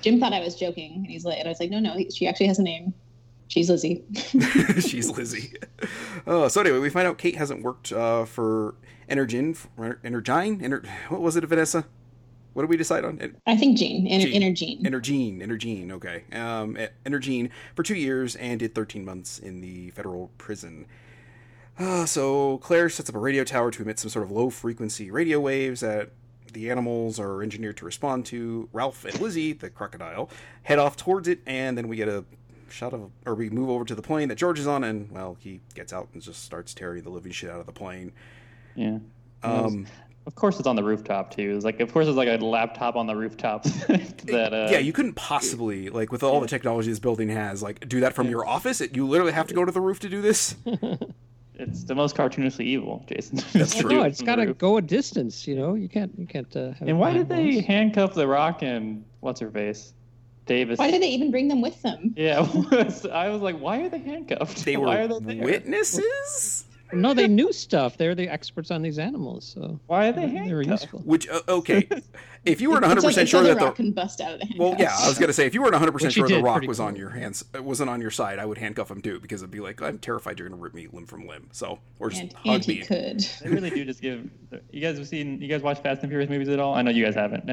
Speaker 3: Jim thought I was joking, and he's like, and I was like, no, no, he- she actually has a name. She's Lizzie.
Speaker 1: She's Lizzie. Uh, so anyway, we find out Kate hasn't worked uh, for Energyn, for Energine, Ener- what was it, Vanessa? What did we decide on? En-
Speaker 3: I think Jean, Ener-
Speaker 1: Jean.
Speaker 3: Inner Jean.
Speaker 1: Energene, Energene, okay. Um, e- Energene for two years and did 13 months in the federal prison. Uh, so Claire sets up a radio tower to emit some sort of low frequency radio waves that the animals are engineered to respond to. Ralph and Lizzie, the crocodile, head off towards it, and then we get a shot of, or we move over to the plane that George is on, and well, he gets out and just starts tearing the living shit out of the plane.
Speaker 4: yeah.
Speaker 1: Um,
Speaker 4: Of course, it's on the rooftop too. It's like, of course, it's like a laptop on the rooftop. that uh,
Speaker 1: yeah, you couldn't possibly like with all the technology this building has, like do that from your office. It, you literally have to go to the roof to do this.
Speaker 4: it's the most cartoonishly evil, Jason.
Speaker 1: That's
Speaker 4: To do
Speaker 1: true.
Speaker 2: No,
Speaker 4: it
Speaker 2: it's
Speaker 4: from the
Speaker 2: got to
Speaker 4: roof.
Speaker 2: go a distance. You know, you can't you can't. Uh, have it
Speaker 4: And why did
Speaker 2: behind
Speaker 4: they
Speaker 2: walls.
Speaker 4: handcuff the Rock and what's her face, Davis?
Speaker 3: Why did they even bring them with them?
Speaker 4: Yeah, was, I was like, why are they handcuffed?
Speaker 1: They
Speaker 4: why
Speaker 1: were
Speaker 4: are they there?
Speaker 1: witnesses.
Speaker 2: No, they knew stuff. They're the experts on these animals, so
Speaker 4: Why are
Speaker 2: they
Speaker 4: they
Speaker 2: were
Speaker 4: handcuffed?
Speaker 2: useful.
Speaker 1: Which uh, okay, if you weren't one
Speaker 3: It's
Speaker 1: hundred
Speaker 3: like
Speaker 1: percent
Speaker 3: it's
Speaker 1: sure
Speaker 3: other
Speaker 1: that
Speaker 3: rock
Speaker 1: the
Speaker 3: can bust out of the handcuffs.
Speaker 1: well, yeah, I was gonna say if you weren't one hundred percent
Speaker 2: Which he
Speaker 1: sure the
Speaker 2: did,
Speaker 1: rock
Speaker 2: pretty
Speaker 1: was on
Speaker 2: cool.
Speaker 1: your hands, uh, wasn't on your side, I would handcuff him too because it'd be like I'm terrified you're gonna rip me limb from limb. So or just
Speaker 3: And, and
Speaker 1: hug
Speaker 3: he
Speaker 1: me.
Speaker 3: could.
Speaker 4: They really do just give. You guys have seen? You guys watch Fast and Furious movies at all? I know you guys haven't.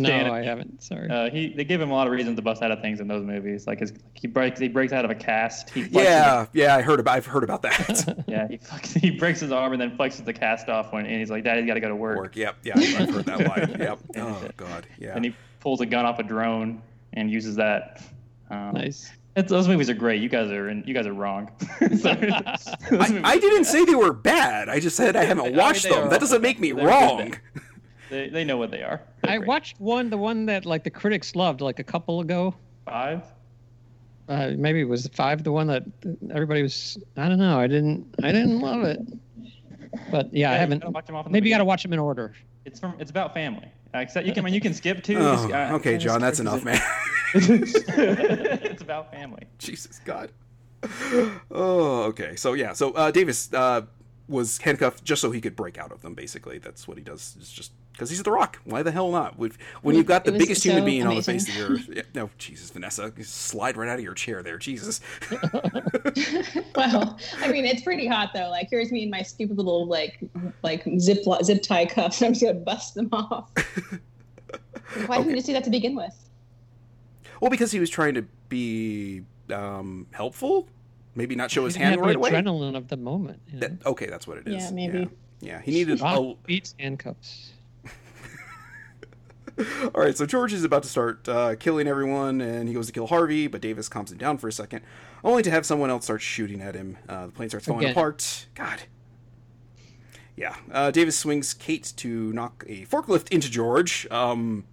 Speaker 1: No.
Speaker 2: No, I haven't. Sorry.
Speaker 4: Uh, he they give him a lot of reasons to bust out of things in those movies. Like his, he breaks he breaks out of a cast. He flexes-
Speaker 1: Yeah, yeah, I heard about. I've heard about that.
Speaker 4: yeah. He, flexes, he breaks his arm and then flexes the cast off when and he's like, Daddy's got to go to work.
Speaker 1: Work. Yep. Yeah, I've heard that line. Yep. Oh God. Yeah.
Speaker 4: And he pulls a gun off a drone and uses that. Um,
Speaker 2: nice.
Speaker 4: It's, those movies are great. You guys are in, you guys are wrong.
Speaker 1: I, I didn't say they were bad. I just said I haven't
Speaker 4: I mean,
Speaker 1: watched
Speaker 4: they
Speaker 1: them.
Speaker 4: are-
Speaker 1: That doesn't make me
Speaker 4: they're
Speaker 1: wrong.
Speaker 4: good. they, they know what they are. They're
Speaker 2: I
Speaker 4: great.
Speaker 2: watched one, the one that like the critics loved, like a couple ago.
Speaker 4: five.
Speaker 2: Uh, maybe it was five, the one that everybody was. I don't know. I didn't. I didn't love it. But yeah, I
Speaker 4: you
Speaker 2: haven't.
Speaker 4: gotta watch them off in the
Speaker 2: Maybe you got to
Speaker 4: beginning.
Speaker 2: watch them in order.
Speaker 4: It's from it's about family. Except you can I mean, you can skip too. Just-
Speaker 1: Oh,
Speaker 4: uh,
Speaker 1: okay,
Speaker 4: just
Speaker 1: John, that's
Speaker 4: skip
Speaker 1: enough,
Speaker 4: it.
Speaker 1: man.
Speaker 4: it's about family.
Speaker 1: Jesus God. Oh, okay. So yeah, so uh, Davis uh, was handcuffed just so he could break out of them. Basically, that's what he does. Is just because he's the Rock. Why the hell not? When when you've got the
Speaker 3: It was
Speaker 1: biggest human
Speaker 3: so
Speaker 1: being on the
Speaker 3: amazing.
Speaker 1: face of the earth. Yeah, no, Jesus, Vanessa, you slide right out of your chair there, Jesus.
Speaker 3: Wow. I mean, it's pretty hot though. Like, here's me in my stupid little like like zip lo- zip tie cuffs. I'm just gonna bust them off. Why didn't
Speaker 1: Okay.
Speaker 3: you just do that to begin with?
Speaker 1: Well, because he was trying to be um, helpful, maybe not show his
Speaker 2: You have
Speaker 1: hand right
Speaker 2: the
Speaker 1: away.
Speaker 2: adrenaline of the moment. You know?
Speaker 1: That- okay, that's what it is.
Speaker 3: Yeah, maybe.
Speaker 1: Yeah, he needed.
Speaker 2: Rock
Speaker 1: a,
Speaker 2: beats handcuffs.
Speaker 1: All right, so George is about to start uh, killing everyone, and he goes to kill Harvey, but Davis calms him down for a second, only to have someone else start shooting at him. Uh, the plane starts falling
Speaker 2: Again.
Speaker 1: apart. God. Yeah, uh, Davis swings Kate to knock a forklift into George. Um,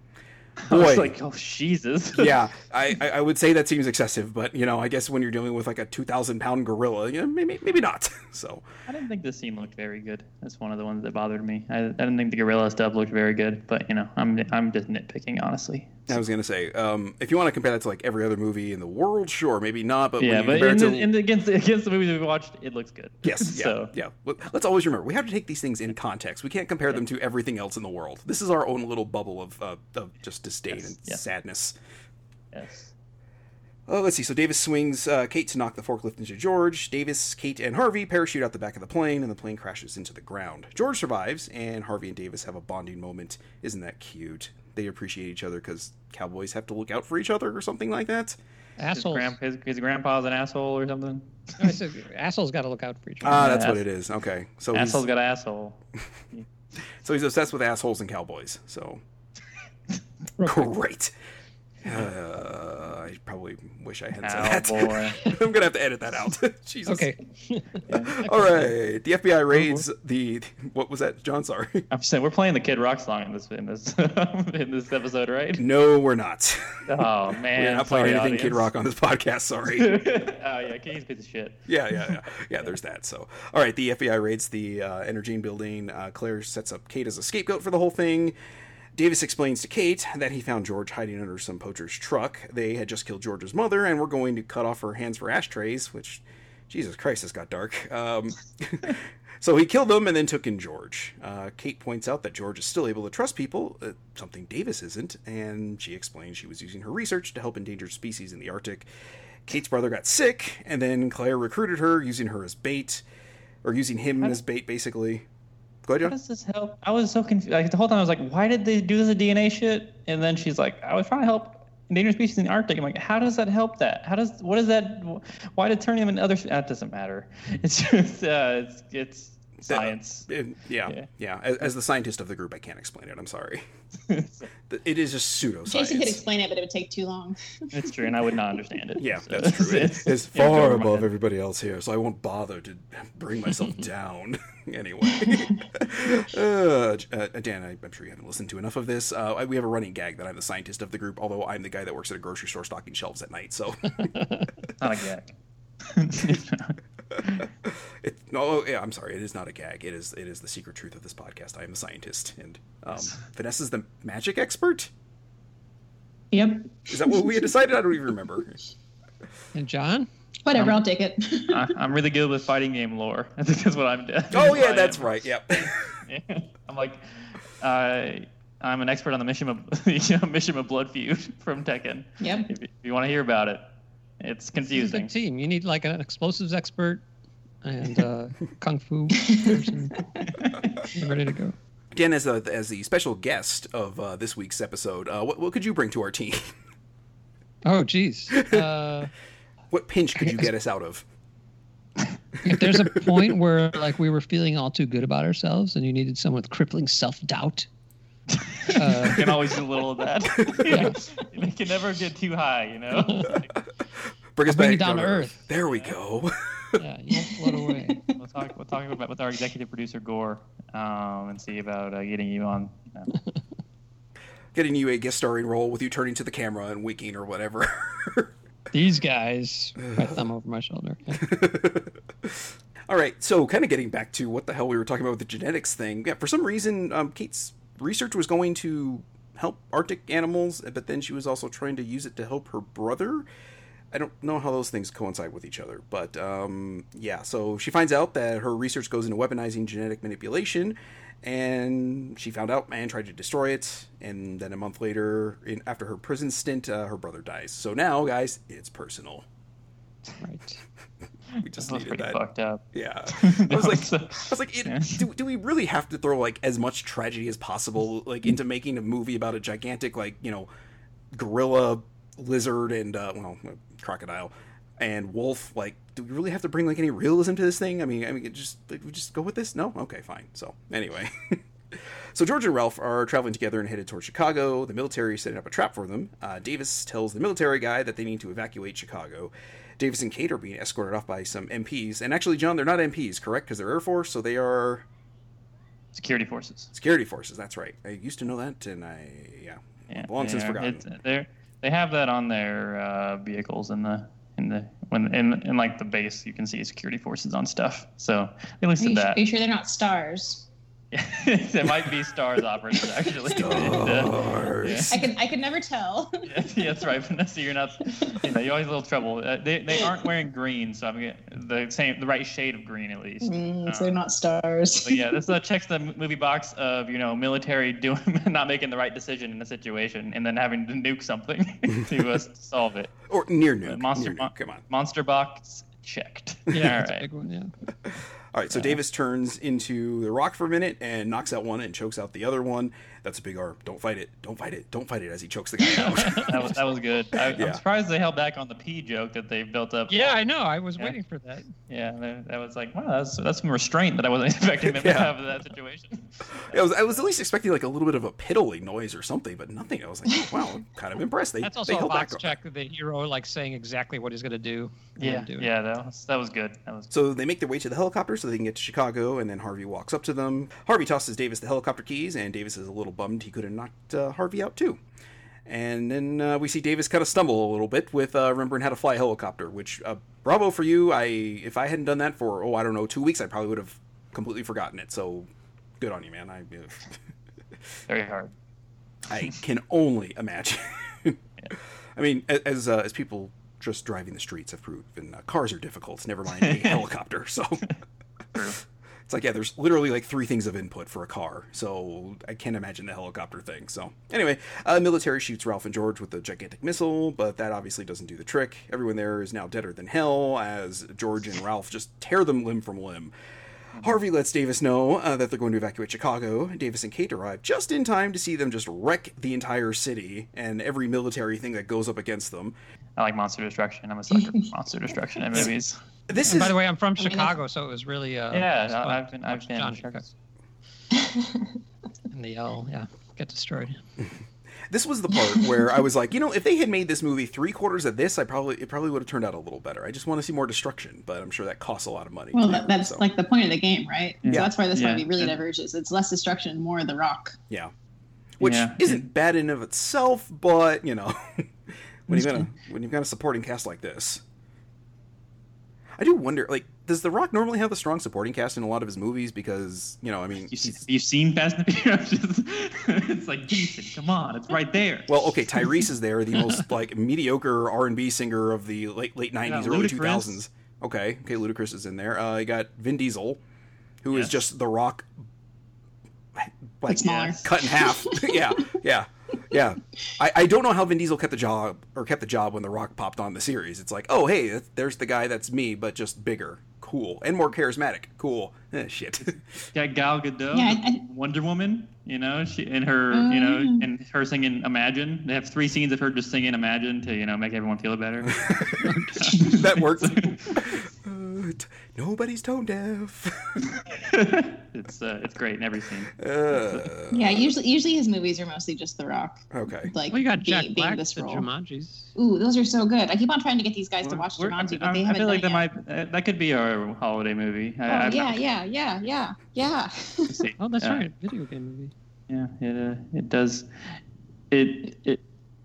Speaker 4: I was
Speaker 1: Boy.
Speaker 4: like, oh Jesus.
Speaker 1: yeah, I, I I would say that seems excessive, but you know, I guess when you're dealing with like a two thousand pound gorilla, you know, maybe maybe not. So
Speaker 4: I didn't think this scene looked very good. That's one of the ones that bothered me. I, I didn't think the gorilla stuff looked very good, but you know, I'm I'm just nitpicking honestly.
Speaker 1: I was gonna say, um, if you want to compare that to like every other movie in the world, sure, maybe not, but when
Speaker 4: yeah,
Speaker 1: you
Speaker 4: but
Speaker 1: compare
Speaker 4: in
Speaker 1: it
Speaker 4: the,
Speaker 1: to
Speaker 4: in the, against against the movies we watched, it looks good.
Speaker 1: Yes. Yeah.
Speaker 4: so
Speaker 1: Yeah. Well, Let's always remember we have to take these things in context. We can't compare them to everything else in the world. This is our own little bubble of, uh, of just disdain
Speaker 4: Yes,
Speaker 1: and
Speaker 4: yes.
Speaker 1: sadness.
Speaker 4: yes.
Speaker 1: Oh, let's see. So Davis swings uh, Kate to knock the forklift into George. Davis, Kate, and Harvey parachute out the back of the plane, and the plane crashes into the ground. George survives, and Harvey and Davis have a bonding moment. Isn't that cute? They appreciate each other because cowboys have to look out for each other or something like that.
Speaker 4: His,
Speaker 2: Assholes.
Speaker 4: grand, his, his grandpa's an asshole or something.
Speaker 2: I said, assholes got to look out for each other.
Speaker 1: Ah, that's what
Speaker 4: ass-
Speaker 1: it is. Okay. So Oh, he's,
Speaker 4: Asshole's got an asshole.
Speaker 1: so he's obsessed with assholes and cowboys. So
Speaker 2: Real quick.
Speaker 1: Great. Uh, I probably wish I hadn't
Speaker 4: Oh
Speaker 1: said that.
Speaker 4: boy.
Speaker 1: I'm gonna have to edit that out. Jesus.
Speaker 2: Okay.
Speaker 1: All right. The FBI raids the what was that, John? Sorry.
Speaker 4: I'm saying we're playing the Kid Rock song in this in this in this episode, right?
Speaker 1: No, we're not.
Speaker 4: Oh man,
Speaker 1: we're not playing
Speaker 4: sorry,
Speaker 1: anything Kid
Speaker 4: audience.
Speaker 1: Rock on this podcast. Sorry.
Speaker 4: oh yeah, he's a piece of shit.
Speaker 1: yeah, yeah, yeah. Yeah, there's that. So, all right, the FBI raids the uh, Energene building. Uh, Claire sets up Kate as a scapegoat for the whole thing. Davis explains to Kate that he found George hiding under some poacher's truck. They had just killed George's mother and were going to cut off her hands for ashtrays, which, Jesus Christ, this got dark. Um, so he killed them and then took in George. Uh, Kate points out that George is still able to trust people, uh, something Davis isn't, and she explains she was using her research to help endangered species in the Arctic. Kate's brother got sick, and then Claire recruited her, using her as bait, or using him as bait, basically. Go
Speaker 4: How
Speaker 1: ahead, John.
Speaker 4: does this help? I was so confused. Like the whole time, I was like, why did they do this DNA shit? And then she's like, I was trying to help endangered species in the Arctic. I'm like, how does that help that? How does what is that? Why did turn him into other? That doesn't matter. It's just uh, it's it's science.
Speaker 1: And- yeah, yeah.
Speaker 4: Yeah.
Speaker 1: As, as the scientist of the group, I can't explain it. I'm sorry. It is just pseudoscience.
Speaker 3: Jason could explain it, but it would take too long.
Speaker 4: It's true, and I would not understand it.
Speaker 1: Yeah,
Speaker 4: So
Speaker 1: that's true. It- It's,
Speaker 4: it's
Speaker 1: far
Speaker 4: over my
Speaker 1: above
Speaker 4: head.
Speaker 1: everybody else here, so I won't bother to bring myself down anyway. uh, J- uh, Dan, I, I'm sure you haven't listened to enough of this. Uh, I- we have a running gag that I'm the scientist of the group, although I'm the guy that works at a grocery store stocking shelves at night. So,
Speaker 4: Not a gag.
Speaker 1: it, no, oh, yeah, I'm sorry, it is not a gag. It is it is the secret truth of this podcast. I am the scientist, and um, Vanessa's the magic expert.
Speaker 3: Yep.
Speaker 1: Is that what we had decided? I don't even remember.
Speaker 2: And John?
Speaker 3: Whatever,
Speaker 4: Um,
Speaker 3: I'll take it.
Speaker 4: I, I'm really good with fighting game lore. I think that's what I'm doing.
Speaker 1: Oh yeah, that's right. Yep.
Speaker 4: I'm like, uh, I'm an expert on the Mishima, you know, Mishima Blood Feud from Tekken.
Speaker 3: yep.
Speaker 4: If, if you want to hear about it, it's
Speaker 2: This is a
Speaker 4: confusing.
Speaker 2: big team. You need like an explosives expert and uh, kung fu person. You're ready to go.
Speaker 1: Dan, as a, as the special guest of uh, this week's episode, uh, what, what could you bring to our team?
Speaker 2: Oh, geez. Uh,
Speaker 1: What pinch could you get us out of?
Speaker 2: if there's a point where like we were feeling all too good about ourselves and you needed someone with crippling self-doubt,
Speaker 4: You
Speaker 2: uh,
Speaker 4: can always do a little of that. You can never get too high, you know.
Speaker 1: Bring us
Speaker 2: I'll bring
Speaker 1: back
Speaker 2: you down to earth.
Speaker 1: There we go.
Speaker 2: yeah, you won't float away.
Speaker 4: We'll talk. We'll talk about with our executive producer Gore, um, and see about uh, getting you on. You know.
Speaker 1: Getting you a guest starring role with you turning to the camera and winking or whatever.
Speaker 2: These guys, my thumb over my shoulder.
Speaker 1: All right, so kind of getting back to what the hell we were talking about with the genetics thing. Yeah, for some reason, um, Kate's research was going to help Arctic animals, but then she was also trying to use it to help her brother. I don't know how those things coincide with each other, but um, yeah, so she finds out that her research goes into weaponizing genetic manipulation, and she found out and tried to destroy it. And then a month later, in, after her prison stint, uh, her brother dies. So now, guys, it's personal.
Speaker 2: Right.
Speaker 1: We just
Speaker 4: This was
Speaker 1: needed
Speaker 4: pretty
Speaker 1: that.
Speaker 4: fucked up.
Speaker 1: Yeah.
Speaker 4: That
Speaker 1: I was like,
Speaker 4: was
Speaker 1: I
Speaker 4: so-
Speaker 1: was like, it,
Speaker 4: Yeah.
Speaker 1: do, do we really have to throw like as much tragedy as possible like into making a movie about a gigantic like you know gorilla, lizard, and uh, well crocodile and wolf? Like, do we really have to bring like any realism to this thing? I mean, I mean, it just like, we just go with this? No, okay, fine. So anyway. So George and Ralph are traveling together and headed toward Chicago. The military is setting up a trap for them. Uh, Davis tells the military guy that they need to evacuate Chicago. Davis and Kate are being escorted off by some MPs. And actually, John, they're not MPs, correct? Because they're Air Force, so they are
Speaker 4: Security forces.
Speaker 1: security forces. That's right. I used to know that, and I yeah,
Speaker 4: Yeah,
Speaker 1: long since
Speaker 4: they're-
Speaker 1: forgotten.
Speaker 4: it's- uh, they're- they have that on their uh, vehicles in the in the when in, in like the base you can see security forces on stuff. So they
Speaker 3: Are you,
Speaker 4: listed
Speaker 3: su-
Speaker 4: that.
Speaker 3: are you sure they're not stars?
Speaker 4: it might be stars operatives actually.
Speaker 1: Stars.
Speaker 3: I can I could never tell.
Speaker 4: yeah, yeah, that's right, Vanessa. You're not. You know, you always a little trouble. Uh, they, they aren't wearing green, so I'm getting the same the right shade of green at least.
Speaker 3: Mm,
Speaker 4: Uh,
Speaker 3: so they're not stars.
Speaker 4: So yeah, this uh, checks the movie box of you know military doing not making the right decision in a situation and then having to nuke something to uh, solve it.
Speaker 1: Or near nuke.
Speaker 4: Monster
Speaker 1: near
Speaker 4: Mon-
Speaker 1: nuke. Come on.
Speaker 4: Monster box checked.
Speaker 2: Yeah, that's a
Speaker 4: All right.
Speaker 2: big one. Yeah.
Speaker 1: All right, so Davis turns into the rock for a minute and knocks out one and chokes out the other one. That's a big arm. Don't fight it. Don't fight it. Don't fight it as he chokes the guy out.
Speaker 4: That was, that was good. I,
Speaker 1: Yeah.
Speaker 4: I'm surprised they held back on the pee joke that they built up.
Speaker 2: Yeah, I know. I was
Speaker 4: Yeah.
Speaker 2: waiting for that.
Speaker 4: Yeah, that, that was like, wow, that's, that's some restraint that I wasn't expecting them
Speaker 1: Yeah.
Speaker 4: to have in that situation.
Speaker 1: I was, I was at least expecting like a little bit of a piddling noise or something, but nothing. I was like, wow, I'm kind of impressed. They,
Speaker 2: That's
Speaker 1: they
Speaker 2: also a
Speaker 1: held back.
Speaker 2: box check of the hero like saying exactly what he's going to do. and
Speaker 4: Yeah,
Speaker 2: then do it.
Speaker 4: yeah, that was, that was good. That was
Speaker 1: So they make their way to the helicopter so they can get to Chicago, and then Harvey walks up to them. Harvey tosses Davis the helicopter keys, and Davis is a little bummed he could have knocked uh, Harvey out too. And then uh, we see Davis kind of stumble a little bit with uh, remembering how to fly a helicopter, which uh, bravo for you. I if I hadn't done that for oh I don't know two weeks, I probably would have completely forgotten it. So good on you, man. I uh,
Speaker 4: very hard.
Speaker 1: I can only imagine. I mean, a- as uh, as people just driving the streets have proven, uh, cars are difficult. Never mind a helicopter. So it's like, yeah, there's literally like three things of input for a car. So I can't imagine the helicopter thing. So anyway, uh, military shoots Ralph and George with a gigantic missile, but that obviously doesn't do the trick. Everyone there is now deader than hell as George and Ralph just tear them limb from limb. Harvey lets Davis know uh, that they're going to evacuate Chicago. Davis and Kate arrive just in time to see them just wreck the entire city and every military thing that goes up against them.
Speaker 4: I like monster destruction. I'm a sucker for monster destruction in movies.
Speaker 1: This
Speaker 2: And
Speaker 1: is
Speaker 2: by the way, I'm from
Speaker 3: I mean,
Speaker 2: Chicago, so it was really uh,
Speaker 4: yeah,
Speaker 2: it was
Speaker 4: no,
Speaker 2: fun.
Speaker 4: I've been, I've been.
Speaker 2: John Chicago. and the L, yeah, get destroyed.
Speaker 1: this was the part where I was like, you know, if they had made this movie three quarters of this, I probably it probably would have turned out a little better. I just want to see more destruction, but I'm sure that costs a lot of money.
Speaker 3: Well,
Speaker 1: to
Speaker 3: that,
Speaker 1: do,
Speaker 3: that's
Speaker 1: so,
Speaker 3: like the point of the game, right?
Speaker 4: Yeah.
Speaker 3: So that's why this
Speaker 4: Yeah.
Speaker 3: movie really
Speaker 4: Yeah.
Speaker 3: diverges. It's less destruction, more the rock.
Speaker 1: yeah, which
Speaker 4: Yeah.
Speaker 1: isn't bad in of itself, but you know, when you've got a when you've got a supporting cast like this, I do wonder. Like, does The Rock normally have a strong supporting cast in a lot of his movies? Because you know, I mean,
Speaker 4: You see, you've seen Fast and Furious. it's like Jason, come on, it's right there.
Speaker 1: well, okay, Tyrese is there, the most like mediocre R and B singer of the late late nineties,
Speaker 4: Yeah,
Speaker 1: early
Speaker 4: Ludacris.
Speaker 1: two thousands. Okay, okay, Ludacris is in there. Uh, you got Vin Diesel, who is
Speaker 4: Yes.
Speaker 1: just The Rock, like
Speaker 3: But smaller.
Speaker 1: cut in half. yeah, yeah, yeah. I, I don't know how Vin Diesel kept the job or kept the job when The Rock popped on the series. It's like, oh hey, th- there's the guy that's me, but just bigger, cool, and more charismatic, cool. Eh, shit.
Speaker 4: Got Gal Gadot,
Speaker 3: Yeah, I- I-
Speaker 4: Wonder Woman. You know, she and her, you know,
Speaker 3: Oh.
Speaker 4: and her singing "Imagine." They have three scenes of her just singing "Imagine" to you know make everyone feel better.
Speaker 1: that worked. Uh, t- nobody's tone deaf.
Speaker 4: it's uh, it's great in every scene.
Speaker 1: Uh,
Speaker 3: Yeah, usually usually his movies are mostly just the rock.
Speaker 1: Okay.
Speaker 3: Like
Speaker 2: Well, you got
Speaker 3: being-
Speaker 2: Jack
Speaker 3: being
Speaker 2: Black, the
Speaker 3: this role.
Speaker 2: Jumanjis.
Speaker 3: Ooh, those are so good. I keep on trying to get these guys to watch
Speaker 4: We're-
Speaker 3: Jumanji,
Speaker 4: I,
Speaker 3: but they
Speaker 4: I
Speaker 3: haven't
Speaker 4: feel like that
Speaker 3: done it
Speaker 4: might uh, that could be our holiday movie. I,
Speaker 3: yet.
Speaker 4: I've
Speaker 3: Oh, yeah,
Speaker 4: not
Speaker 3: yeah, yeah, yeah, yeah.
Speaker 4: seen it.
Speaker 2: Oh, that's
Speaker 4: Yeah.
Speaker 2: right, video game movie.
Speaker 4: Yeah, it uh, it does. It it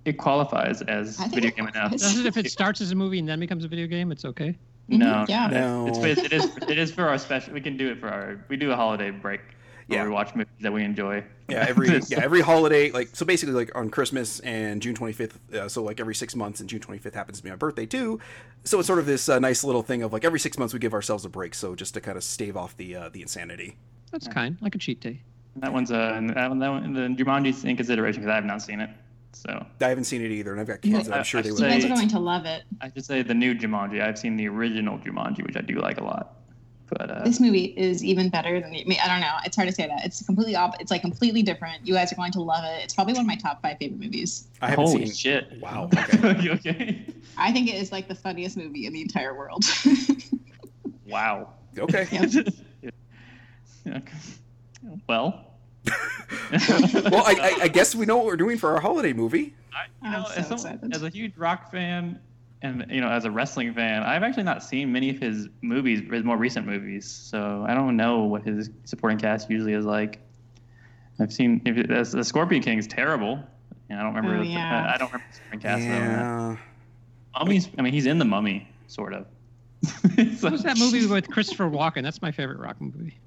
Speaker 4: it qualifies as
Speaker 3: I think
Speaker 4: video
Speaker 3: it
Speaker 4: game enough.
Speaker 3: qualifies.
Speaker 2: Doesn't it if it starts as a movie and then becomes a video game, it's okay.
Speaker 4: No,
Speaker 3: Mhm, yeah.
Speaker 1: No.
Speaker 4: It's, it's, it is it is for our special. We can do it for our. We do a holiday break where
Speaker 1: Yeah.
Speaker 4: we watch movies that we enjoy.
Speaker 1: Yeah, every
Speaker 4: It's-
Speaker 1: yeah every holiday, like so basically like on Christmas and June 25th. Uh, so like every six months, and June 25th happens to be my birthday too. So it's sort of this uh, nice little thing of like every six months we give ourselves a break, so just to kind of stave off the uh, the insanity.
Speaker 2: That's kind, like a cheat day.
Speaker 4: That one's uh, and that one, that one, the Jumanji's in consideration because I have not seen it. So
Speaker 1: I haven't seen it either, and I've got kids, and I'm
Speaker 4: I-
Speaker 1: sure
Speaker 4: I
Speaker 1: they
Speaker 3: You
Speaker 1: would.
Speaker 4: say-
Speaker 3: guys are going to love it.
Speaker 4: I should say the new Jumanji. I've seen the original Jumanji, which I do like a lot. But uh,
Speaker 3: This movie is even better than the, I, mean, I don't know. It's hard to say that. It's completely op- It's like completely different. You guys are going to love it. It's probably one of my top five favorite movies.
Speaker 1: I haven't
Speaker 4: holy
Speaker 1: seen.
Speaker 4: shit!
Speaker 1: Wow. Okay.
Speaker 4: You okay.
Speaker 3: I think it is like the funniest movie in the entire world.
Speaker 4: Wow.
Speaker 1: Okay.
Speaker 4: Yeah. well.
Speaker 1: Well, I, I, I guess we know what we're doing for our holiday movie.
Speaker 4: I, you
Speaker 3: I'm
Speaker 4: know,
Speaker 3: so
Speaker 4: as, someone-
Speaker 3: excited.
Speaker 4: as a huge rock fan, and you know, as a wrestling fan, I've actually not seen many of his movies, his more recent movies. So I don't know what his supporting cast usually is like. I've seen if it, as- the Scorpion King is terrible. And I don't remember.
Speaker 3: Oh,
Speaker 4: the,
Speaker 3: yeah.
Speaker 4: I, I don't remember the supporting cast. Yeah.
Speaker 1: Yeah.
Speaker 4: Mummy's. I mean, he's in the Mummy, sort of. so,
Speaker 2: What was that movie with Christopher Walken? That's my favorite rock movie.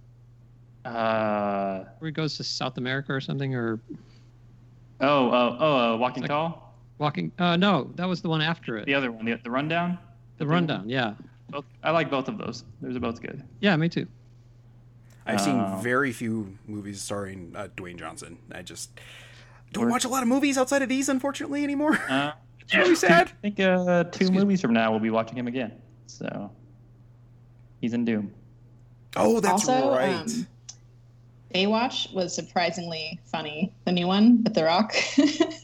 Speaker 4: Uh,
Speaker 2: Where he goes to South America or something, or
Speaker 4: oh, oh, oh, uh, Walking
Speaker 2: Like-
Speaker 4: Tall.
Speaker 2: walking. Uh, no, that was the one after it.
Speaker 4: The other one, the, the Rundown.
Speaker 2: The rundown. Yeah,
Speaker 4: Both, I like both of those. Those are both good.
Speaker 2: yeah, me too.
Speaker 1: I've seen
Speaker 4: Oh.
Speaker 1: very few movies starring uh, Dwayne Johnson. I just don't
Speaker 4: Or-
Speaker 1: watch a lot of movies outside of these, unfortunately, anymore.
Speaker 4: Uh,
Speaker 1: It's really sad.
Speaker 4: I think uh, two
Speaker 2: Excuse me.
Speaker 4: movies from now we'll be watching him again. So he's in Doom.
Speaker 1: Oh, that's
Speaker 3: also,
Speaker 1: right.
Speaker 3: um, Baywatch was surprisingly funny. The new one with The Rock.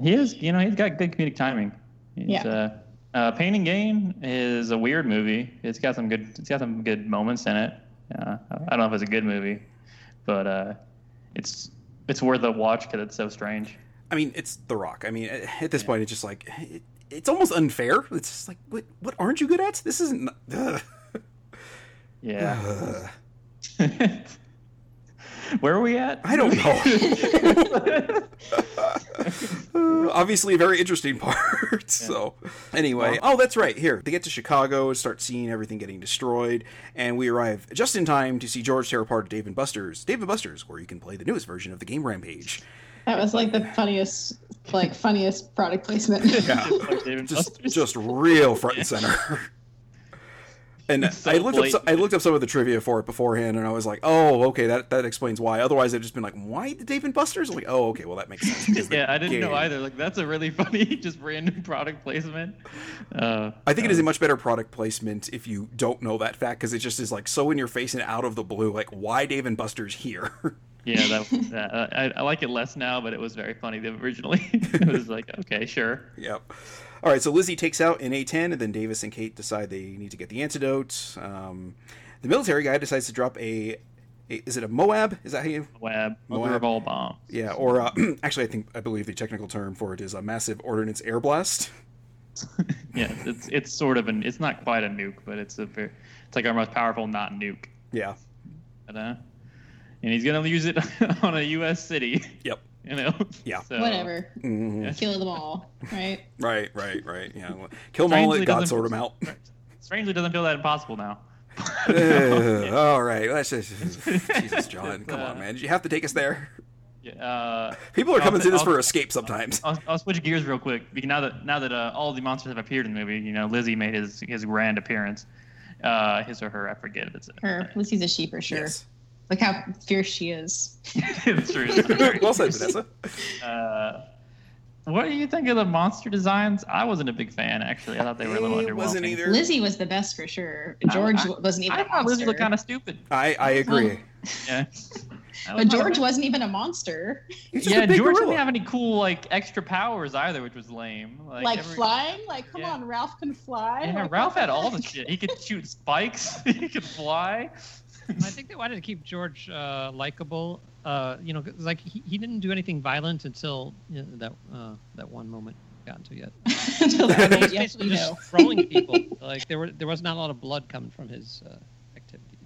Speaker 4: He is, you know, he's got good comedic timing. He's,
Speaker 3: Yeah.
Speaker 4: Uh, uh, Pain and Gain is a weird movie. It's got some good. It's got some good moments in it. Uh, I don't know if it's a good movie, but uh, it's it's worth a watch because it's so strange.
Speaker 1: I mean, it's The Rock. I mean, at at this
Speaker 4: Yeah.
Speaker 1: point, it's just like it, it's almost unfair. It's just like, what, what aren't you good at? This isn't. Ugh.
Speaker 4: Yeah.
Speaker 1: Ugh.
Speaker 4: Where are we at?
Speaker 1: I don't Uh, obviously, a very interesting part. So, anyway, oh, that's right. Here they get to Chicago, start seeing everything getting destroyed, and we arrive just in time to see George tear apart Dave and Buster's. Dave and Buster's, where you can play the newest version of the game Rampage.
Speaker 3: that was like the funniest, like funniest product placement.
Speaker 1: Yeah.
Speaker 4: Like David
Speaker 1: just
Speaker 4: Buster's.
Speaker 1: just real front and center. And
Speaker 4: So
Speaker 1: I looked up
Speaker 4: blatant.
Speaker 1: some, I looked up some of the trivia for it beforehand, and I was like, oh, okay, that that explains why. Otherwise, I'd just been like, why the Dave and Buster's? I'm like, oh, okay, well that makes sense. because the
Speaker 4: yeah, I didn't know
Speaker 1: game-
Speaker 4: either. Like that's a really funny, just random product placement. Uh,
Speaker 1: I think it is a much better product placement if you don't know that fact because it just is like so in your face and out of the blue. Like, why Dave and Buster's here?
Speaker 4: yeah, that, that uh, I, I like it less now, but it was very funny originally. it was like, okay, sure.
Speaker 1: Yep. All right, so Lizzie takes out an A10, and then Davis and Kate decide they need to get the antidote. Um, the military guy decides to drop a, a is it a Moab? Is that how you?
Speaker 4: Web,
Speaker 1: Moab.
Speaker 4: mother of all bombs.
Speaker 1: Yeah, or uh, actually, I think I believe the technical term for it is a massive ordnance air blast.
Speaker 4: Yeah, it's it's sort of an it's not quite a nuke, but it's a very, it's like our most powerful not nuke.
Speaker 1: Yeah.
Speaker 4: But, uh, and he's gonna use it on a U.S. city.
Speaker 1: Yep.
Speaker 4: You know.
Speaker 1: Yeah.
Speaker 4: So,
Speaker 3: Whatever.
Speaker 1: Mhm.
Speaker 4: Yeah.
Speaker 3: Kill them all, right?
Speaker 1: Right. Right. Right. Yeah. Well, Kill them all.
Speaker 4: Strangely
Speaker 1: Let God
Speaker 4: doesn't-
Speaker 1: sort them out.
Speaker 4: Strangely, doesn't feel that impossible now.
Speaker 1: Ugh, all right. That's just, Jesus, John.
Speaker 4: It's,
Speaker 1: Come on,
Speaker 4: uh,
Speaker 1: man. You have to take us there.
Speaker 4: Yeah, uh,
Speaker 1: People are
Speaker 4: I'll
Speaker 1: coming to
Speaker 4: say-
Speaker 1: this
Speaker 4: I'll-
Speaker 1: for escape sometimes.
Speaker 4: I'll, I'll switch gears real quick. Because now that now that uh, all the monsters have appeared in the movie, you know, Lizzie made his his grand appearance. Uh, his or her, I forget if it's
Speaker 3: Her. Lizzie's a she for sure.
Speaker 1: Yes.
Speaker 3: Look how fierce she is.
Speaker 4: it's true. it's true.
Speaker 1: well said, Vanessa.
Speaker 4: Uh, what do you think of the monster designs? I wasn't a big fan, actually. I thought they were a little
Speaker 1: It
Speaker 4: underwhelming.
Speaker 1: wasn't either.
Speaker 3: Lizzie was the best for sure.
Speaker 4: I-
Speaker 3: George
Speaker 4: I-
Speaker 3: wasn't even.
Speaker 4: I
Speaker 3: a
Speaker 4: thought Lizzie looked
Speaker 3: monster.
Speaker 4: kind of stupid.
Speaker 1: I, I agree.
Speaker 4: Yeah.
Speaker 3: But George wasn't even a monster.
Speaker 1: He's just
Speaker 4: Yeah,
Speaker 1: a big
Speaker 4: George
Speaker 1: gorilla.
Speaker 4: didn't have any cool like extra powers either, which was lame. Like,
Speaker 3: Like,
Speaker 4: every-
Speaker 3: flying? Like, come
Speaker 4: Yeah.
Speaker 3: on, Ralph can fly?
Speaker 4: Yeah,
Speaker 3: Like,
Speaker 4: Ralph
Speaker 3: what
Speaker 4: had all the
Speaker 3: heck?
Speaker 4: shit. He could shoot spikes. he could fly.
Speaker 2: I think they wanted to keep George uh, likable. Uh, you know, 'cause, like he, he didn't do anything violent until you know, that uh, that one moment we got into yet.
Speaker 3: Until that
Speaker 2: He was
Speaker 3: night, yes,
Speaker 2: basically
Speaker 3: we
Speaker 2: just
Speaker 3: know.
Speaker 2: throwing people. Like there were there was not a lot of blood coming from his uh, activity.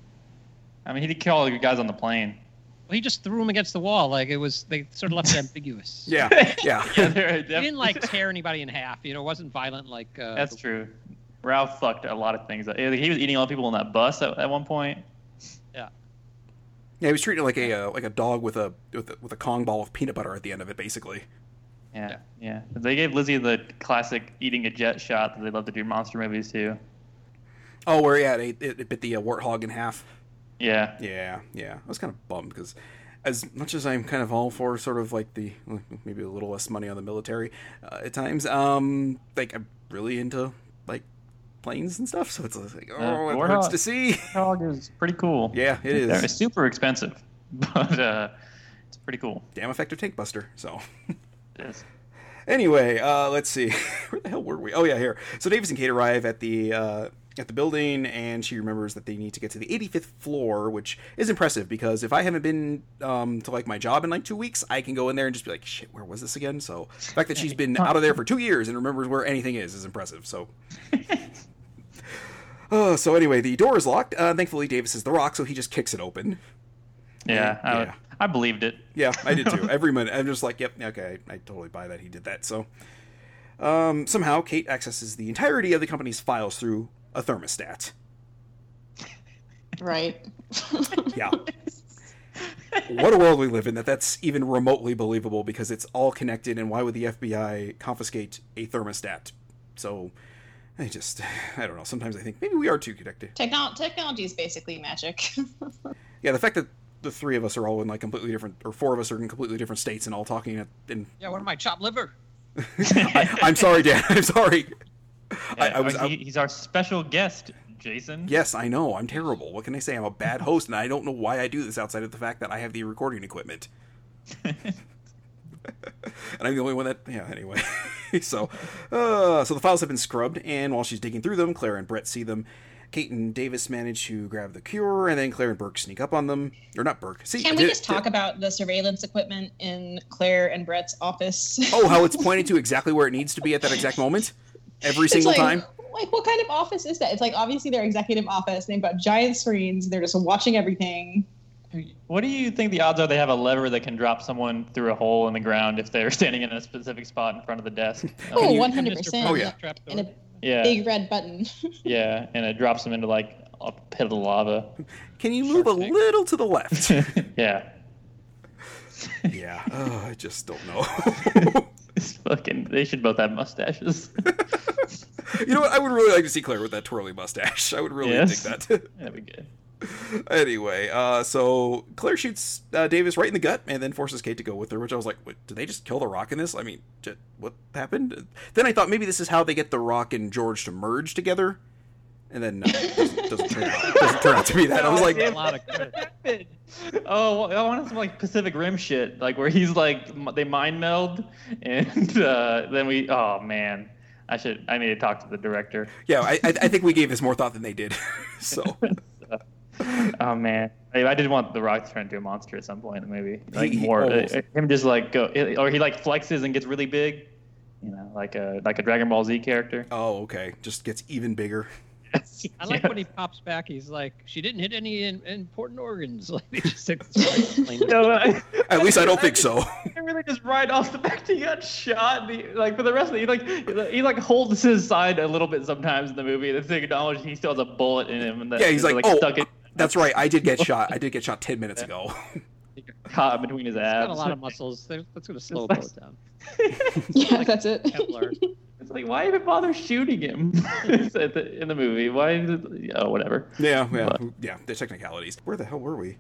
Speaker 4: I mean, he did kill all the guys on the plane.
Speaker 2: Well, he just threw him against the wall. Like it was they sort of left it ambiguous.
Speaker 1: Yeah, yeah.
Speaker 4: Yeah, they're
Speaker 2: he didn't like tear anybody in half. You know, it wasn't violent like. Uh,
Speaker 4: That's true. Ralph fucked a lot of things. up. He was eating all the people on that bus at, at one point.
Speaker 1: Yeah, he was treating it like a uh, like a dog with a with a, with a Kong ball of peanut butter at the end of it, basically.
Speaker 4: Yeah, yeah. They gave Lizzie the classic eating a jet shot that they love to do in monster movies too.
Speaker 1: Oh, where yeah, it, it, it bit the uh, warthog in half.
Speaker 4: Yeah,
Speaker 1: Yeah, yeah. I was kind of bummed because, as much as I'm kind of all for sort of like the maybe a little less money on the military uh, at times, um, like I'm really into like planes and stuff. So it's like, oh, it hurts
Speaker 4: Warthog.
Speaker 1: to see.
Speaker 4: Dog is pretty cool.
Speaker 1: yeah, it
Speaker 4: They're- it's
Speaker 1: is.
Speaker 4: super expensive, but uh, it's pretty cool.
Speaker 1: Damn effective tank buster. So.
Speaker 4: It is.
Speaker 1: Anyway, uh, let's see. Where the hell were we? Oh yeah, here. So Davis and Kate arrive at the uh, at the building, and she remembers that they need to get to the 85th floor, which is impressive because if I haven't been um, to like my job in like two weeks, I can go in there and just be like, shit, where was this again? So the fact that she's been out of there for two years and remembers where anything is is impressive. So. Uh, so anyway, the door is locked. Uh, thankfully, Davis is the rock, so he just kicks it open.
Speaker 4: Yeah, I,
Speaker 1: Yeah.
Speaker 4: I believed it.
Speaker 1: Yeah, I did too. Every minute, I'm just like, yep, okay, I, I totally buy that he did that. So, um, somehow Kate accesses the entirety of the company's files through a thermostat.
Speaker 3: Right.
Speaker 1: Yeah. what a world we live in that that's even remotely believable because it's all connected. And why would the FBI confiscate a thermostat? So, I just, I don't know. Sometimes I think maybe we are too connected.
Speaker 3: Techno- technology is basically magic.
Speaker 1: Yeah, the fact that the three of us are all in like completely different, or four of us are in completely different states and all talking at, in
Speaker 2: Yeah, what am I, chopped liver?
Speaker 1: I, I'm sorry, Dan. I'm sorry. I, I
Speaker 4: Yeah,
Speaker 1: was. I-
Speaker 4: he- he's our special guest, Jason.
Speaker 1: yes, I know. I'm terrible. What can I say? I'm a bad host, and I don't know why I do this outside of the fact that I have the recording equipment. and I'm the only one that. Yeah. Anyway, so uh, so the files have been scrubbed, and while she's digging through them, Claire and Brett see them. Kate and Davis manage to grab the cure, and then Claire and Burke sneak up on them. Or not Burke. See, I
Speaker 3: Can we
Speaker 1: did it.
Speaker 3: just talk about the surveillance equipment in Claire and Brett's office?
Speaker 1: Oh, how it's pointed to exactly where it needs to be at that exact moment, every single
Speaker 3: it's like,
Speaker 1: time.
Speaker 3: Like, what kind of office is that? It's like obviously their executive office. They've got giant screens. They're just watching everything.
Speaker 4: What do you think the odds are they have a lever that can drop someone through a hole in the ground if they're standing in a specific spot in front of the desk?
Speaker 3: Oh,
Speaker 1: you-
Speaker 3: 100%.
Speaker 1: Oh, yeah.
Speaker 3: And a
Speaker 4: yeah,
Speaker 3: big red button.
Speaker 4: yeah, and it drops them into like a pit of lava.
Speaker 1: Can you move a
Speaker 4: thing.
Speaker 1: little to the left?
Speaker 4: yeah,
Speaker 1: yeah, oh, I just don't know.
Speaker 4: it's fucking. They should both have mustaches.
Speaker 1: You know what? I would really like to see Claire with that twirly mustache. I would really
Speaker 4: Yes.
Speaker 1: dig that.
Speaker 4: That'd be good.
Speaker 1: anyway, uh, so Claire shoots uh, Davis right in the gut and then forces Kate to go with her, which I was like, what, did they just kill The Rock in this? I mean, j- what happened? Then I thought maybe this is how they get The Rock and George to merge together. And then no, it doesn't, doesn't turn out, doesn't turn out to be that. I was like,
Speaker 2: a lot of good.
Speaker 4: Oh, well, I wanted some like Pacific Rim shit, like where he's like m- they mind meld, and uh, then we. Oh man, I should. I need to talk to the director.
Speaker 1: yeah, I, I I think we gave this more thought than they did. so
Speaker 4: Oh man, I, I did want The Rock to turn into a monster at some point, maybe like
Speaker 1: He- he
Speaker 4: more.
Speaker 1: almost-
Speaker 4: uh, him just like go, or he like flexes and gets really big, you know, like a like a Dragon Ball Z character.
Speaker 1: Oh, okay. Just gets even bigger.
Speaker 2: I like when he pops back. He's like, she didn't hit any in, important organs. Like they just explain it.
Speaker 4: No, I,
Speaker 1: At least I don't think so.
Speaker 4: I really just right off the back he got shot. and he- like for the rest of the, he like he like holds his side a little bit sometimes in the movie. That's acknowledged he still has a bullet in him. And that,
Speaker 1: Yeah, he's like, oh,
Speaker 4: stuck it
Speaker 1: That's right. I did get shot. I did get shot 10 minutes ago.
Speaker 4: caught between his
Speaker 2: He's
Speaker 4: abs.
Speaker 2: got a lot of muscles. They're- That's going to slow boat down.
Speaker 3: Yeah, that's it.
Speaker 2: Kepler.
Speaker 4: it's like why even bother shooting him It's at the- in the movie? Why? Is it, oh, whatever.
Speaker 1: Yeah, yeah. Yeah, the technicalities. Where the hell were we?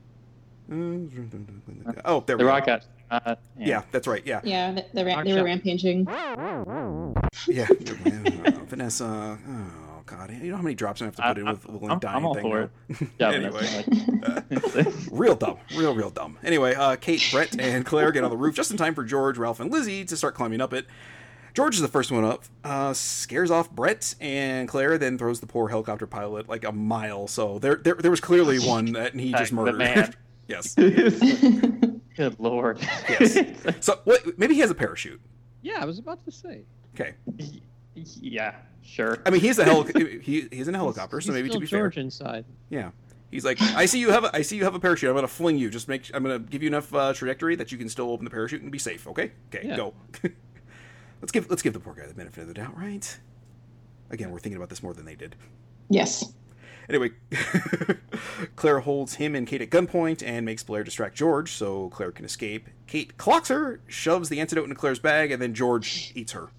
Speaker 1: Oh, there we
Speaker 4: The
Speaker 1: go.
Speaker 4: Rock got. Uh,
Speaker 1: Yeah, that's right. Yeah.
Speaker 3: Yeah, the, the ra-
Speaker 2: Knock
Speaker 3: they were
Speaker 2: shot.
Speaker 3: rampaging.
Speaker 1: Yeah. Uh, Vanessa. Oh, God. You know how many drops I have to put in with the
Speaker 4: I'm-
Speaker 1: little dying
Speaker 4: I'm all
Speaker 1: thing?
Speaker 4: for
Speaker 1: now?
Speaker 4: it. Yeah,
Speaker 1: Anyway.
Speaker 4: but that's like-
Speaker 1: real dumb, real real dumb. Anyway, uh, Kate, Brett, and Claire get on the roof just in time for George, Ralph, and Lizzie to start climbing up it. George is the first one up, uh, scares off Brett and Claire, then throws the poor helicopter pilot like a mile. So there, there, there was clearly one that he just
Speaker 4: The
Speaker 1: murdered.
Speaker 4: man.
Speaker 1: yes.
Speaker 4: Good lord.
Speaker 1: Yes. So what, maybe he has a parachute.
Speaker 2: Yeah, I was about to say.
Speaker 1: Okay.
Speaker 4: yeah. Sure.
Speaker 1: I mean, he's a heli- he, he's in a helicopter, so
Speaker 2: He's
Speaker 1: maybe to
Speaker 2: still
Speaker 1: be fair,
Speaker 2: George inside.
Speaker 1: Yeah. He's like, I see you have a, I see you have a parachute. I'm gonna fling you. Just make, I'm gonna give you enough uh, trajectory that you can still open the parachute and be safe. Okay, okay,
Speaker 2: Yeah.
Speaker 1: go. let's give, let's give the poor guy the benefit of the doubt, right? Again, we're thinking about this more than they did.
Speaker 3: Yes.
Speaker 1: Anyway, Claire holds him and Kate at gunpoint and makes Blair distract George so Claire can escape. Kate clocks her, shoves the antidote into Claire's bag, and then George eats her.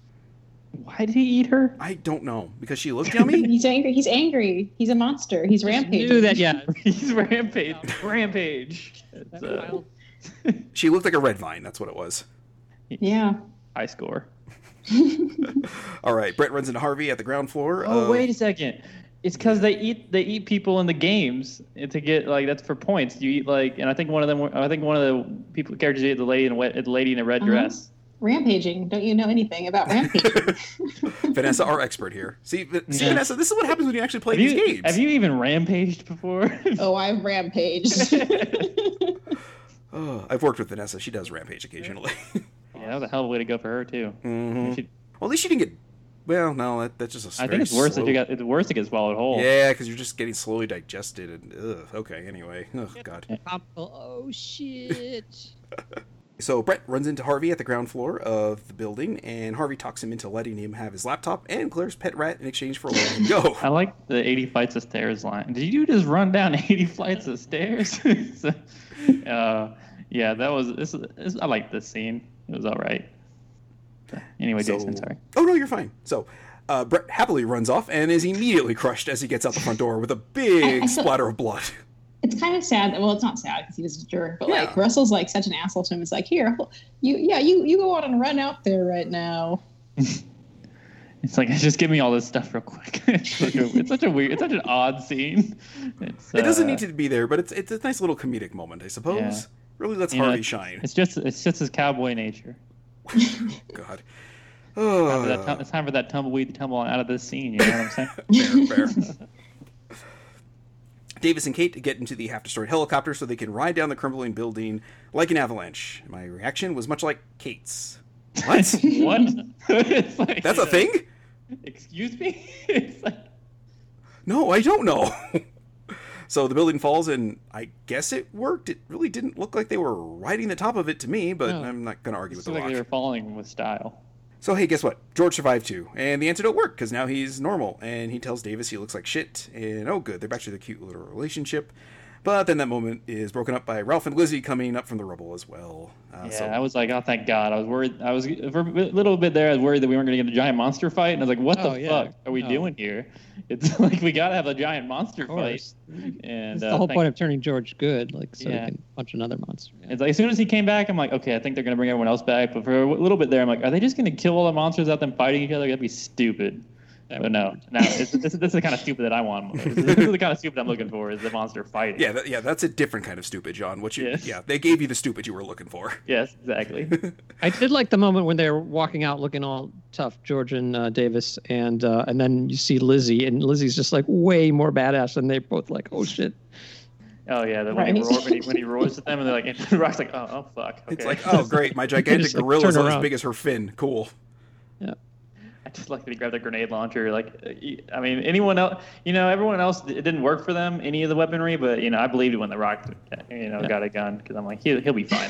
Speaker 4: Why did he eat her?
Speaker 1: I don't know because she looked yummy.
Speaker 3: He's angry. He's angry. He's a monster. He's rampaging.
Speaker 2: Knew that, yeah.
Speaker 4: He's rampage. Rampage. It's,
Speaker 2: That
Speaker 4: uh,
Speaker 2: wild-
Speaker 1: she looked like a red vine. That's what it was.
Speaker 3: Yeah.
Speaker 4: high score.
Speaker 1: All right, Brett runs into Harvey at the ground floor.
Speaker 4: Oh
Speaker 1: of-
Speaker 4: wait a second. It's because they eat they eat people in the games to get like that's for points. You eat like and I think one of them I think one of the people characters you ate the lady in a wet, the lady in a red
Speaker 3: Uh-huh.
Speaker 4: dress.
Speaker 3: Rampaging. Don't you know anything about rampaging?
Speaker 1: Vanessa, our expert here. See, Va- see
Speaker 4: Yeah.
Speaker 1: Vanessa, this is what happens when you actually play
Speaker 4: Have
Speaker 1: these
Speaker 4: you,
Speaker 1: games.
Speaker 4: have you even rampaged before?
Speaker 3: oh, I've rampaged.
Speaker 1: Oh, I've worked with Vanessa. She does rampage occasionally.
Speaker 4: yeah, that was a hell of a way to go for her too.
Speaker 1: Mhm.
Speaker 4: She-
Speaker 1: Well, at least she didn't get. Well, no, that, that's just a
Speaker 4: I
Speaker 1: very
Speaker 4: think it's worse
Speaker 1: slow...
Speaker 4: if you got it's worse to get swallowed whole.
Speaker 1: Yeah, because you're just getting slowly digested. And ugh, okay, anyway, ugh, God.
Speaker 2: Pop- Oh, shit.
Speaker 1: So Brett runs into Harvey at the ground floor of the building, and Harvey talks him into letting him have his laptop and Claire's pet rat in exchange for letting him go.
Speaker 4: I like the 80 flights of stairs line. Did you just run down 80 flights of stairs? uh, yeah, that was. This, this, I like this scene. It was all right. Anyway,
Speaker 1: So-
Speaker 4: Jason, sorry.
Speaker 1: Oh no, you're fine. So. Uh, Brett happily runs off and is immediately crushed as he gets out the front door with a big splatter of blood.
Speaker 3: it's kind of sad that well it's not sad because he was a jerk but
Speaker 1: Yeah.
Speaker 3: like russell's like such an asshole to him it's like here you yeah you you go out and run out there right now
Speaker 4: It's like just give me all this stuff real quick. it's, such a, it's such a weird. It's such an odd scene. It's,
Speaker 1: It doesn't
Speaker 4: uh,
Speaker 1: need to be there, but it's it's a nice little comedic moment, I suppose.
Speaker 4: Yeah.
Speaker 1: Really lets
Speaker 4: You know,
Speaker 1: Harvey shine.
Speaker 4: It's just. It's just his cowboy nature.
Speaker 1: God.
Speaker 4: It's that tum-
Speaker 1: Oh,
Speaker 4: it's time for that tumbleweed to tumble on out of this scene. You know what I'm saying?
Speaker 1: fair, fair. Davis and Kate get into the half-destroyed helicopter so they can ride down the crumbling building like an avalanche. My reaction was much like Kate's. What?
Speaker 4: what? It's like-
Speaker 1: That's a thing?
Speaker 4: Excuse me. it's like.
Speaker 1: No, I don't know. so the building falls, and I guess it worked. It really didn't look like they were riding the top of it to me, but
Speaker 2: No.
Speaker 1: I'm not going to argue with the
Speaker 4: Seemed Hmm.
Speaker 1: rock.
Speaker 4: like they were following with style.
Speaker 1: So hey, guess what? George survived too, and the antidote worked because now he's normal. And he tells Davis he looks like shit, and oh good, they're back to their cute little relationship. But then that moment is broken up by Ralph and Lizzie coming up from the rubble as well. Uh,
Speaker 4: yeah,
Speaker 1: so-
Speaker 4: I was like, oh, thank God. I was worried. I was for a bit- little bit there. I was worried that we weren't going to get a giant monster fight, and I was like, what
Speaker 2: Oh,
Speaker 4: the
Speaker 2: yeah.
Speaker 4: fuck are we
Speaker 2: No.
Speaker 4: doing here? It's like we got to have a giant monster
Speaker 2: Of course.
Speaker 4: fight. And
Speaker 2: That's
Speaker 4: uh,
Speaker 2: the whole
Speaker 4: thank-
Speaker 2: point of turning George good, like so
Speaker 4: Yeah.
Speaker 2: he can punch another monster. Yeah.
Speaker 4: It's like, as soon as he came back, I'm like, okay, I think they're gonna bring everyone else back. But for a little bit there, I'm like, are they just gonna kill all the monsters out them fighting each other? That'd be stupid.
Speaker 2: That would
Speaker 4: but no, no, it's, this, this is the kind of stupid that I want. This is this is the kind of stupid I'm looking for is the monster fighting.
Speaker 1: yeah, that, yeah, that's a different kind of stupid, John. What you,
Speaker 4: Yes.
Speaker 1: yeah, they gave you the stupid you were looking for.
Speaker 4: Yes, exactly.
Speaker 2: I did like the moment when they were walking out looking all tough, George and uh, Davis, and uh, and then you see Lizzie, and Lizzie's just like way more badass, and they both like, oh shit.
Speaker 4: Oh yeah, the, when, he
Speaker 3: Right.
Speaker 4: roar, when, he, when he roars at them and they're like, and Rock's like, oh, oh fuck. Okay.
Speaker 1: It's like, oh great, my gigantic
Speaker 2: Just, like,
Speaker 1: gorilla is
Speaker 2: turn
Speaker 1: not as
Speaker 2: around.
Speaker 1: big as her fin. Cool.
Speaker 4: I just like that he grabbed a grenade launcher. Like, uh, y- I mean, anyone else, you know, everyone else, it didn't work for them, any of the weaponry, but, you know, I believed when The Rock, you know,
Speaker 2: Yeah.
Speaker 4: got a gun because I'm like, he'll, he'll be fine.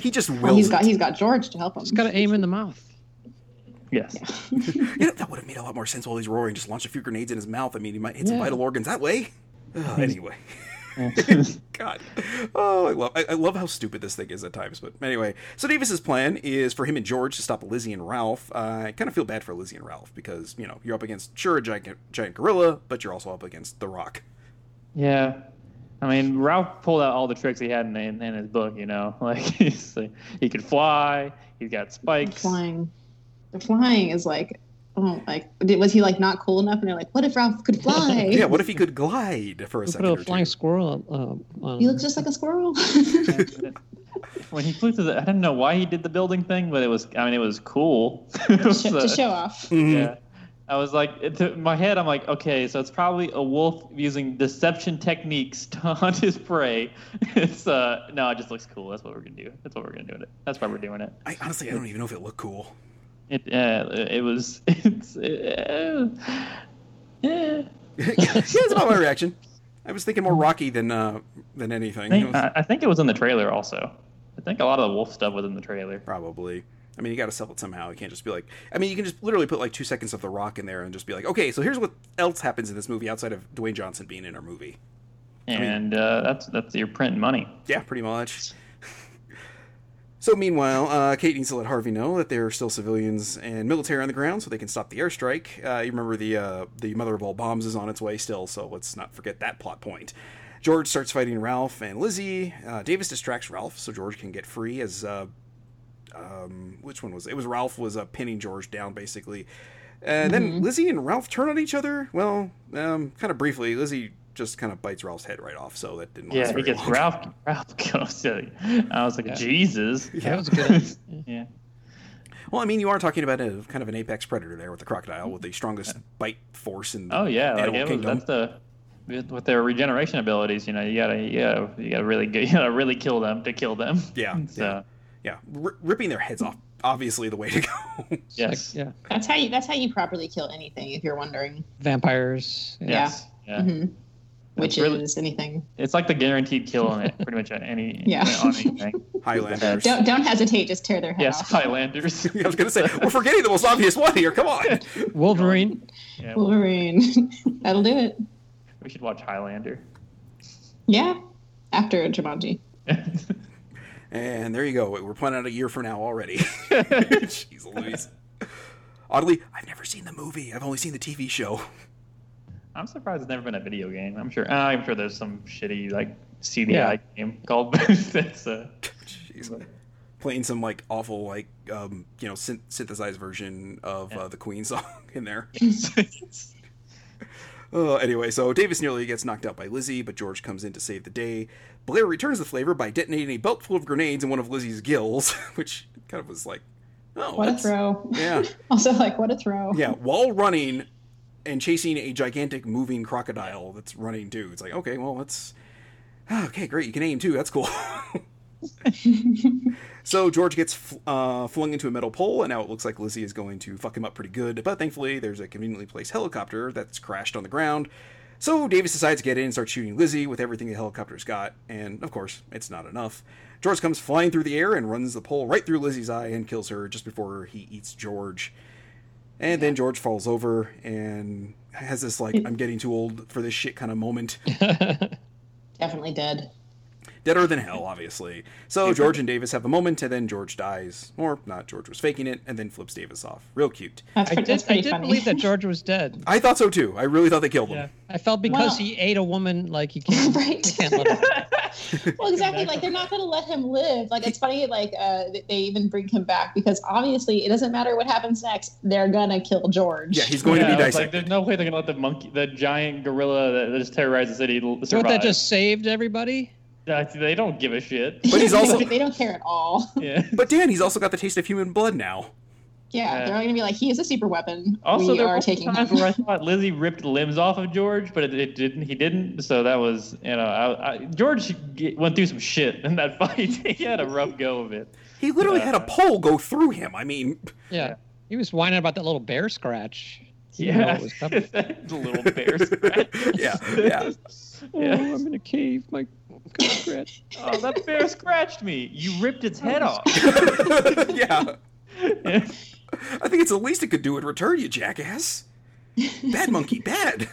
Speaker 1: He just wills.
Speaker 3: Well, he's got
Speaker 1: it.
Speaker 3: he's got George to help him.
Speaker 2: Just gotta aim in the mouth.
Speaker 4: yes.
Speaker 1: You know, that would have made a lot more sense while he's roaring. Just launch a few grenades in his mouth. I mean, he might hit some
Speaker 2: Yeah.
Speaker 1: vital organs that way. Ugh, anyway.
Speaker 4: yeah,
Speaker 1: God. Oh, I love I, I love how stupid this thing is at times. But anyway, so Davis's plan is for him and George to stop Lizzie and Ralph. Uh, I kind of feel bad for Lizzie and Ralph because you know you're up against sure a giant giant gorilla, but you're also up against the Rock.
Speaker 4: I mean, Ralph pulled out all the tricks he had in, in, in his book. You know, like, he's, like he could fly. He's got spikes.
Speaker 3: flying. The flying is like, oh, like did, was he like not cool enough? And they're like, what if Ralph could fly?
Speaker 1: Yeah, what if he could glide for a
Speaker 2: We put
Speaker 1: second
Speaker 2: a
Speaker 1: or
Speaker 2: flying
Speaker 1: two? Mm-hmm.
Speaker 2: squirrel uh, on.
Speaker 3: He looks just like a squirrel.
Speaker 4: when he flew through the, I didn't know why he did the building thing, but it was, I mean, it was cool.
Speaker 3: Sh-
Speaker 4: So-
Speaker 3: to show off.
Speaker 1: Mhm.
Speaker 4: Yeah. I was like, it- to my head, I'm like, okay, so it's probably a wolf using deception techniques to hunt his prey. It's uh, no, it just looks cool. That's what we're gonna do. That's what we're gonna do in it. That's why we're doing it.
Speaker 1: I, honestly, I don't even know if it looked cool.
Speaker 4: It uh, it was it's uh, yeah.
Speaker 1: yeah, that's about my reaction. I was thinking more Rocky than uh, than
Speaker 4: I
Speaker 1: anything. It
Speaker 4: think,
Speaker 1: was-
Speaker 4: I, I think it was in the trailer also. I think a lot of the wolf stuff was in the trailer.
Speaker 1: Probably. I mean, you got to sell it somehow. You can't just be like, I mean, you can just literally put like two seconds of The Rock in there and just be like, okay, so here's what else happens in this movie outside of Dwayne Johnson being in our movie. mean-
Speaker 4: And uh, that's that's your print money.
Speaker 1: Yeah, pretty much. so, meanwhile, uh, Kate needs to let Harvey know that there are still civilians and military on the ground so they can stop the airstrike. Uh, you remember the, uh, the mother of all bombs is on its way still, so let's not forget that plot point. George starts fighting Ralph and Lizzie. Uh, Davis distracts Ralph so George can get free as uh, um, which one was it? It was Ralph was uh, pinning George down basically, and
Speaker 4: Mm-hmm.
Speaker 1: then Lizzie and Ralph turn on each other. Well, um, kind of briefly, Lizzie just kind of bites Ralph's head right off, so that didn't.
Speaker 4: Yeah,
Speaker 1: last
Speaker 4: he
Speaker 1: very
Speaker 4: gets
Speaker 1: long.
Speaker 4: Ralph Ralph goes. to- I was like,
Speaker 2: Yeah.
Speaker 4: Jesus.
Speaker 2: Yeah, that was good.
Speaker 4: yeah.
Speaker 1: Well, I mean, you are talking about a kind of an apex predator there with the crocodile with the strongest bite force in the
Speaker 4: Oh yeah, like
Speaker 1: animal
Speaker 4: it was,
Speaker 1: kingdom.
Speaker 4: that's the with their regeneration abilities. You know, you gotta you gotta you gotta really get, you gotta really kill them to kill them.
Speaker 1: Yeah,
Speaker 4: So
Speaker 1: yeah, R- ripping their heads off. Obviously, the way to go.
Speaker 4: yes,
Speaker 2: Like, yeah.
Speaker 3: That's how you. That's how you properly kill anything. If you're wondering,
Speaker 2: Vampires. Yeah.
Speaker 4: yes, yeah.
Speaker 3: Mhm. which
Speaker 4: really-
Speaker 3: is anything.
Speaker 4: It's like the guaranteed kill on it, pretty much on any
Speaker 3: Yeah.
Speaker 4: on anything.
Speaker 1: Highlanders.
Speaker 3: Don't don't hesitate. Just tear their head
Speaker 4: yes,
Speaker 3: off.
Speaker 4: Highlanders.
Speaker 1: I was gonna say we're forgetting the most obvious one here. Come on.
Speaker 2: Wolverine.
Speaker 4: yeah, we-
Speaker 3: Wolverine. That'll do it.
Speaker 4: we should watch Highlander.
Speaker 3: Yeah. After Jumanji.
Speaker 1: And there you go. We're planning out a year from now already. Jeez Louise. Oddly, I've never seen the movie. I've only seen the TV show.
Speaker 4: I'm surprised it's never been a video game. I'm sure. uh, I'm sure there's some shitty like CDI
Speaker 2: Yeah.
Speaker 4: game called. that's uh,
Speaker 1: Jeez. Playing some like awful like um, you know synth- synthesized version of uh, the Queen song in there. Uh, anyway, so Davis nearly gets knocked out by Lizzie, but George comes in to save the day. Blair returns the flavor by detonating a belt full of grenades in one of Lizzie's gills, which kind of was like, oh,
Speaker 3: What a
Speaker 1: that's-
Speaker 3: throw.
Speaker 1: yeah.
Speaker 3: Also, like, what a throw.
Speaker 1: Yeah, while running and chasing a gigantic moving crocodile that's running too. It's like, okay, well, that's ah, okay, great. You can aim too. That's cool. so George gets fl- uh, flung into a metal pole, and now it looks like Lizzie is going to fuck him up pretty good. But thankfully, there's a conveniently placed helicopter that's crashed on the ground. So Davis decides to get in and start shooting Lizzie with everything the helicopter's got, and of course, it's not enough. George comes flying through the air and runs the pole right through Lizzie's eye and kills her just before he eats George. And then George falls over and has this like I'm getting too old for this shit kind of moment.
Speaker 3: Definitely dead.
Speaker 1: Deader than hell, obviously. So George and Davis have a moment, and then George dies, or not. George was faking it, and then flips Davis off. Real cute.
Speaker 3: That's,
Speaker 2: I
Speaker 3: pre-
Speaker 2: did,
Speaker 3: that's
Speaker 2: I
Speaker 3: pretty
Speaker 2: did
Speaker 3: funny.
Speaker 2: believe that George was dead.
Speaker 1: I thought so too. I really thought they killed him.
Speaker 2: Yeah. I felt because
Speaker 3: Well-
Speaker 2: he ate a woman like he can't.
Speaker 3: right.
Speaker 2: Can't let him
Speaker 3: well, exactly. Like they're not going to let him live. Like it's funny. Like uh, that they even bring him back because obviously it doesn't matter what happens next. They're gonna kill George.
Speaker 1: Yeah, he's going
Speaker 4: yeah,
Speaker 1: to be
Speaker 4: I was like,
Speaker 1: dissected.
Speaker 4: there's no way they're gonna let the monkey, the giant gorilla that, that just terrorized the city, l-
Speaker 2: So
Speaker 4: survive.
Speaker 2: what, that just saved everybody.
Speaker 4: Uh, they don't give a shit.
Speaker 1: But he's
Speaker 3: They
Speaker 1: also-
Speaker 3: don't- they don't care at all.
Speaker 4: Yeah.
Speaker 1: But Dan, he's also got the taste of human blood now.
Speaker 3: Yeah,
Speaker 4: Yeah.
Speaker 3: they're all gonna be like, he is a super weapon.
Speaker 4: Also,
Speaker 3: we
Speaker 4: there
Speaker 3: are
Speaker 4: were
Speaker 3: taking
Speaker 4: times
Speaker 3: him.
Speaker 4: where I thought Lizzie ripped limbs off of George, but it, it didn't. He didn't. So that was, you know, I, I, George g went through some shit in that fight. he had a rough go of it.
Speaker 1: He literally had a
Speaker 4: Yeah.
Speaker 1: pole go through him. I mean,
Speaker 2: Yeah. He was whining about that little bear scratch. You know
Speaker 4: Yeah,
Speaker 2: it was coming.
Speaker 4: the little bear scratch.
Speaker 1: yeah, yeah.
Speaker 4: Yeah.
Speaker 2: Oh, I'm in a cave. My God, scratch.
Speaker 4: Oh, that bear scratched me. You ripped its head off.
Speaker 1: yeah.
Speaker 4: Yeah.
Speaker 1: I think it's the least it could do in return, you jackass. Bad monkey, bad.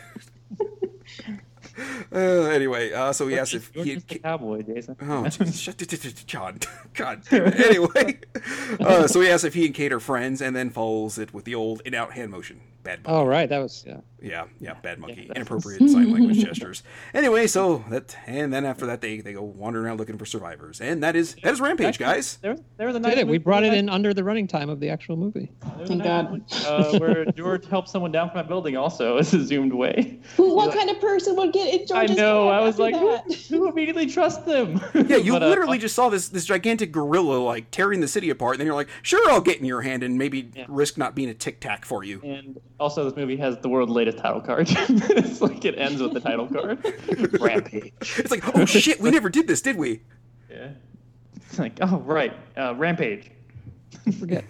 Speaker 1: uh, anyway, uh, so he asks if
Speaker 4: George
Speaker 1: he
Speaker 4: is
Speaker 1: had
Speaker 4: the
Speaker 1: ki-
Speaker 4: cowboy, Jason.
Speaker 1: Oh, Jesus. shut the- the- the- John. God damn it. Anyway, uh, so he asks if he and Kate are friends and then follows it with the old in out hand motion. Bad monkey.
Speaker 2: Oh, right. That was, yeah.
Speaker 1: Yeah, yeah, bad monkey.
Speaker 4: that's-
Speaker 1: Inappropriate sign language gestures. Anyway, so that, and then after that, they, they go wandering around looking for survivors. And that is, that is Rampage, guys.
Speaker 4: There was, there was a nice
Speaker 2: Did it. We
Speaker 4: movie-
Speaker 2: brought it in under the running time of the actual movie.
Speaker 4: there was a
Speaker 3: Thank
Speaker 4: nice
Speaker 3: God.
Speaker 4: movie, Uh, where George helped someone down from a building also. It's a zoomed way.
Speaker 3: Who, what kind of person would get in
Speaker 4: I
Speaker 3: George's
Speaker 4: know.
Speaker 3: head
Speaker 4: I was
Speaker 3: after
Speaker 4: like, who,
Speaker 3: that?
Speaker 4: who immediately trusts them?
Speaker 1: Yeah, you
Speaker 4: But, uh,
Speaker 1: literally just saw this this gigantic gorilla like tearing the city apart, and then you're like, sure, I'll get in your hand and maybe
Speaker 4: Yeah.
Speaker 1: risk not being a tic tac for you.
Speaker 4: And also, this movie has the world's latest title card. it's like it ends with the title card. Rampage.
Speaker 1: It's like, oh shit, we never did this, did we?
Speaker 4: Yeah. It's like, oh right, uh, Rampage.
Speaker 2: Forget.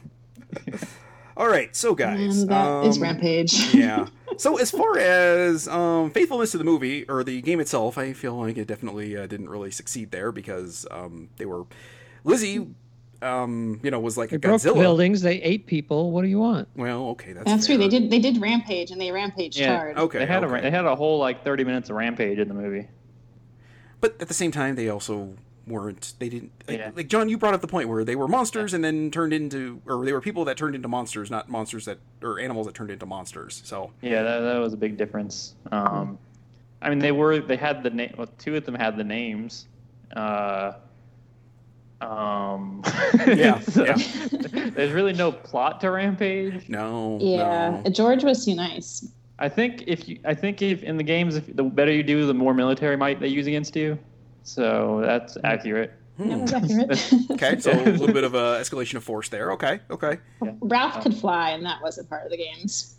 Speaker 1: All right, so guys,
Speaker 3: And that is
Speaker 1: um,
Speaker 3: rampage.
Speaker 1: yeah. So as far as um, faithfulness to the movie or the game itself, I feel like it definitely uh, didn't really succeed there because um, they were Lizzie, um, you know, was like
Speaker 2: They
Speaker 1: a
Speaker 2: broke
Speaker 1: Godzilla.
Speaker 2: buildings. They ate people. What do you want?
Speaker 1: Well, okay, that's Oh,
Speaker 3: That's true. They
Speaker 1: fair.
Speaker 3: did. They did rampage, and they rampaged
Speaker 4: Yeah.
Speaker 3: hard.
Speaker 1: Okay,
Speaker 4: they had
Speaker 1: okay.
Speaker 4: a they had a whole like thirty minutes of Rampage in the movie.
Speaker 1: but at the same time they also weren't they didn't like,
Speaker 4: Yeah.
Speaker 1: like, john you brought up the point where they were monsters and then turned into or they were people that turned into monsters not monsters that or animals that turned into monsters so
Speaker 4: Yeah, that, that was a big difference. Um, I mean, they were they had the name. Well, two of them had the names. Uh, um,
Speaker 1: Yeah,
Speaker 4: so
Speaker 1: yeah.
Speaker 4: There's really no plot to Rampage.
Speaker 1: no
Speaker 3: Yeah,
Speaker 1: no.
Speaker 3: George was too nice.
Speaker 4: I think if you, I think if in the games, if the better you do, the more military might they use against you. So that's accurate.
Speaker 3: That
Speaker 1: Hmm.
Speaker 3: was accurate.
Speaker 1: okay so a little bit of a escalation of force there okay okay
Speaker 3: Ralph could fly, and that wasn't part of the games.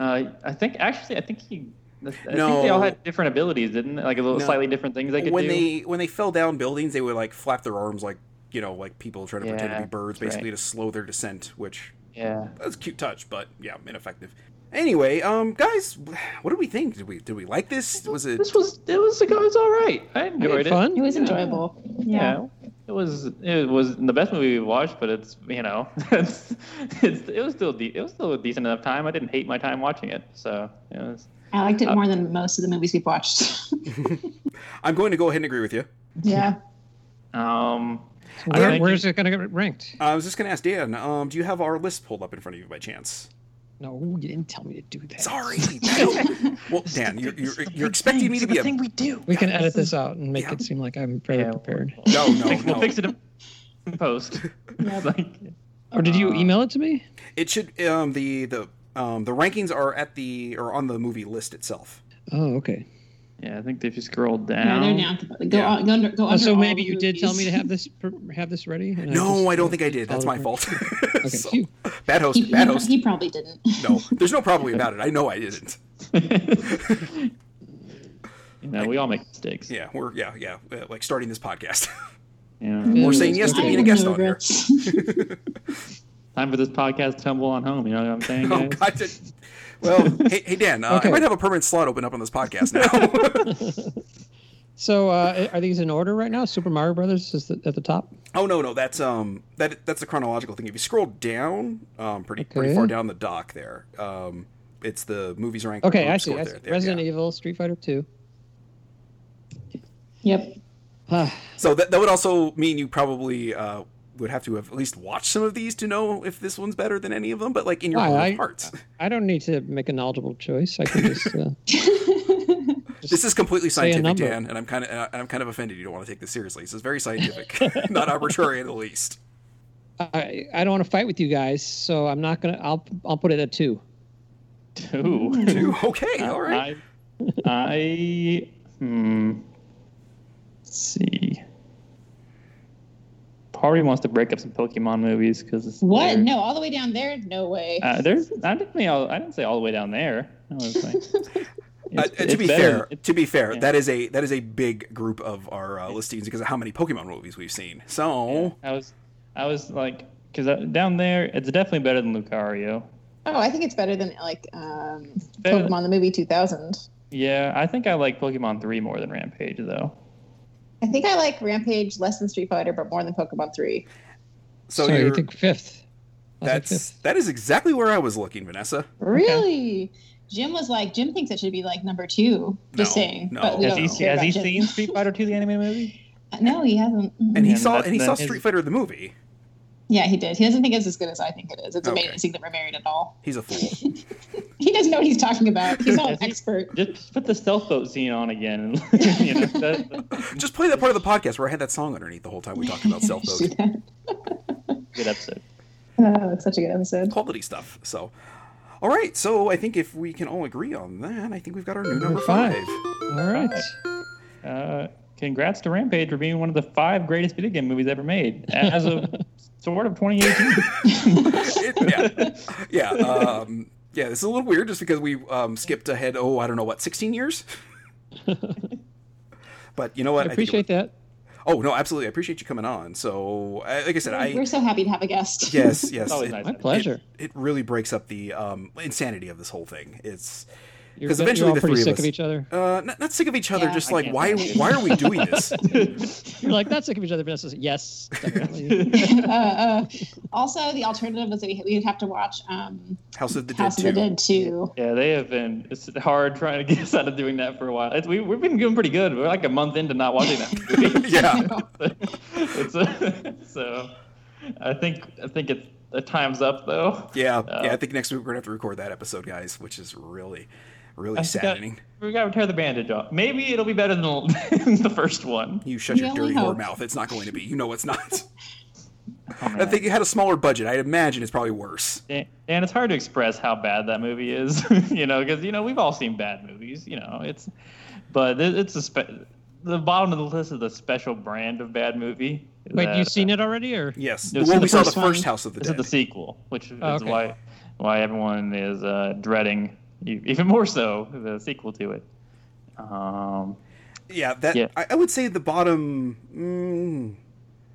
Speaker 4: Uh, I think actually, I think he. I
Speaker 1: No.
Speaker 4: think they all had different abilities, didn't they? Like a little
Speaker 1: No.
Speaker 4: slightly different things they could
Speaker 1: when
Speaker 4: do.
Speaker 1: they when they fell down buildings they would like flap their arms like you know like people trying to pretend to
Speaker 4: Yeah,
Speaker 1: be birds
Speaker 4: that's
Speaker 1: basically to slow their descent which
Speaker 4: yeah.
Speaker 1: that's a cute touch but yeah ineffective anyway um guys what did we think did we did we like this was it
Speaker 4: This was it was it was all right. I
Speaker 2: I
Speaker 4: enjoyed
Speaker 2: had
Speaker 4: it.
Speaker 2: fun.
Speaker 3: It was enjoyable. Yeah.
Speaker 4: Yeah. It was it was the best movie we watched, but it's you know it's, it's it was still de- it was still a decent enough time. I didn't hate my time watching it, so it was
Speaker 3: I liked it more than most of the movies we've watched.
Speaker 1: i'm going to go ahead and agree with you
Speaker 3: yeah.
Speaker 4: um I
Speaker 2: Where,
Speaker 4: think-
Speaker 2: where's it going to get ranked?
Speaker 1: I was just going to ask Dan, um, do you have our list pulled up in front of you by chance?
Speaker 2: No, you didn't tell me to do that.
Speaker 1: Sorry. Dan. well, Dan, you're, you're, you're expecting me to be a.
Speaker 4: we do.
Speaker 2: We can edit this out and make
Speaker 1: Yeah.
Speaker 2: it seem like I'm very
Speaker 4: Yeah.
Speaker 2: prepared.
Speaker 1: No, no,
Speaker 4: Fix- We'll
Speaker 1: no.
Speaker 4: fix it in post.
Speaker 3: Yep.
Speaker 4: like,
Speaker 2: Or did you
Speaker 4: Uh,
Speaker 2: email it to me?
Speaker 1: It should. Um, the the um, the rankings are at the or on the movie list itself.
Speaker 2: Oh, okay.
Speaker 4: yeah, I think if you scroll
Speaker 3: No,
Speaker 4: down,
Speaker 3: they're down. to- Go
Speaker 1: Yeah.
Speaker 3: on. Go, under, go
Speaker 2: Oh,
Speaker 3: under
Speaker 2: so
Speaker 3: all
Speaker 2: maybe
Speaker 3: the
Speaker 2: you did tell me to
Speaker 3: movies.
Speaker 2: have this pr- have this ready. and
Speaker 1: No,
Speaker 2: just-
Speaker 1: I don't think I did. That's my
Speaker 2: Okay,
Speaker 1: fault. So,
Speaker 2: phew.
Speaker 1: bad
Speaker 3: He,
Speaker 1: host.
Speaker 3: he,
Speaker 1: Bad
Speaker 3: pro-
Speaker 1: host.
Speaker 3: he probably didn't.
Speaker 1: No, there's no probably about it. I know I didn't.
Speaker 4: you know, we all make mistakes.
Speaker 1: Yeah, we're yeah yeah uh, like starting this podcast.
Speaker 4: Yeah.
Speaker 1: We're saying yes to
Speaker 3: I
Speaker 1: being a
Speaker 3: have
Speaker 1: guest
Speaker 3: no
Speaker 1: on here.
Speaker 3: regrets.
Speaker 4: Time for this podcast to tumble on home. You know what I'm saying?
Speaker 1: Oh
Speaker 4: guys?
Speaker 1: God. Well, hey, hey Dan, uh,
Speaker 2: Okay.
Speaker 1: I might have a permanent slot open up on this podcast now.
Speaker 2: So uh, are these in order right now? Super Mario Brothers is the, at the top.
Speaker 1: Oh no, no, that's um that that's the chronological thing. If you scroll down, um pretty
Speaker 2: Okay.
Speaker 1: pretty far down the dock there, um it's the movies ranked.
Speaker 2: Okay,
Speaker 1: oh,
Speaker 2: I see.
Speaker 1: scored
Speaker 2: I see.
Speaker 1: there, there,
Speaker 2: Resident
Speaker 1: yeah.
Speaker 2: Evil, Street Fighter Two.
Speaker 3: Yep.
Speaker 2: Ah,
Speaker 1: So that, that would also mean you probably uh, would have to have at least watched some of these to know if this one's better than any of them. But like in your
Speaker 2: Why,
Speaker 1: own
Speaker 2: I-
Speaker 1: hearts,
Speaker 2: I don't need to make a knowledgeable choice. I can just. Uh,
Speaker 1: this is completely
Speaker 2: say a
Speaker 1: scientific,
Speaker 2: number.
Speaker 1: Dan, and I'm kind of and I- and I'm kind of offended. You don't want to take this seriously. This is very scientific, not arbitrary in the least.
Speaker 2: I, I don't want to fight with you guys, so I'm not gonna. I'll I'll put it at two.
Speaker 4: Two.
Speaker 1: Two, okay, all right.
Speaker 4: I, I hmm. Let's see. Party wants to break up some Pokemon movies because
Speaker 3: what? No, all the way down there? No way.
Speaker 4: Uh, there's. I didn't mean. all- I didn't say all the way down there. I was like,
Speaker 1: Uh,
Speaker 4: it's-
Speaker 1: uh,
Speaker 4: it's
Speaker 1: to be
Speaker 4: better-
Speaker 1: fair,
Speaker 4: it's-
Speaker 1: to be fair,
Speaker 4: yeah.
Speaker 1: that is a that is a big group of our uh, listings because of how many Pokemon movies we've seen. So
Speaker 4: I was. I was like, because down there, it's definitely better than Lucario.
Speaker 3: oh, I think it's better than like um,
Speaker 4: Better-
Speaker 3: Pokemon the movie 2000.
Speaker 4: Yeah, I think I like Pokemon Three more than Rampage though.
Speaker 3: I think I like Rampage less than Street Fighter, but more than Pokemon 3.
Speaker 1: so
Speaker 2: Sorry,
Speaker 1: you're,
Speaker 2: I think fifth. I think
Speaker 1: that's that is exactly where I was looking, Vanessa.
Speaker 3: Really? Jim was like, Jim thinks it should be like number two. Just
Speaker 1: No,
Speaker 3: saying.
Speaker 1: no.
Speaker 3: But we
Speaker 4: Has
Speaker 3: don't
Speaker 4: he,
Speaker 3: care
Speaker 4: has
Speaker 3: about
Speaker 4: he
Speaker 3: Jim.
Speaker 4: seen Street Fighter Two, the anime movie?
Speaker 3: No, he hasn't. Mm-mm.
Speaker 1: And he
Speaker 4: And
Speaker 1: saw
Speaker 4: that's
Speaker 1: and he
Speaker 4: the-
Speaker 1: saw
Speaker 4: his-
Speaker 1: Street Fighter the movie.
Speaker 3: yeah, he did. He doesn't think it's as good as I think it is. It's
Speaker 1: Okay.
Speaker 3: amazing that we're married at all.
Speaker 1: He's a fool.
Speaker 3: He doesn't know what he's talking about. He's not an
Speaker 4: Has he-
Speaker 3: expert.
Speaker 4: Just put the stealth boat scene on again. And, you know, that, that's
Speaker 1: Just play that part of the podcast where I had that song underneath the whole time we talked about self
Speaker 3: See
Speaker 1: boat
Speaker 3: that?
Speaker 4: a good episode.
Speaker 3: Oh, it's such a good episode.
Speaker 1: quality stuff. So, all right. So I think if we can all agree on that, I think we've got our new number
Speaker 2: five.
Speaker 1: five.
Speaker 2: All right.
Speaker 4: Uh, congrats to Rampage for being one of the five greatest video game movies ever made as of sort of 2018.
Speaker 1: It- yeah, yeah. Um, yeah, this is a little weird just because we um, skipped ahead. Oh, I don't know what, sixteen years. but you know
Speaker 2: I
Speaker 1: what? think it
Speaker 2: appreciate that.
Speaker 1: was- oh no, absolutely. I appreciate you coming on. So, I, like I said, I
Speaker 3: We're so happy to have a guest.
Speaker 1: yes, yes.
Speaker 4: always
Speaker 1: it,
Speaker 4: nice.
Speaker 2: My pleasure.
Speaker 1: it really breaks up the um, insanity of this whole thing. It's
Speaker 2: You're,
Speaker 1: 'cause
Speaker 2: you're
Speaker 1: eventually
Speaker 2: all
Speaker 1: the
Speaker 2: pretty
Speaker 1: three of us-
Speaker 2: sick of each other.
Speaker 1: uh, not, not sick of each other.
Speaker 3: Yeah.
Speaker 1: just
Speaker 4: I
Speaker 1: like
Speaker 4: can't
Speaker 1: why?
Speaker 4: stand it.
Speaker 1: Why are we doing this?
Speaker 2: You're like not sick of each other. Vanessa says, yes, definitely.
Speaker 3: uh, uh, also, the alternative was that we- we'd have to watch um,
Speaker 1: House of the
Speaker 3: House of the
Speaker 1: Dead Two.
Speaker 3: Dead 2.
Speaker 4: yeah, they have been. It's hard trying to get us out of doing that for a while. It's, we, we've been doing pretty good. We're like a month into not watching that movie.
Speaker 1: yeah,
Speaker 4: it's a, so I think I think it's uh, time's up though.
Speaker 1: yeah,
Speaker 4: Uh,
Speaker 1: yeah. I think next week we're gonna have to record that episode, guys, which is really, really
Speaker 4: I forgot-
Speaker 1: saddening.
Speaker 4: We gotta tear the bandage off. Maybe it'll be better than the, the first one.
Speaker 1: You shut
Speaker 3: We
Speaker 1: your
Speaker 3: only
Speaker 1: dirty whore
Speaker 3: hope.
Speaker 1: mouth. It's not going to be. You know it's not. I
Speaker 4: man.
Speaker 1: think it had a smaller budget. I imagine it's probably worse.
Speaker 4: And and it's hard to express how bad that movie is, you know, because you know we've all seen bad movies, you know. It's, but it, it's a spe- the bottom of the list is the special brand of bad movie.
Speaker 2: Wait, you've seen it already, or
Speaker 1: Yes.
Speaker 4: No,
Speaker 1: well,
Speaker 4: so
Speaker 1: we
Speaker 4: the
Speaker 1: saw the
Speaker 3: first one-
Speaker 1: first House of the
Speaker 4: This is
Speaker 1: Dead.
Speaker 4: the sequel, which is
Speaker 2: Oh, okay.
Speaker 4: why why everyone is uh, dreading e- even more so the sequel to it. Um,
Speaker 1: yeah, that
Speaker 4: Yeah.
Speaker 1: I, I would say the bottom mm,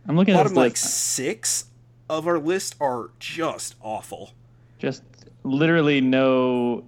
Speaker 4: I'm looking at
Speaker 1: bottom
Speaker 4: this
Speaker 1: like
Speaker 4: like
Speaker 1: six of our list are just awful.
Speaker 4: just literally no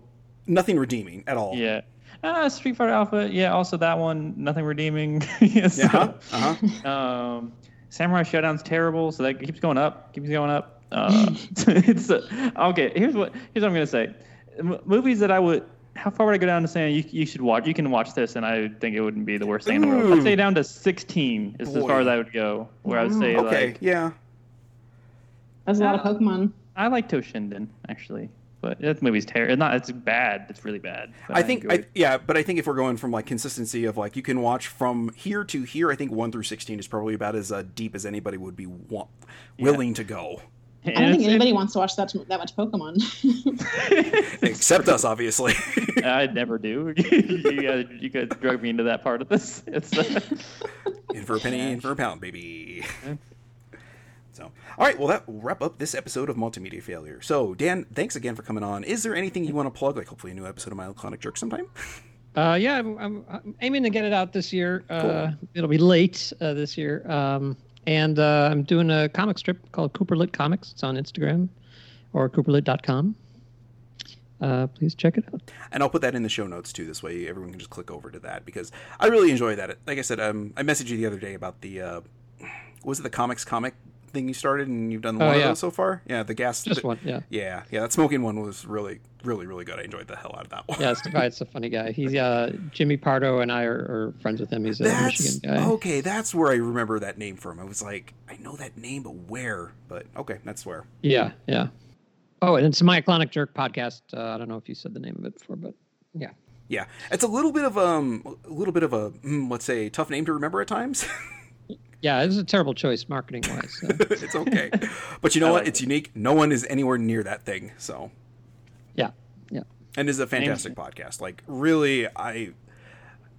Speaker 1: Nothing redeeming at all.
Speaker 4: yeah. Ah, Street Fighter Alpha, yeah. Also that one, nothing redeeming. yeah, so-
Speaker 1: Uh-huh. Uh-huh.
Speaker 4: Um, Samurai Showdown's terrible, so that keeps going up, keeps going up. Uh, it's uh, okay. Here's what here's what I'm gonna say. M- movies that I would, how far would I go down to saying you, you should watch? You can watch this, and I think it wouldn't be the worst thing in the world.
Speaker 1: Ooh.
Speaker 4: I'd say down to 16 is as
Speaker 1: Boy.
Speaker 4: far as I would go. Where I would say
Speaker 1: okay.
Speaker 4: like
Speaker 1: yeah.
Speaker 3: That was a lot of Pokemon.
Speaker 4: I like Toshinden actually, but that movie's terrible. Not it's bad. It's really bad. but
Speaker 1: I think
Speaker 4: enjoyed
Speaker 1: I, yeah, but I think if we're going from like consistency of like you can watch from here to here, I think one through sixteen is probably about as uh, deep as anybody would be wa- willing to go,
Speaker 4: it.
Speaker 3: I don't
Speaker 4: And
Speaker 3: think
Speaker 4: it's-
Speaker 3: anybody wants to watch that, that much Pokemon.
Speaker 1: except us, obviously.
Speaker 4: I never do. you, guys, you guys drug me into that part of this. It's, uh,
Speaker 1: in for a penny, in for a pound, baby.
Speaker 2: Mm-hmm.
Speaker 1: So, all right, well, that will wrap up this episode of Multimedia Failure. So, Dan, thanks again for coming on. Is there anything you want to plug? Like, hopefully, a new episode of My Laconic Jerk sometime?
Speaker 2: Uh, yeah, I'm, I'm, I'm aiming to get it out this year. Uh, It'll be late uh, this year. Um, and uh, I'm doing a comic strip called Cooperlit Comics. It's on Instagram or cooperlit.com. Uh, please check it out.
Speaker 1: And I'll put that in the show notes too. This way, everyone can just click over to that because I really enjoy that. Like I said, um, I messaged you the other day about the uh, was it the comics comic thing you started, and you've done
Speaker 2: Oh,
Speaker 1: one of
Speaker 2: yeah.
Speaker 1: those so far. Yeah, the gas.
Speaker 2: Just
Speaker 1: the-
Speaker 2: one, yeah.
Speaker 1: Yeah, yeah. That smoking one was really, really, really good. I enjoyed the hell out of that one.
Speaker 2: Yeah, it's, it's a funny guy. He's uh, Jimmy Pardo and I are, are friends with him. He's a
Speaker 1: That's Oh,
Speaker 2: Michigan guy.
Speaker 1: okay. That's where I remember that name from. I was like, I know that name, but where? But okay, that's where.
Speaker 2: Yeah, yeah. Oh, and it's my Clonic Jerk podcast. Uh, I don't know if you said the name of it before, but yeah.
Speaker 1: Yeah, it's a little bit of um, a little bit of a mm, let's say tough name to remember at times.
Speaker 2: Yeah, it was a terrible choice marketing wise. So.
Speaker 1: it's okay, but you know
Speaker 4: I
Speaker 1: what?
Speaker 4: like
Speaker 1: It's unique. No one is anywhere near that thing. So,
Speaker 2: yeah, yeah.
Speaker 1: and it's a fantastic podcast. Like, really, I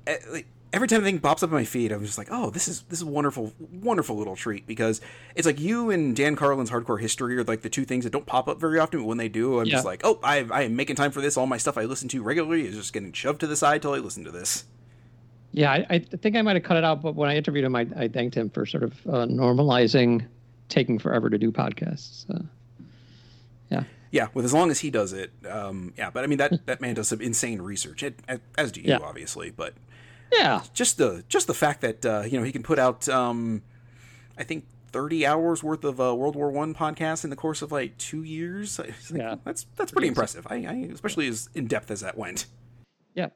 Speaker 1: eh, like, every time a thing pops up in my feed, I'm just like, oh, this is this is a wonderful, wonderful little treat because it's like you and Dan Carlin's Hardcore History are like the two things that don't pop up very often. But when they do, I'm just
Speaker 2: Yeah.
Speaker 1: like, oh, I, I am making time for this. All my stuff I listen to regularly is just getting shoved to the side till I listen to this.
Speaker 2: Yeah, I, I think I might have cut it out, but when I interviewed him, I, I thanked him for sort of uh, normalizing taking forever to do podcasts. Uh, yeah,
Speaker 1: Yeah, with as long as he does it, um, yeah. But I mean that that man does some insane research, and- and- as do you,
Speaker 2: Hmm. Yeah.
Speaker 1: obviously. But
Speaker 2: yeah,
Speaker 1: just the just the fact that uh, you know he can put out, um, I think thirty hours worth of uh, World War One podcasts in the course of like two years. I was like,
Speaker 2: Yeah.
Speaker 1: that's that's pretty impressive. I, I especially as in depth as that went.
Speaker 2: yeah.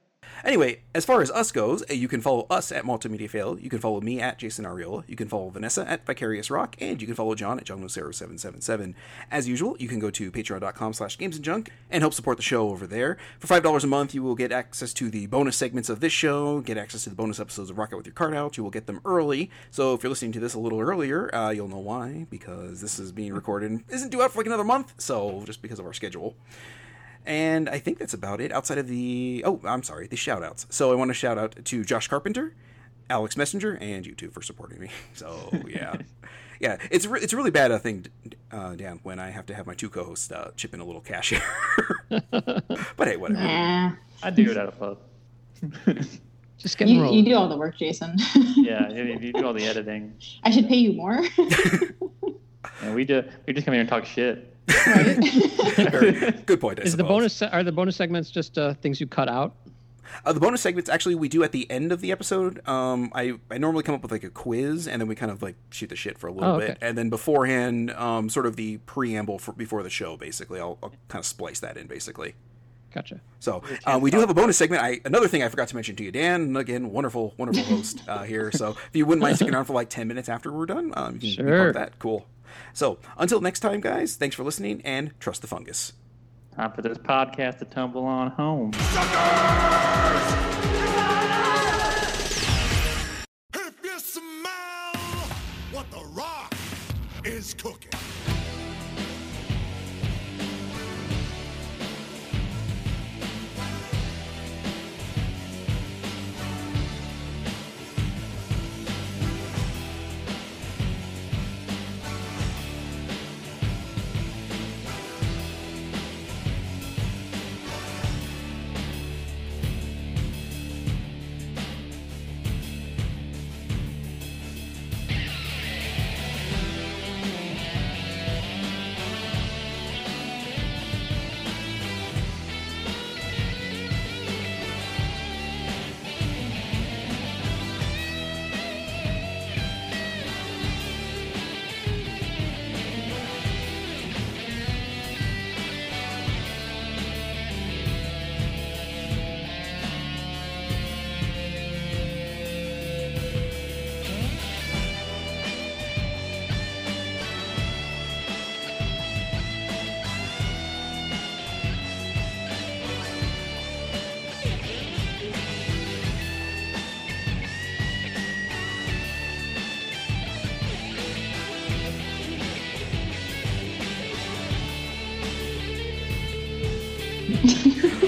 Speaker 1: Anyway, as far as us goes, uh, you can follow us at Multimedia Fail, you can follow me at Jason Ariola, you can follow Vanessa at Vicarious Rock, and you can follow John at JohnLucero777. As usual, you can go to patreon.com slash games and junk and help support the show over there. For $5 a month, you will get access to the bonus segments of this show, get access to the bonus episodes of Rock Out With Your Card Out, you will get them early. So if you're listening to this a little earlier, uh, you'll know why, because this is being recorded and isn't due out for like another month, so just because of our schedule. And I think that's about it outside of the. Oh, I'm sorry, the shout outs. So I want to shout out to Josh Carpenter, Alex Messenger, and you two for supporting me. So, yeah. yeah, it's re- it's a really bad a thing, uh, Dan, when I have to have my two co hosts uh, chip in a little cash here. but hey, whatever.
Speaker 3: Nah.
Speaker 4: I do it out of love.
Speaker 2: Just get
Speaker 3: You,
Speaker 2: rolled.
Speaker 3: you do all the work, Jason.
Speaker 4: Yeah, you, you do all the editing,
Speaker 3: I should pay you more.
Speaker 4: and we just we just come here and talk shit.
Speaker 3: right?
Speaker 1: Very good point. I
Speaker 2: Is the
Speaker 1: suppose.
Speaker 2: bonus se- are the bonus segments just uh, things you cut out?
Speaker 1: Uh, the bonus segments actually we do at the end of the episode. Um, I I normally come up with like a quiz and then we kind of like shoot the shit for a little
Speaker 2: Oh,
Speaker 1: bit,
Speaker 2: okay.
Speaker 1: and then beforehand, um, sort of the preamble for before the show. Basically, I'll, I'll kind of splice that in basically.
Speaker 2: Gotcha.
Speaker 1: So uh, we do have a bonus segment. I another thing I forgot to mention to you, Dan. Again, wonderful, wonderful host uh, here. So if you wouldn't mind sticking around for like ten minutes after we're done, um, you can be part
Speaker 2: Sure.
Speaker 1: of that. Cool. So until next time, guys. Thanks for listening and trust the fungus.
Speaker 4: Time Uh, for this podcast to tumble on home.
Speaker 5: If you smell what the rock is cooking.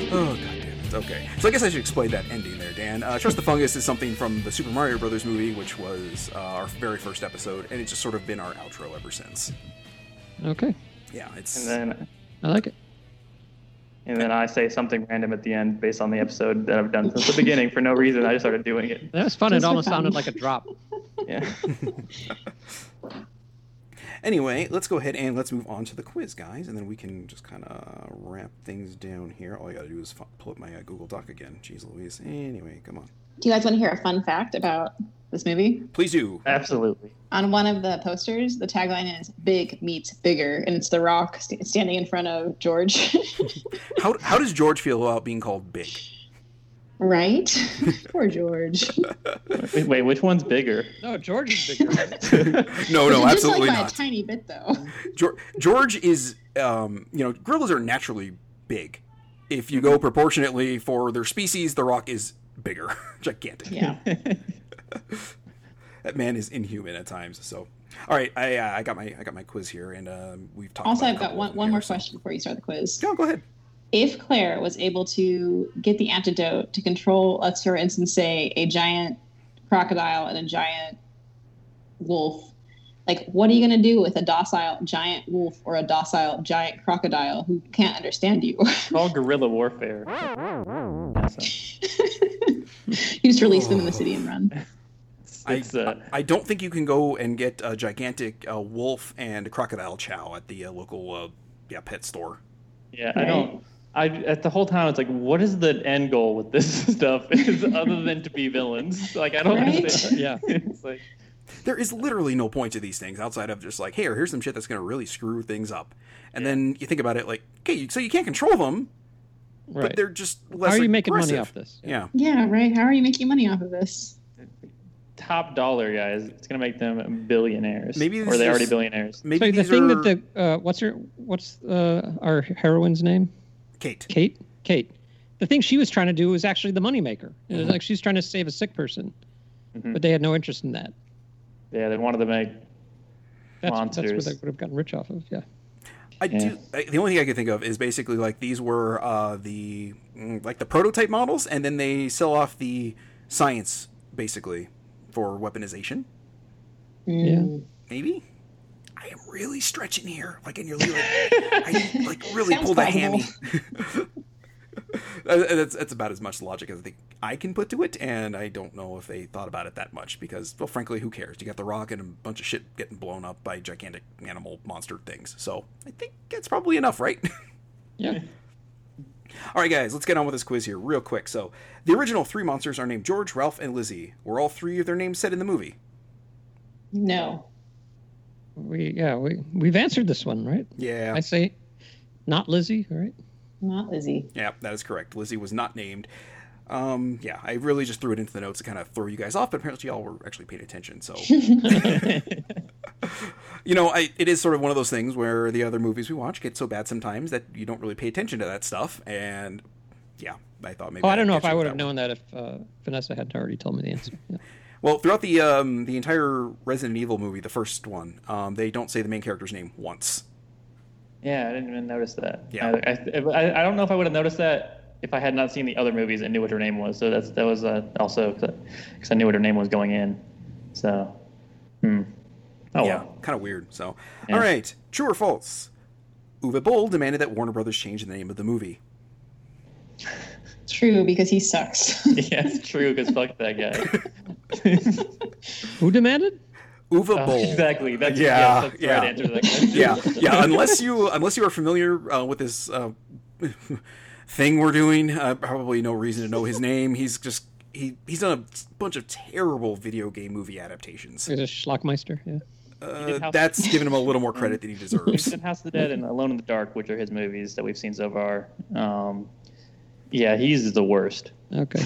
Speaker 1: Oh god damn it! Okay, so I guess I should explain that ending there, Dan. Uh, Trust the fungus is something from the Super Mario Brothers movie, which was uh, our very first episode, and it's just sort of been our outro ever since.
Speaker 2: Okay,
Speaker 1: Yeah, it's
Speaker 4: And then
Speaker 2: I like it.
Speaker 4: and then I say something random at the end based on the episode that I've done since the beginning for no reason. I just started doing it.
Speaker 2: That was fun.
Speaker 3: Those
Speaker 2: it
Speaker 3: were
Speaker 2: almost
Speaker 3: fun.
Speaker 2: sounded like a drop.
Speaker 4: Yeah.
Speaker 1: Anyway, let's go ahead and let's move on to the quiz, guys, and then we can just kind of wrap things down here. All I got to do is fu- pull up my uh, Google Doc again. Jeez Louise. Anyway, come on.
Speaker 3: Do you guys want to hear a fun fact about this movie?
Speaker 1: Please do.
Speaker 4: Absolutely.
Speaker 3: On one of the posters, the tagline is "Big meets bigger," and it's The Rock st- standing in front of George.
Speaker 1: How, how does George feel about being called big?
Speaker 3: right? Poor George.
Speaker 4: Wait, wait, which one's bigger?
Speaker 2: No, George is bigger.
Speaker 1: Oh, No, no,
Speaker 3: Just like
Speaker 1: absolutely
Speaker 3: by
Speaker 1: not.
Speaker 3: a tiny bit, though.
Speaker 1: Geor- George is, um, you know, gorillas are naturally big. If you
Speaker 3: Mm-hmm.
Speaker 1: go proportionately for their species, the rock is bigger, gigantic.
Speaker 3: Yeah.
Speaker 1: That man is inhuman at times. So, all right, I uh, I got my I got my quiz here, and um, we've talked.
Speaker 3: Also,
Speaker 1: about a
Speaker 3: I've got
Speaker 1: couple of
Speaker 3: one,
Speaker 1: them
Speaker 3: one
Speaker 1: here,
Speaker 3: more
Speaker 1: so-
Speaker 3: question before you start the quiz.
Speaker 1: Go go ahead.
Speaker 3: If Claire was able to get the antidote to control, let's for instance say a giant crocodile and a giant wolf, like what are you going to do with a docile giant wolf or a docile giant crocodile who can't understand you?
Speaker 4: Call guerrilla warfare. That's
Speaker 3: you just release them in the city and run.
Speaker 4: a- It's, uh,
Speaker 1: I don't think you can go and get a gigantic uh, wolf and crocodile chow at the uh, local uh, yeah pet store.
Speaker 4: yeah, I don't. I at the whole time it's like, what is the end goal with this stuff? Is other than to be villains? Like I don't
Speaker 3: Right?
Speaker 4: understand. Yeah, it's like
Speaker 1: There is literally no point to these things outside of just like, here, here's some shit that's going to really screw things up. And then you think about it, like, okay, you- so you can't control them,
Speaker 2: Right.
Speaker 1: but they're just less.
Speaker 2: How are you making money
Speaker 1: aggressive.
Speaker 2: off this?
Speaker 1: Yeah,
Speaker 3: Yeah, right. How are you making money off of this?
Speaker 4: top dollar guys. It's gonna make them billionaires.
Speaker 1: Maybe
Speaker 4: or
Speaker 1: this is-
Speaker 4: they're already billionaires.
Speaker 1: maybe
Speaker 2: so the
Speaker 1: these
Speaker 2: thing
Speaker 1: are
Speaker 2: that the uh, what's her what's uh, our heroine's name?
Speaker 1: Kate.
Speaker 2: Kate. Kate. The thing she was trying to do was actually the moneymaker. It
Speaker 1: Mm-hmm.
Speaker 2: was Like she's trying to save a sick person,
Speaker 4: Mhm.
Speaker 2: but they had no interest in that.
Speaker 4: Yeah, they wanted to make.
Speaker 2: That's, that's where
Speaker 4: Monsters.
Speaker 2: they would have gotten rich off of. Yeah.
Speaker 1: I do. I, the only thing I can think of is basically like these were uh, the mm, like the prototype models, and then they sell off the science basically for weaponization.
Speaker 3: Mm,
Speaker 2: Yeah.
Speaker 1: Maybe. I am really stretching here, like in your like, I like really
Speaker 3: Sounds
Speaker 1: pulled a hammy. Uh, that's, that's about as much logic as I think I can put to it, and I don't know if they thought about it that much because, well, frankly, who cares? You got the rock and a bunch of shit getting blown up by gigantic animal monster things. So I think that's probably enough, right?
Speaker 2: Yeah.
Speaker 1: All right, guys, let's get on with this quiz here real quick. So the original three monsters are named George, Ralph, and Lizzie. Were all three of their names said in the movie?
Speaker 3: No.
Speaker 2: We yeah we we've answered this one right.
Speaker 1: Yeah.
Speaker 2: I say, not Lizzie. All right.
Speaker 3: Not Lizzie.
Speaker 1: Yeah, that is correct. Lizzie was not named. Um, yeah, I really just threw it into the notes to kind of throw you guys off, but apparently y'all were actually paying attention. So, you know, I, it is sort of one of those things where the other movies we watch get so bad sometimes that you don't really pay attention to that stuff. And yeah, I thought maybe.
Speaker 2: Oh, I don't
Speaker 1: I'd
Speaker 2: know
Speaker 1: catch
Speaker 2: if
Speaker 1: you
Speaker 2: I
Speaker 1: with
Speaker 2: would
Speaker 1: that
Speaker 2: have
Speaker 1: one.
Speaker 2: known that if uh, Vanessa hadn't already told me the answer. Yeah.
Speaker 1: Well, throughout the um, the entire Resident Evil movie, the first one, um, they don't say the main character's name once.
Speaker 4: Yeah, I didn't even notice that.
Speaker 1: Yeah.
Speaker 4: I, I, I- I don't know if I would have noticed that if I had not seen the other movies and knew what her name was. So that's that was uh, also because I knew what her name was going in. So, hmm. Oh
Speaker 1: yeah,
Speaker 4: well.
Speaker 1: kind of weird. So,
Speaker 4: Yeah.
Speaker 1: all right, true or false? Uwe Boll demanded that Warner Brothers change the name of the movie.
Speaker 3: True, because he sucks.
Speaker 4: Yeah, it's true because fuck that guy.
Speaker 2: Who demanded?
Speaker 1: Uwe
Speaker 4: Uh,
Speaker 1: Boll.
Speaker 4: exactly. That's,
Speaker 1: Yeah,
Speaker 4: yeah, that's
Speaker 1: yeah.
Speaker 4: the right answer to that question.
Speaker 1: yeah, yeah. Unless you unless you are familiar uh, with this uh, thing we're doing, uh, probably no reason to know his name. He's just he he's done a bunch of terrible video game movie adaptations.
Speaker 2: Is it Schlockmeister? Yeah.
Speaker 1: Uh,
Speaker 4: House-
Speaker 1: that's given him a little more credit than he
Speaker 4: He's
Speaker 1: deserves.
Speaker 4: done House of the Dead and Alone in the Dark, which are his movies that we've seen so far. Um, yeah, he's the worst.
Speaker 2: Okay.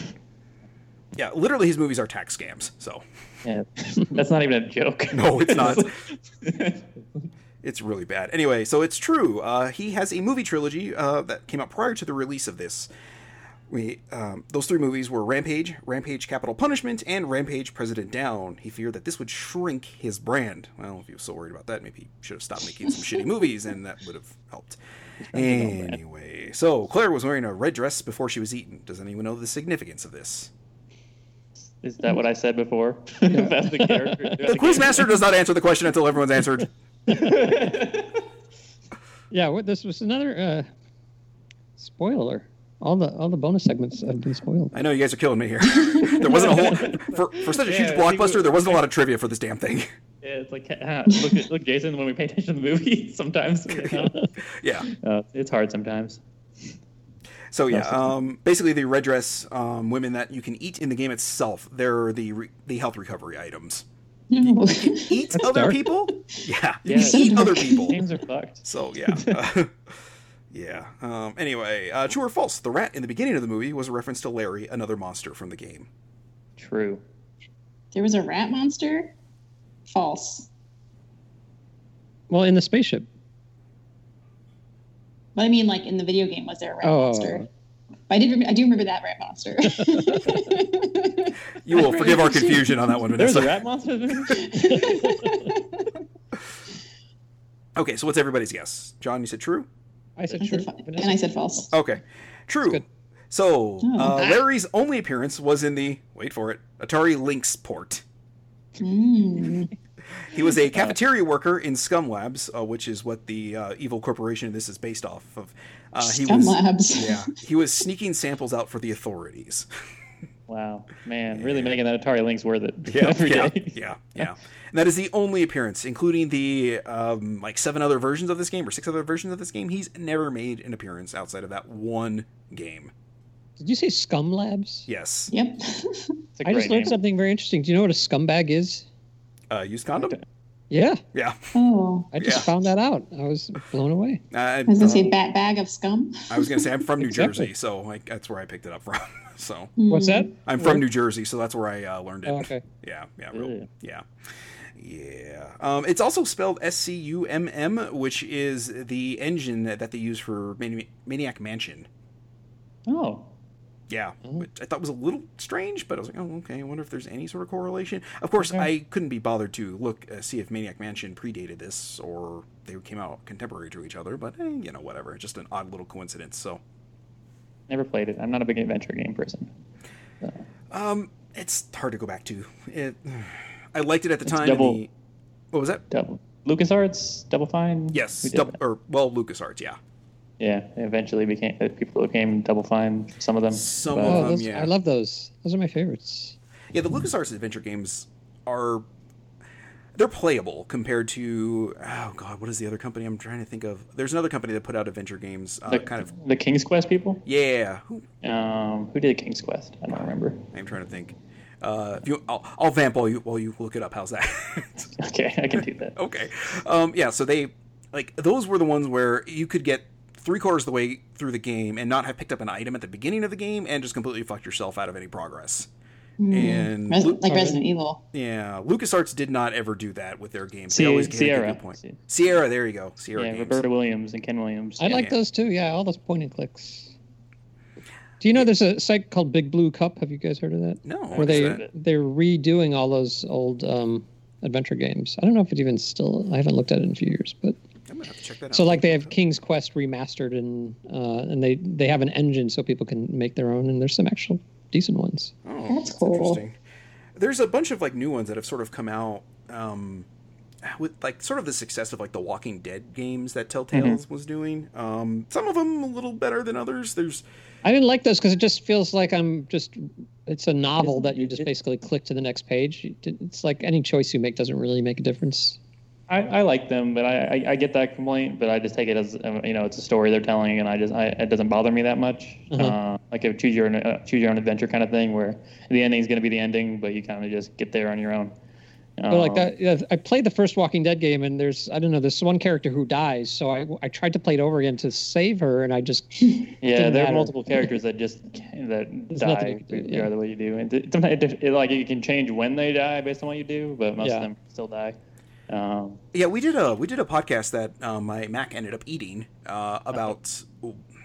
Speaker 1: Yeah, literally, his movies are tax scams. So
Speaker 4: Yeah, that's not even a joke.
Speaker 1: No, it's not.
Speaker 4: not.
Speaker 1: it's really bad. Anyway, so it's true. Uh, he has a movie trilogy uh, that came out prior to the release of this. We, um, those three movies were Rampage, Rampage Capital Punishment, and Rampage President Down. He feared that this would shrink his brand. Well, if he was so worried about that, maybe he should have stopped making some shitty movies, and that would have helped. Anyway, so Claire was wearing a red dress before she was eaten. Does anyone know the significance of this?
Speaker 4: Is that what I said before? About the character.
Speaker 1: The Quizmaster does not answer the question until everyone's answered.
Speaker 2: Yeah. What, this was another uh, spoiler. All the all the bonus segments have been spoiled.
Speaker 1: I know you guys are killing me here. there wasn't a whole for for such a huge
Speaker 4: Yeah, I think
Speaker 1: blockbuster.
Speaker 4: we-
Speaker 1: There wasn't a lot of trivia for this damn thing.
Speaker 4: Yeah, it's like uh, look, at- look, Jason. When we pay attention to the movie, sometimes
Speaker 1: Yeah.
Speaker 4: uh, it's hard. Sometimes.
Speaker 1: So yeah,
Speaker 4: That's the-
Speaker 1: um, basically the red dress um, women that you can eat in the game itself. They're the re- the health recovery items.
Speaker 3: No.
Speaker 1: Eat
Speaker 4: That's
Speaker 1: other
Speaker 4: dark.
Speaker 1: people. Yeah, you
Speaker 4: Yeah.
Speaker 1: can eat other people.
Speaker 4: Names are fucked.
Speaker 1: So yeah, uh, yeah. Um, anyway, uh, true or false? The rat in the beginning of the movie was a reference to Larry, another monster from the game.
Speaker 4: True.
Speaker 3: there was a rat monster. False.
Speaker 2: Well, in the spaceship.
Speaker 3: But I mean, like in the video game, was there a rat
Speaker 2: Oh.
Speaker 3: monster? But I did. Rem- I do remember that rat monster.
Speaker 1: You will forgive our confusion on that one,
Speaker 4: There's a
Speaker 1: Vanessa.
Speaker 4: rat monster. in the movie?
Speaker 1: Okay, so what's everybody's guess? John, you said true. Oh.
Speaker 2: I said
Speaker 3: I
Speaker 2: true.
Speaker 3: said fa-
Speaker 2: Vanessa?
Speaker 3: and I said false.
Speaker 1: Okay, true.
Speaker 2: good.
Speaker 1: So uh,
Speaker 3: Oh.
Speaker 1: Larry's only appearance was in the wait for it Atari Lynx port.
Speaker 3: Mm.
Speaker 1: He was a cafeteria worker in Scum Labs, uh, which is what the uh, evil corporation this is based off of. Uh, he
Speaker 3: Scum
Speaker 1: was,
Speaker 3: Labs.
Speaker 1: Yeah, he was sneaking samples out for the authorities.
Speaker 4: Wow, man, really making that Atari Lynx worth it every day.
Speaker 1: yeah, yeah, yeah. And that is the only appearance, including the um, like seven other versions of this game or six other versions of this game. He's never made an appearance outside of that one game.
Speaker 2: Did you say scum labs?
Speaker 1: Yes,
Speaker 3: Yep.
Speaker 4: It's a
Speaker 2: I just learned
Speaker 4: great name.
Speaker 2: something very interesting. Do you know what a scumbag is?
Speaker 1: uh, used condom.
Speaker 2: Yeah,
Speaker 1: Yeah,
Speaker 3: oh,
Speaker 2: I just
Speaker 1: Yeah.
Speaker 2: found that out. I was blown away.
Speaker 1: I,
Speaker 3: I was gonna say bat bag of scum.
Speaker 1: I was gonna say I'm from New
Speaker 2: Exactly.
Speaker 1: Jersey, so like that's where I picked it up from. So
Speaker 3: Hmm.
Speaker 2: What's that?
Speaker 1: I'm from New Jersey, so that's where I uh, learned it.
Speaker 2: Oh, okay.
Speaker 1: Yeah, yeah, real,
Speaker 4: Ew.
Speaker 1: yeah, yeah. Um, it's also spelled S C U M M, which is the engine that, that they use for Mani- Maniac Mansion.
Speaker 4: Oh,
Speaker 1: Yeah,
Speaker 2: Oh.
Speaker 1: which I thought was a little strange, but I was like, oh, okay. I wonder if there's any sort of correlation. Of course,
Speaker 4: Okay.
Speaker 1: I couldn't be bothered to look uh, see if Maniac Mansion predated this or they came out contemporary to each other. But eh, you know, whatever. Just an odd little coincidence. So,
Speaker 4: never played it. I'm not a big adventure game person.
Speaker 1: um, it's hard to go back to. It, I liked it at the time. and
Speaker 4: double-
Speaker 1: the- what was that?
Speaker 4: Double LucasArts, Double Fine.
Speaker 1: Yes,
Speaker 4: Who did
Speaker 1: dub,
Speaker 4: that?
Speaker 1: or well, LucasArts, yeah.
Speaker 4: Yeah, it eventually became uh, people became Double Fine. Some of them.
Speaker 1: Some
Speaker 4: but-
Speaker 1: of
Speaker 2: Oh,
Speaker 1: them.
Speaker 2: those,
Speaker 1: yeah.
Speaker 2: I love those. Those are my favorites.
Speaker 1: Yeah, the LucasArts adventure games are they're playable compared to oh god, what is the other company I'm trying to think of? There's another company that put out adventure games, uh,
Speaker 4: the,
Speaker 1: kind of
Speaker 4: the King's Quest people.
Speaker 1: yeah. Who,
Speaker 4: Um, who did King's Quest? I don't remember.
Speaker 1: I'm trying to think. Uh, if you, I'll, I'll vamp while you while you look it up. How's that?
Speaker 4: Okay, I can do that.
Speaker 1: okay, um, yeah. So they like those were the ones where you could get three quarters of the way through the game and not have picked up an item at the beginning of the game and just completely fucked yourself out of any progress. And
Speaker 3: Hmm. Res-
Speaker 1: Lu-
Speaker 3: like Resident Evil.
Speaker 1: Yeah, LucasArts did not ever do that with their games. They
Speaker 4: Sie-
Speaker 1: always gave Sierra.
Speaker 4: Sierra.
Speaker 1: good point.
Speaker 4: Sie-
Speaker 1: Sierra, there you go. Sierra
Speaker 4: yeah,
Speaker 1: games.
Speaker 4: Roberta Williams and Ken Williams.
Speaker 2: I like
Speaker 1: yeah.
Speaker 2: those too. Yeah, all those point and clicks. Do you know there's a site called Big Blue Cup? Have you guys heard of that?
Speaker 1: No,
Speaker 2: Where
Speaker 1: what is
Speaker 2: they
Speaker 1: that?
Speaker 2: they're redoing all those old um, adventure games. I don't know if it even still. I haven't looked at it in a few years, but
Speaker 1: I'm gonna have to check that out.
Speaker 2: so like they have King's Quest remastered and uh, and they they have an engine so people can make their own and there's some actual decent ones.
Speaker 1: Oh,
Speaker 3: That's cool.
Speaker 1: Interesting. There's a bunch of like new ones that have sort of come out um, with like sort of the success of like the Walking Dead games that Telltale's
Speaker 4: Mm-hmm.
Speaker 1: was doing. Um, some of them a little better than others. There's
Speaker 2: I didn't like those because it just feels like I'm just. It's a novel that you just
Speaker 4: It-
Speaker 2: basically click to the next page. You didn't- It's like any choice you make doesn't really make a difference.
Speaker 4: I, I like them, but I, I, I get that complaint, but I just take it as uh, you know it's a story they're telling, and I just I, it doesn't bother me that much.
Speaker 2: Uh-huh.
Speaker 4: Uh, like a choose your own, uh, choose your own adventure kind of thing, where the ending's going to be the ending, but you kind of just get there on your own.
Speaker 2: But like I, yeah, I played the first Walking Dead game, and there's I don't know, there's one character who dies, so I I tried to play it over again to save her, and I just
Speaker 4: yeah,
Speaker 2: didn't
Speaker 4: there are
Speaker 2: matter.
Speaker 4: multiple characters that just can- that
Speaker 2: There's nothing you
Speaker 4: die
Speaker 2: can do,
Speaker 4: regardless
Speaker 2: yeah.
Speaker 4: of what you do, and it- sometimes it, it, like you can change when they die based on what you do, but most
Speaker 2: Yeah.
Speaker 4: of them still die. Um,
Speaker 1: yeah, we did a we did a podcast that um, my Mac ended up eating uh, about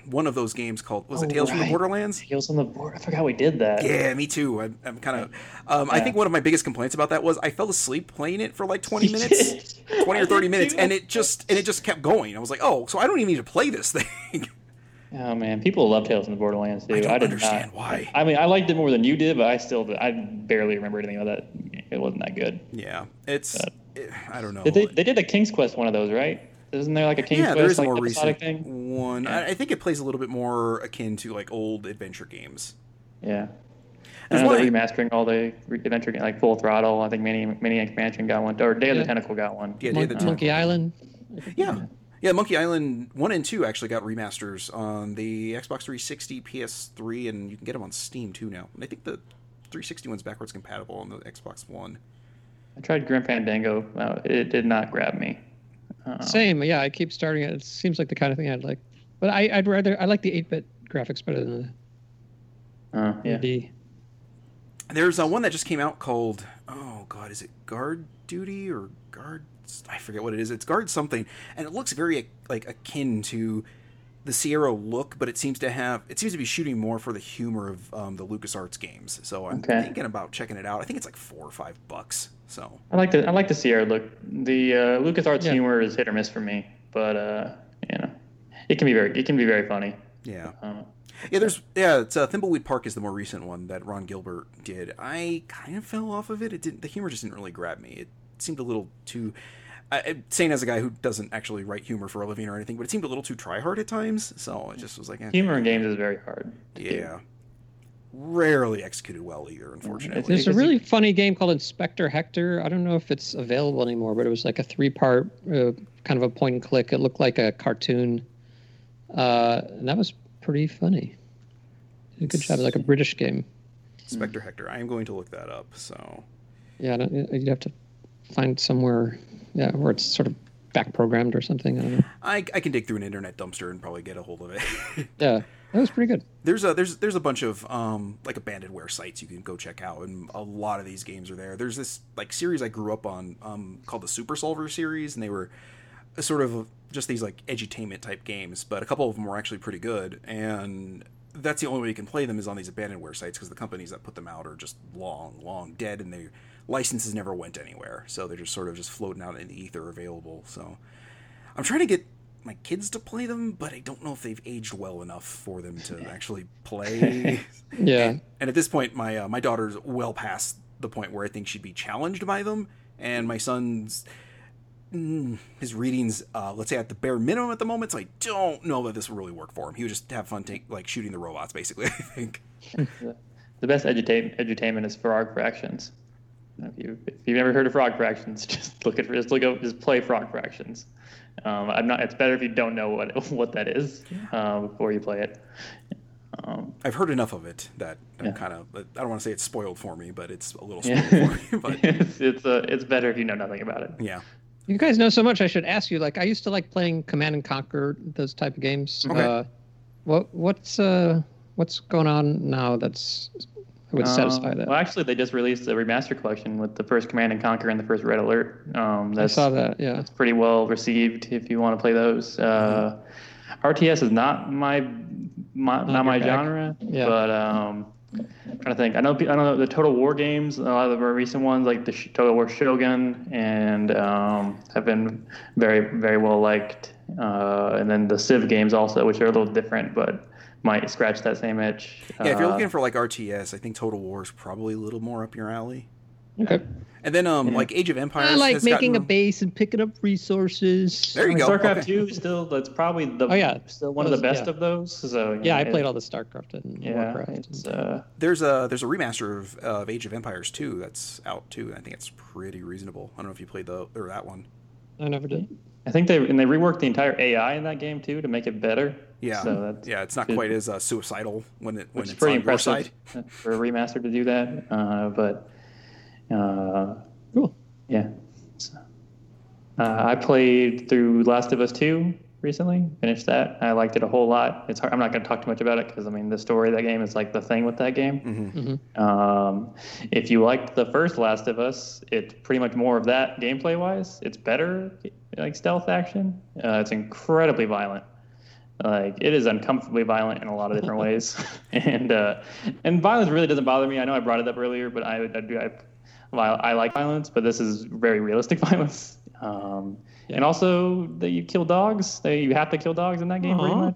Speaker 1: one of those games called was it
Speaker 4: Oh,
Speaker 1: Tales from the
Speaker 4: right.
Speaker 1: Borderlands?
Speaker 4: Tales on the board. I forgot we did that.
Speaker 1: Yeah, me too. I'm, I'm kind of. Um, I
Speaker 4: Yeah.
Speaker 1: think one of my biggest complaints about that was I fell asleep playing it for like 20 minutes, 20 or 30 minutes, and it just and it just kept going. I was like, oh, so I don't even need to play this thing.
Speaker 4: Oh man, people love Tales from the Borderlands too.
Speaker 1: I
Speaker 4: I,
Speaker 1: don't
Speaker 4: did
Speaker 1: understand
Speaker 4: not.
Speaker 1: why.
Speaker 4: I mean, I liked it more than you did, but I still I barely remember anything about that. It wasn't that good.
Speaker 1: yeah, it's. It, I don't know.
Speaker 4: Did they, they did the King's Quest one of those, right? Isn't there like a King's
Speaker 1: yeah,
Speaker 4: Quest
Speaker 1: there is a
Speaker 4: like,
Speaker 1: more
Speaker 4: episodic
Speaker 1: recent
Speaker 4: thing?
Speaker 1: one. I, I think it plays a little bit more akin to like old adventure games.
Speaker 4: Yeah. I know
Speaker 1: one
Speaker 4: they're
Speaker 1: I-
Speaker 4: remastering all the re- adventure games, like Full Throttle. I think Maniac, Maniac Mansion got one, or Day of
Speaker 2: Yeah.
Speaker 4: the Tentacle got one.
Speaker 1: Yeah, Day of
Speaker 2: Mon-
Speaker 1: the
Speaker 2: Monkey Island.
Speaker 1: Yeah. Yeah, Monkey Island 1 and 2 actually got remasters on the Xbox 360, PS3, and you can get them on Steam too now. And I think the 360 one's backwards compatible on the Xbox One.
Speaker 4: I tried Grim Fandango. Uh, it did not grab me. Uh,
Speaker 2: Same. Yeah, I keep starting it. It seems like the kind of thing I'd like. But I, I'd rather I like the 8-bit graphics better than
Speaker 4: uh,
Speaker 2: the
Speaker 4: yeah.
Speaker 2: D.
Speaker 1: There's uh, one that just came out called, oh god, is it Guard Duty or Guard? I forget what it is. It's Guard something, and it looks very like akin to the Sierra look, but it seems to have it seems to be shooting more for the humor of um, the LucasArts games. So I'm
Speaker 4: Okay.
Speaker 1: thinking about checking it out. I think it's like four or five bucks. So
Speaker 4: I like the I like the Sierra look. The uh, LucasArts
Speaker 2: Yeah.
Speaker 4: humor is hit or miss for me, but uh, you know, it can be very it can be very funny.
Speaker 1: yeah,
Speaker 4: Uh,
Speaker 1: Yeah, there's yeah, it's uh, Thimbleweed Park is the more recent one that Ron Gilbert did. I kind of fell off of it. It didn't. The humor just didn't really grab me. It seemed a little too. I, I- saying as a guy who doesn't actually write humor for a living or anything, but it seemed a little too try hard at times. So I just was like, eh,
Speaker 4: humor in games is very hard. to do.
Speaker 1: yeah, rarely executed well either.
Speaker 4: It's
Speaker 1: Unfortunately,
Speaker 2: There's a
Speaker 4: because-
Speaker 2: really funny game called Inspector Hector. I don't know if it's available anymore, but it was like a three-part, uh, kind of a point and click. It looked like a cartoon, uh, and that was pretty funny. Did A good job, like a British game.
Speaker 1: Spectre Hector. I am going to look that up. So
Speaker 2: Yeah, I don't, uh, you'd have to find somewhere, yeah, where it's sort of back programmed or something. I don't know.
Speaker 1: I, I can dig through an internet dumpster and probably get a hold of it.
Speaker 2: Yeah, that was pretty good.
Speaker 1: there's a there's there's a bunch of um like abandonware sites you can go check out and a lot of these games are there there's this like series i grew up on um called the super solver series and they were a sort of just these like edutainment type games but a couple of them were actually pretty good and that's the only way you can play them is on these abandonware sites because the companies that put them out are just long long dead and their licenses never went anywhere so they're just sort of just floating out in the ether available so I'm trying to get my kids to play them, but I don't know if they've aged well enough for them to actually play.
Speaker 2: Yeah,
Speaker 1: and at this point, my uh, my daughter's well past the point where I think she'd be challenged by them, and my son's mm, his readings, uh, let's say at the bare minimum at the moment, so I don't know that this will really work for him. He would just have fun take, like shooting the robots, basically. I think.
Speaker 4: The best edutainment, edutainment is Frog Fractions. If you if you've never heard of Frog Fractions, just look at just look up just play Frog Fractions. Um, I'm not. It's better if you don't know what what that is uh, before you play it. Um,
Speaker 1: I've heard enough of it that I'm
Speaker 4: Yeah.
Speaker 1: kind of I don't want to say it's spoiled for me, but it's a little spoiled
Speaker 4: yeah,
Speaker 1: for me. But
Speaker 4: it's it's, uh, it's better if you know nothing about it.
Speaker 1: yeah,
Speaker 2: you guys know so much. I should ask you. Like, I used to like playing Command and Conquer, those type of games.
Speaker 1: Okay.
Speaker 2: Uh, what what's uh what's going on now that's would satisfy
Speaker 4: Um,
Speaker 2: that?
Speaker 4: Well, actually, they just released the remaster collection with the first Command and Conquer and the first Red Alert. Um,
Speaker 2: I
Speaker 4: that's
Speaker 2: saw that. Yeah,
Speaker 4: pretty well received if you want to play those. Uh, RTS is not my, my not, my
Speaker 2: your bag.
Speaker 4: genre,
Speaker 2: Yeah.
Speaker 4: but um, I'm trying to think. I know pe- I know the Total War games, a lot of the more recent ones like the Sh- Total War Shogun, and um, have been very very well liked. Uh, and then the Civ games also, which are a little different, but might scratch that same itch.
Speaker 1: Yeah, if you're
Speaker 4: Uh,
Speaker 1: looking for like RTS, I think Total War is probably a little more up your alley.
Speaker 2: okay.
Speaker 1: And then, um, like Age of Empires.
Speaker 2: I like
Speaker 1: has
Speaker 2: making
Speaker 1: gotten-
Speaker 2: a base and picking up resources.
Speaker 1: There you
Speaker 4: I mean,
Speaker 1: go.
Speaker 4: StarCraft
Speaker 1: Okay.
Speaker 4: two is still that's probably the
Speaker 2: Oh yeah,
Speaker 4: still one of the
Speaker 2: Those-
Speaker 4: best
Speaker 2: yeah.
Speaker 4: of those. So
Speaker 2: Yeah, I
Speaker 4: it-
Speaker 2: played all the StarCraft and
Speaker 4: Yeah,
Speaker 2: Warcraft.
Speaker 4: it's uh,
Speaker 1: There's a there's a remaster of, of Age of Empires 2 that's out too. And I think it's pretty reasonable. I don't know if you played the or that one.
Speaker 4: uh,
Speaker 2: I never did.
Speaker 4: I think they and they reworked the entire AI in that game too to make it better.
Speaker 1: Yeah,
Speaker 4: so that's
Speaker 1: yeah, it's not
Speaker 4: good.
Speaker 1: quite as uh, suicidal when it when
Speaker 4: which is
Speaker 1: it's
Speaker 4: pretty
Speaker 1: on your
Speaker 4: impressive
Speaker 1: side.
Speaker 4: for a remaster to do that. Uh, but uh,
Speaker 2: Cool.
Speaker 4: yeah, So, uh, I played through Last of Us two recently. Finished that. I liked it a whole lot. It's hard. I'm not going to talk too much about it because I mean the story of that game is like the thing with that game.
Speaker 1: hmm
Speaker 4: Um, if you liked the first Last of Us, it's pretty much more of that gameplay wise. It's better, like stealth action. Uh, it's incredibly violent. Like it is uncomfortably violent in a lot of different ways, and uh, and violence really doesn't bother me. I know I brought it up earlier, but I I do I, while I like violence, but this is very realistic violence. Um, And also that you kill dogs. They, you have to kill dogs in that game pretty
Speaker 2: Aw.
Speaker 4: much.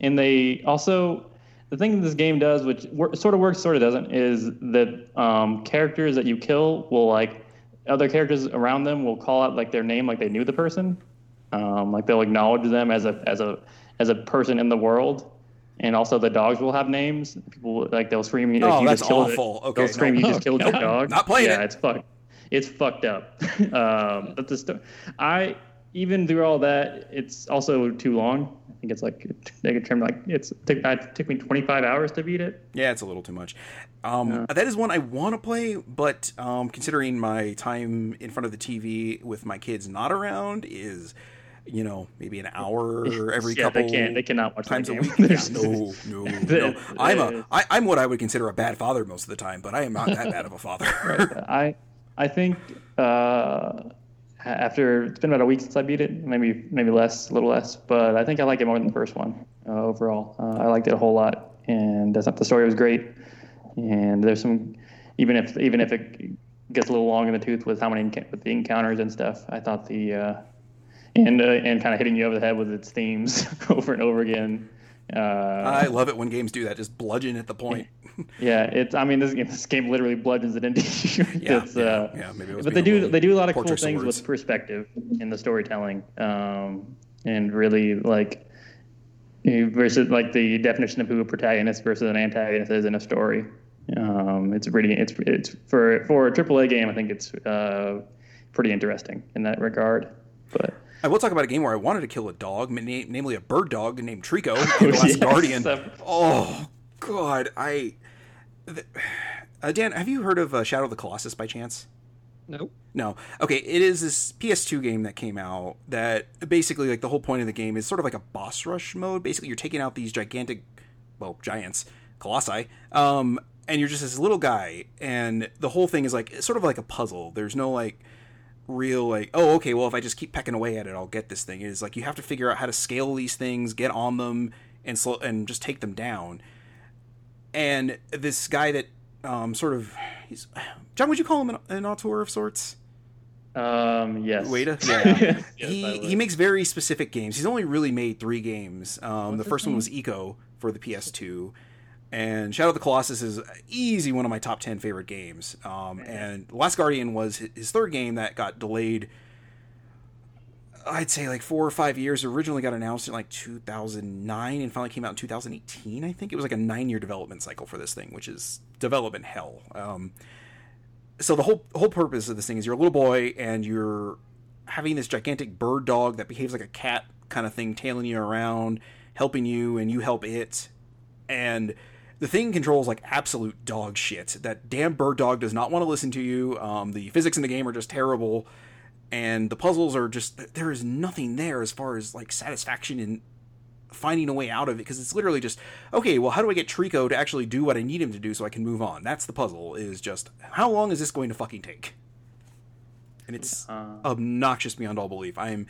Speaker 4: And they also the thing that this game does, which wor- sort of works, sort of doesn't, is that um, characters that you kill will like other characters around them will call out like their name, like they knew the person, um, like they'll acknowledge them as a as a as a person in the world, and also the dogs will have names. People like they'll scream you.
Speaker 1: Oh,
Speaker 4: if you
Speaker 1: that's
Speaker 4: just killed
Speaker 1: awful.
Speaker 4: It,
Speaker 1: Okay,
Speaker 4: they'll scream
Speaker 1: no.
Speaker 4: you just killed your
Speaker 2: God.
Speaker 4: dog.
Speaker 1: Not playing
Speaker 4: Yeah,
Speaker 1: it.
Speaker 4: it's fucked. It's fucked up. um, but the sto- I even through all that, it's also too long. I think it's like they could trim like it's took, it took me 25 hours to beat it.
Speaker 1: Yeah, it's a little too much. Um, That is one I want to play, but um, considering my time in front of the TV with my kids not around is, you know, maybe an hour every
Speaker 4: yeah,
Speaker 1: couple
Speaker 4: they can they cannot watch
Speaker 1: times a
Speaker 4: that game.
Speaker 1: week. Yeah,
Speaker 4: There's-
Speaker 1: no, no, no. I'm a I, I'm what I would consider a bad father most of the time, but I am not that bad of a father.
Speaker 4: I I think uh, after it's been about a week since I beat it, maybe maybe less, a little less, but I think I like it more than the first one uh, overall. Uh, I liked it a whole lot, and that's not the story was great, and there's some even if even if it gets a little long in the tooth with how many enc- with the encounters and stuff, I thought the uh, and uh, and kind of hitting you over the head with its themes over and over again. Uh,
Speaker 1: I love it when games do that, just bludgeon at the point.
Speaker 4: yeah, it's. I mean, this, this game literally bludgeons it into you.
Speaker 1: Yeah,
Speaker 4: It's,
Speaker 1: yeah,
Speaker 4: uh,
Speaker 1: yeah, maybe it was
Speaker 4: but they
Speaker 1: being a
Speaker 4: do
Speaker 1: little
Speaker 4: they do a lot of cool
Speaker 1: portraits of
Speaker 4: things
Speaker 1: words.
Speaker 4: with perspective in the storytelling, um, and really like you- versus like the definition of who a protagonist versus an antagonist is in a story. Um, it's pretty. It's it's for for a AAA game. I think it's uh, pretty interesting in that regard. But
Speaker 1: I will talk about a game where I wanted to kill a dog, ma- na- namely a bird dog named Trico, in The Last
Speaker 4: yes.
Speaker 1: Guardian. Oh God, I. th- uh, Dan, have you heard of uh, Shadow of the Colossus by chance?
Speaker 2: Nope.
Speaker 1: No. Okay, it is this PS2 game that came out that basically like the whole point of the game is sort of like a boss rush mode. Basically, you're taking out these gigantic, well, giants, colossi, um, and you're just this little guy, and the whole thing is like it's sort of like a puzzle. There's no like real like oh okay well if i just keep pecking away at it i'll get this thing it's like you have to figure out how to scale these things get on them and slow and just take them down and this guy that um sort of he's john would you call him an, an auteur of sorts
Speaker 4: um, yes,
Speaker 1: Wait a- yeah.
Speaker 4: Yes, I
Speaker 1: he
Speaker 4: would.
Speaker 1: he makes very specific games. He's only really made three games. Um, the first one was Eco for the PS2, and Shadow of the Colossus is easy one of my top ten favorite games. Um, and Last Guardian was hi- his third game that got delayed. I'd say like four or five years. Originally got announced in like 2009 and finally came out in 2018. I think it was like a nine-year development cycle for this thing, which is development hell. Um, so the whole whole purpose of this thing is you're a little boy and you're having this gigantic bird dog that behaves like a cat kind of thing tailing you around helping you and you help it and the thing controls like absolute dog shit that damn bird dog does not want to listen to you um, the physics in the game are just terrible and the puzzles are just there is nothing there as far as like satisfaction in finding a way out of it because it's literally just okay well how do i get trico to actually do what i need him to do so i can move on that's the puzzle is just how long is this going to fucking take and it's
Speaker 4: Um, Uh,
Speaker 1: obnoxious beyond all belief i'm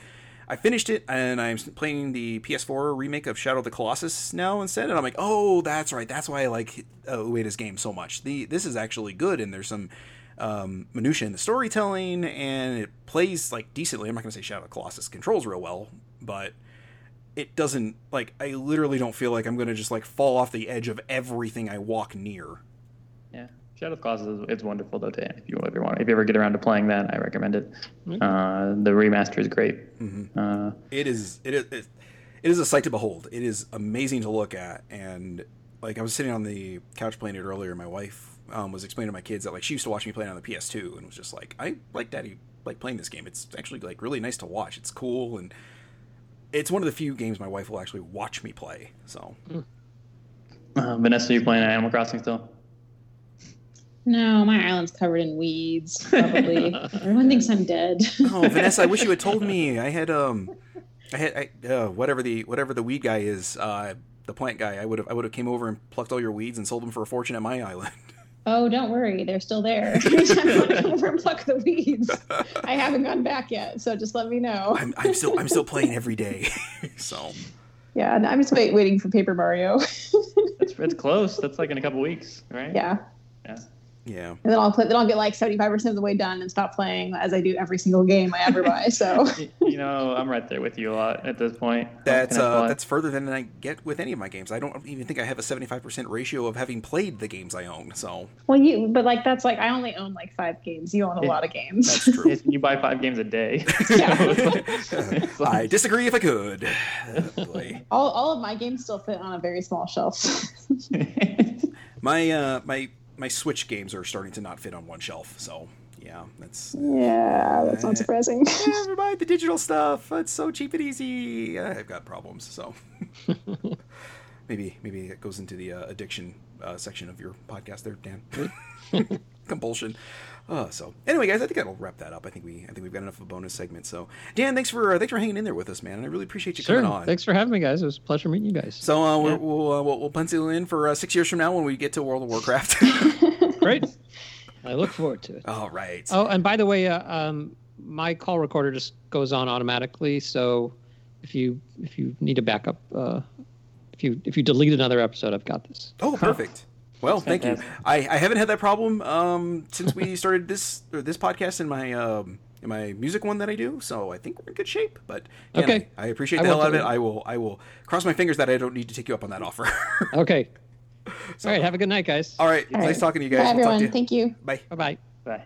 Speaker 1: i finished it and i'm playing the ps4 remake of shadow of the colossus now instead and i'm like oh that's right that's why i like uh, ueda's game so much the this is actually good and there's some um, minutia in the storytelling and it plays like decently i'm not going to say shadow of the colossus controls real well but it doesn't like I literally don't feel like I'm gonna just like fall off the edge of everything I walk near.
Speaker 4: Yeah, Shadow of the Colossus is it's wonderful though. To, if you ever want, if you ever get around to playing that, I recommend it. Uh, the remaster is great.
Speaker 1: Mm-hmm.
Speaker 4: Uh,
Speaker 1: It is it is it is a sight to behold. It is amazing to look at, and like I was sitting on the couch playing it earlier. and My wife um, was explaining to my kids that like she used to watch me play it on the PS2, and was just like, I like Daddy like playing this game. It's actually like really nice to watch. It's cool, and it's one of the few games my wife will actually watch me play. So
Speaker 4: uh, Vanessa, you playing Animal Crossing still?
Speaker 3: No, my island's covered in weeds. Probably everyone thinks I'm dead.
Speaker 1: Oh, Vanessa, I wish you had told me. I had um, I had I, uh, whatever the whatever the weed guy is, uh, the plant guy. I would have I would have came over and plucked all your weeds and sold them for a fortune at my island.
Speaker 3: oh, don't worry, they're still there. Every time I come over and pluck the weeds, I haven't gone back yet. So just let me know.
Speaker 1: I'm, I'm still I'm still playing every day. so
Speaker 3: Yeah, and I'm just wait, waiting for Paper Mario.
Speaker 4: It's it's close. That's like in a couple weeks, right?
Speaker 3: yeah,
Speaker 4: Yeah.
Speaker 1: Yeah.
Speaker 3: and then I'll play. Then I'll get like seventy five percent of the way done and stop playing, as I do every single game I ever buy. So
Speaker 4: Y- you know, I'm right there with you a lot at this point. I'm
Speaker 1: That's
Speaker 4: picking up a
Speaker 1: uh,
Speaker 4: lot.
Speaker 1: that's further than I get with any of my games. I don't even think I have a seventy five percent ratio of having played the games I own. So
Speaker 3: well, you but like that's like I only own like five games. You own a
Speaker 4: Yeah.
Speaker 3: lot of games.
Speaker 1: that's true.
Speaker 4: Yes, you buy five games a day.
Speaker 3: yeah.
Speaker 4: It's like-
Speaker 1: I disagree if I could. Boy.
Speaker 3: All, all of my games still fit on a very small shelf.
Speaker 1: My uh, my my Switch games are starting to not fit on one shelf. So yeah, that's
Speaker 3: yeah, that's not surprising.
Speaker 1: never mind the digital stuff. It's so cheap and easy. I've got problems. So maybe maybe that goes into the uh, addiction uh, section of your podcast there, Dan. Compulsion. Uh, so anyway, guys, I think that'll wrap that up. I think we I think we've got enough of a bonus segment. So Dan, thanks for uh, thanks for hanging in there with us, man. And I really appreciate you
Speaker 2: Sure.
Speaker 1: coming on.
Speaker 2: Thanks for having me, guys. It was a pleasure meeting you guys.
Speaker 1: So uh, we'll,
Speaker 4: Yeah.
Speaker 1: we'll, uh, we'll we'll pencil in for uh, six years from now when we get to World of Warcraft.
Speaker 2: Great. I look forward to it.
Speaker 1: All right.
Speaker 2: Oh, and by the way, uh, um, my call recorder just goes on automatically. So if you if you need a backup, uh, if you if you delete another episode, I've got this.
Speaker 1: Oh, perfect. Well, thank you.
Speaker 4: fantastic.
Speaker 1: I, I haven't had that problem um, since we started this or this podcast and my um, in my music one that I do. So I think we're in good shape. But yeah,
Speaker 2: Okay.
Speaker 1: I, I appreciate
Speaker 2: I
Speaker 1: the hell out
Speaker 2: won't
Speaker 1: of it.
Speaker 2: delete
Speaker 1: I will I will cross my fingers that I don't need to take you up on that offer.
Speaker 2: Okay. All right. Have a good night, guys.
Speaker 1: All right.
Speaker 3: All
Speaker 1: Nice
Speaker 3: right.
Speaker 1: talking to you
Speaker 3: Bye,
Speaker 1: guys. We'll talk
Speaker 3: everyone.
Speaker 1: to you.
Speaker 3: Thank you.
Speaker 1: Bye.
Speaker 2: Bye bye.
Speaker 4: Bye.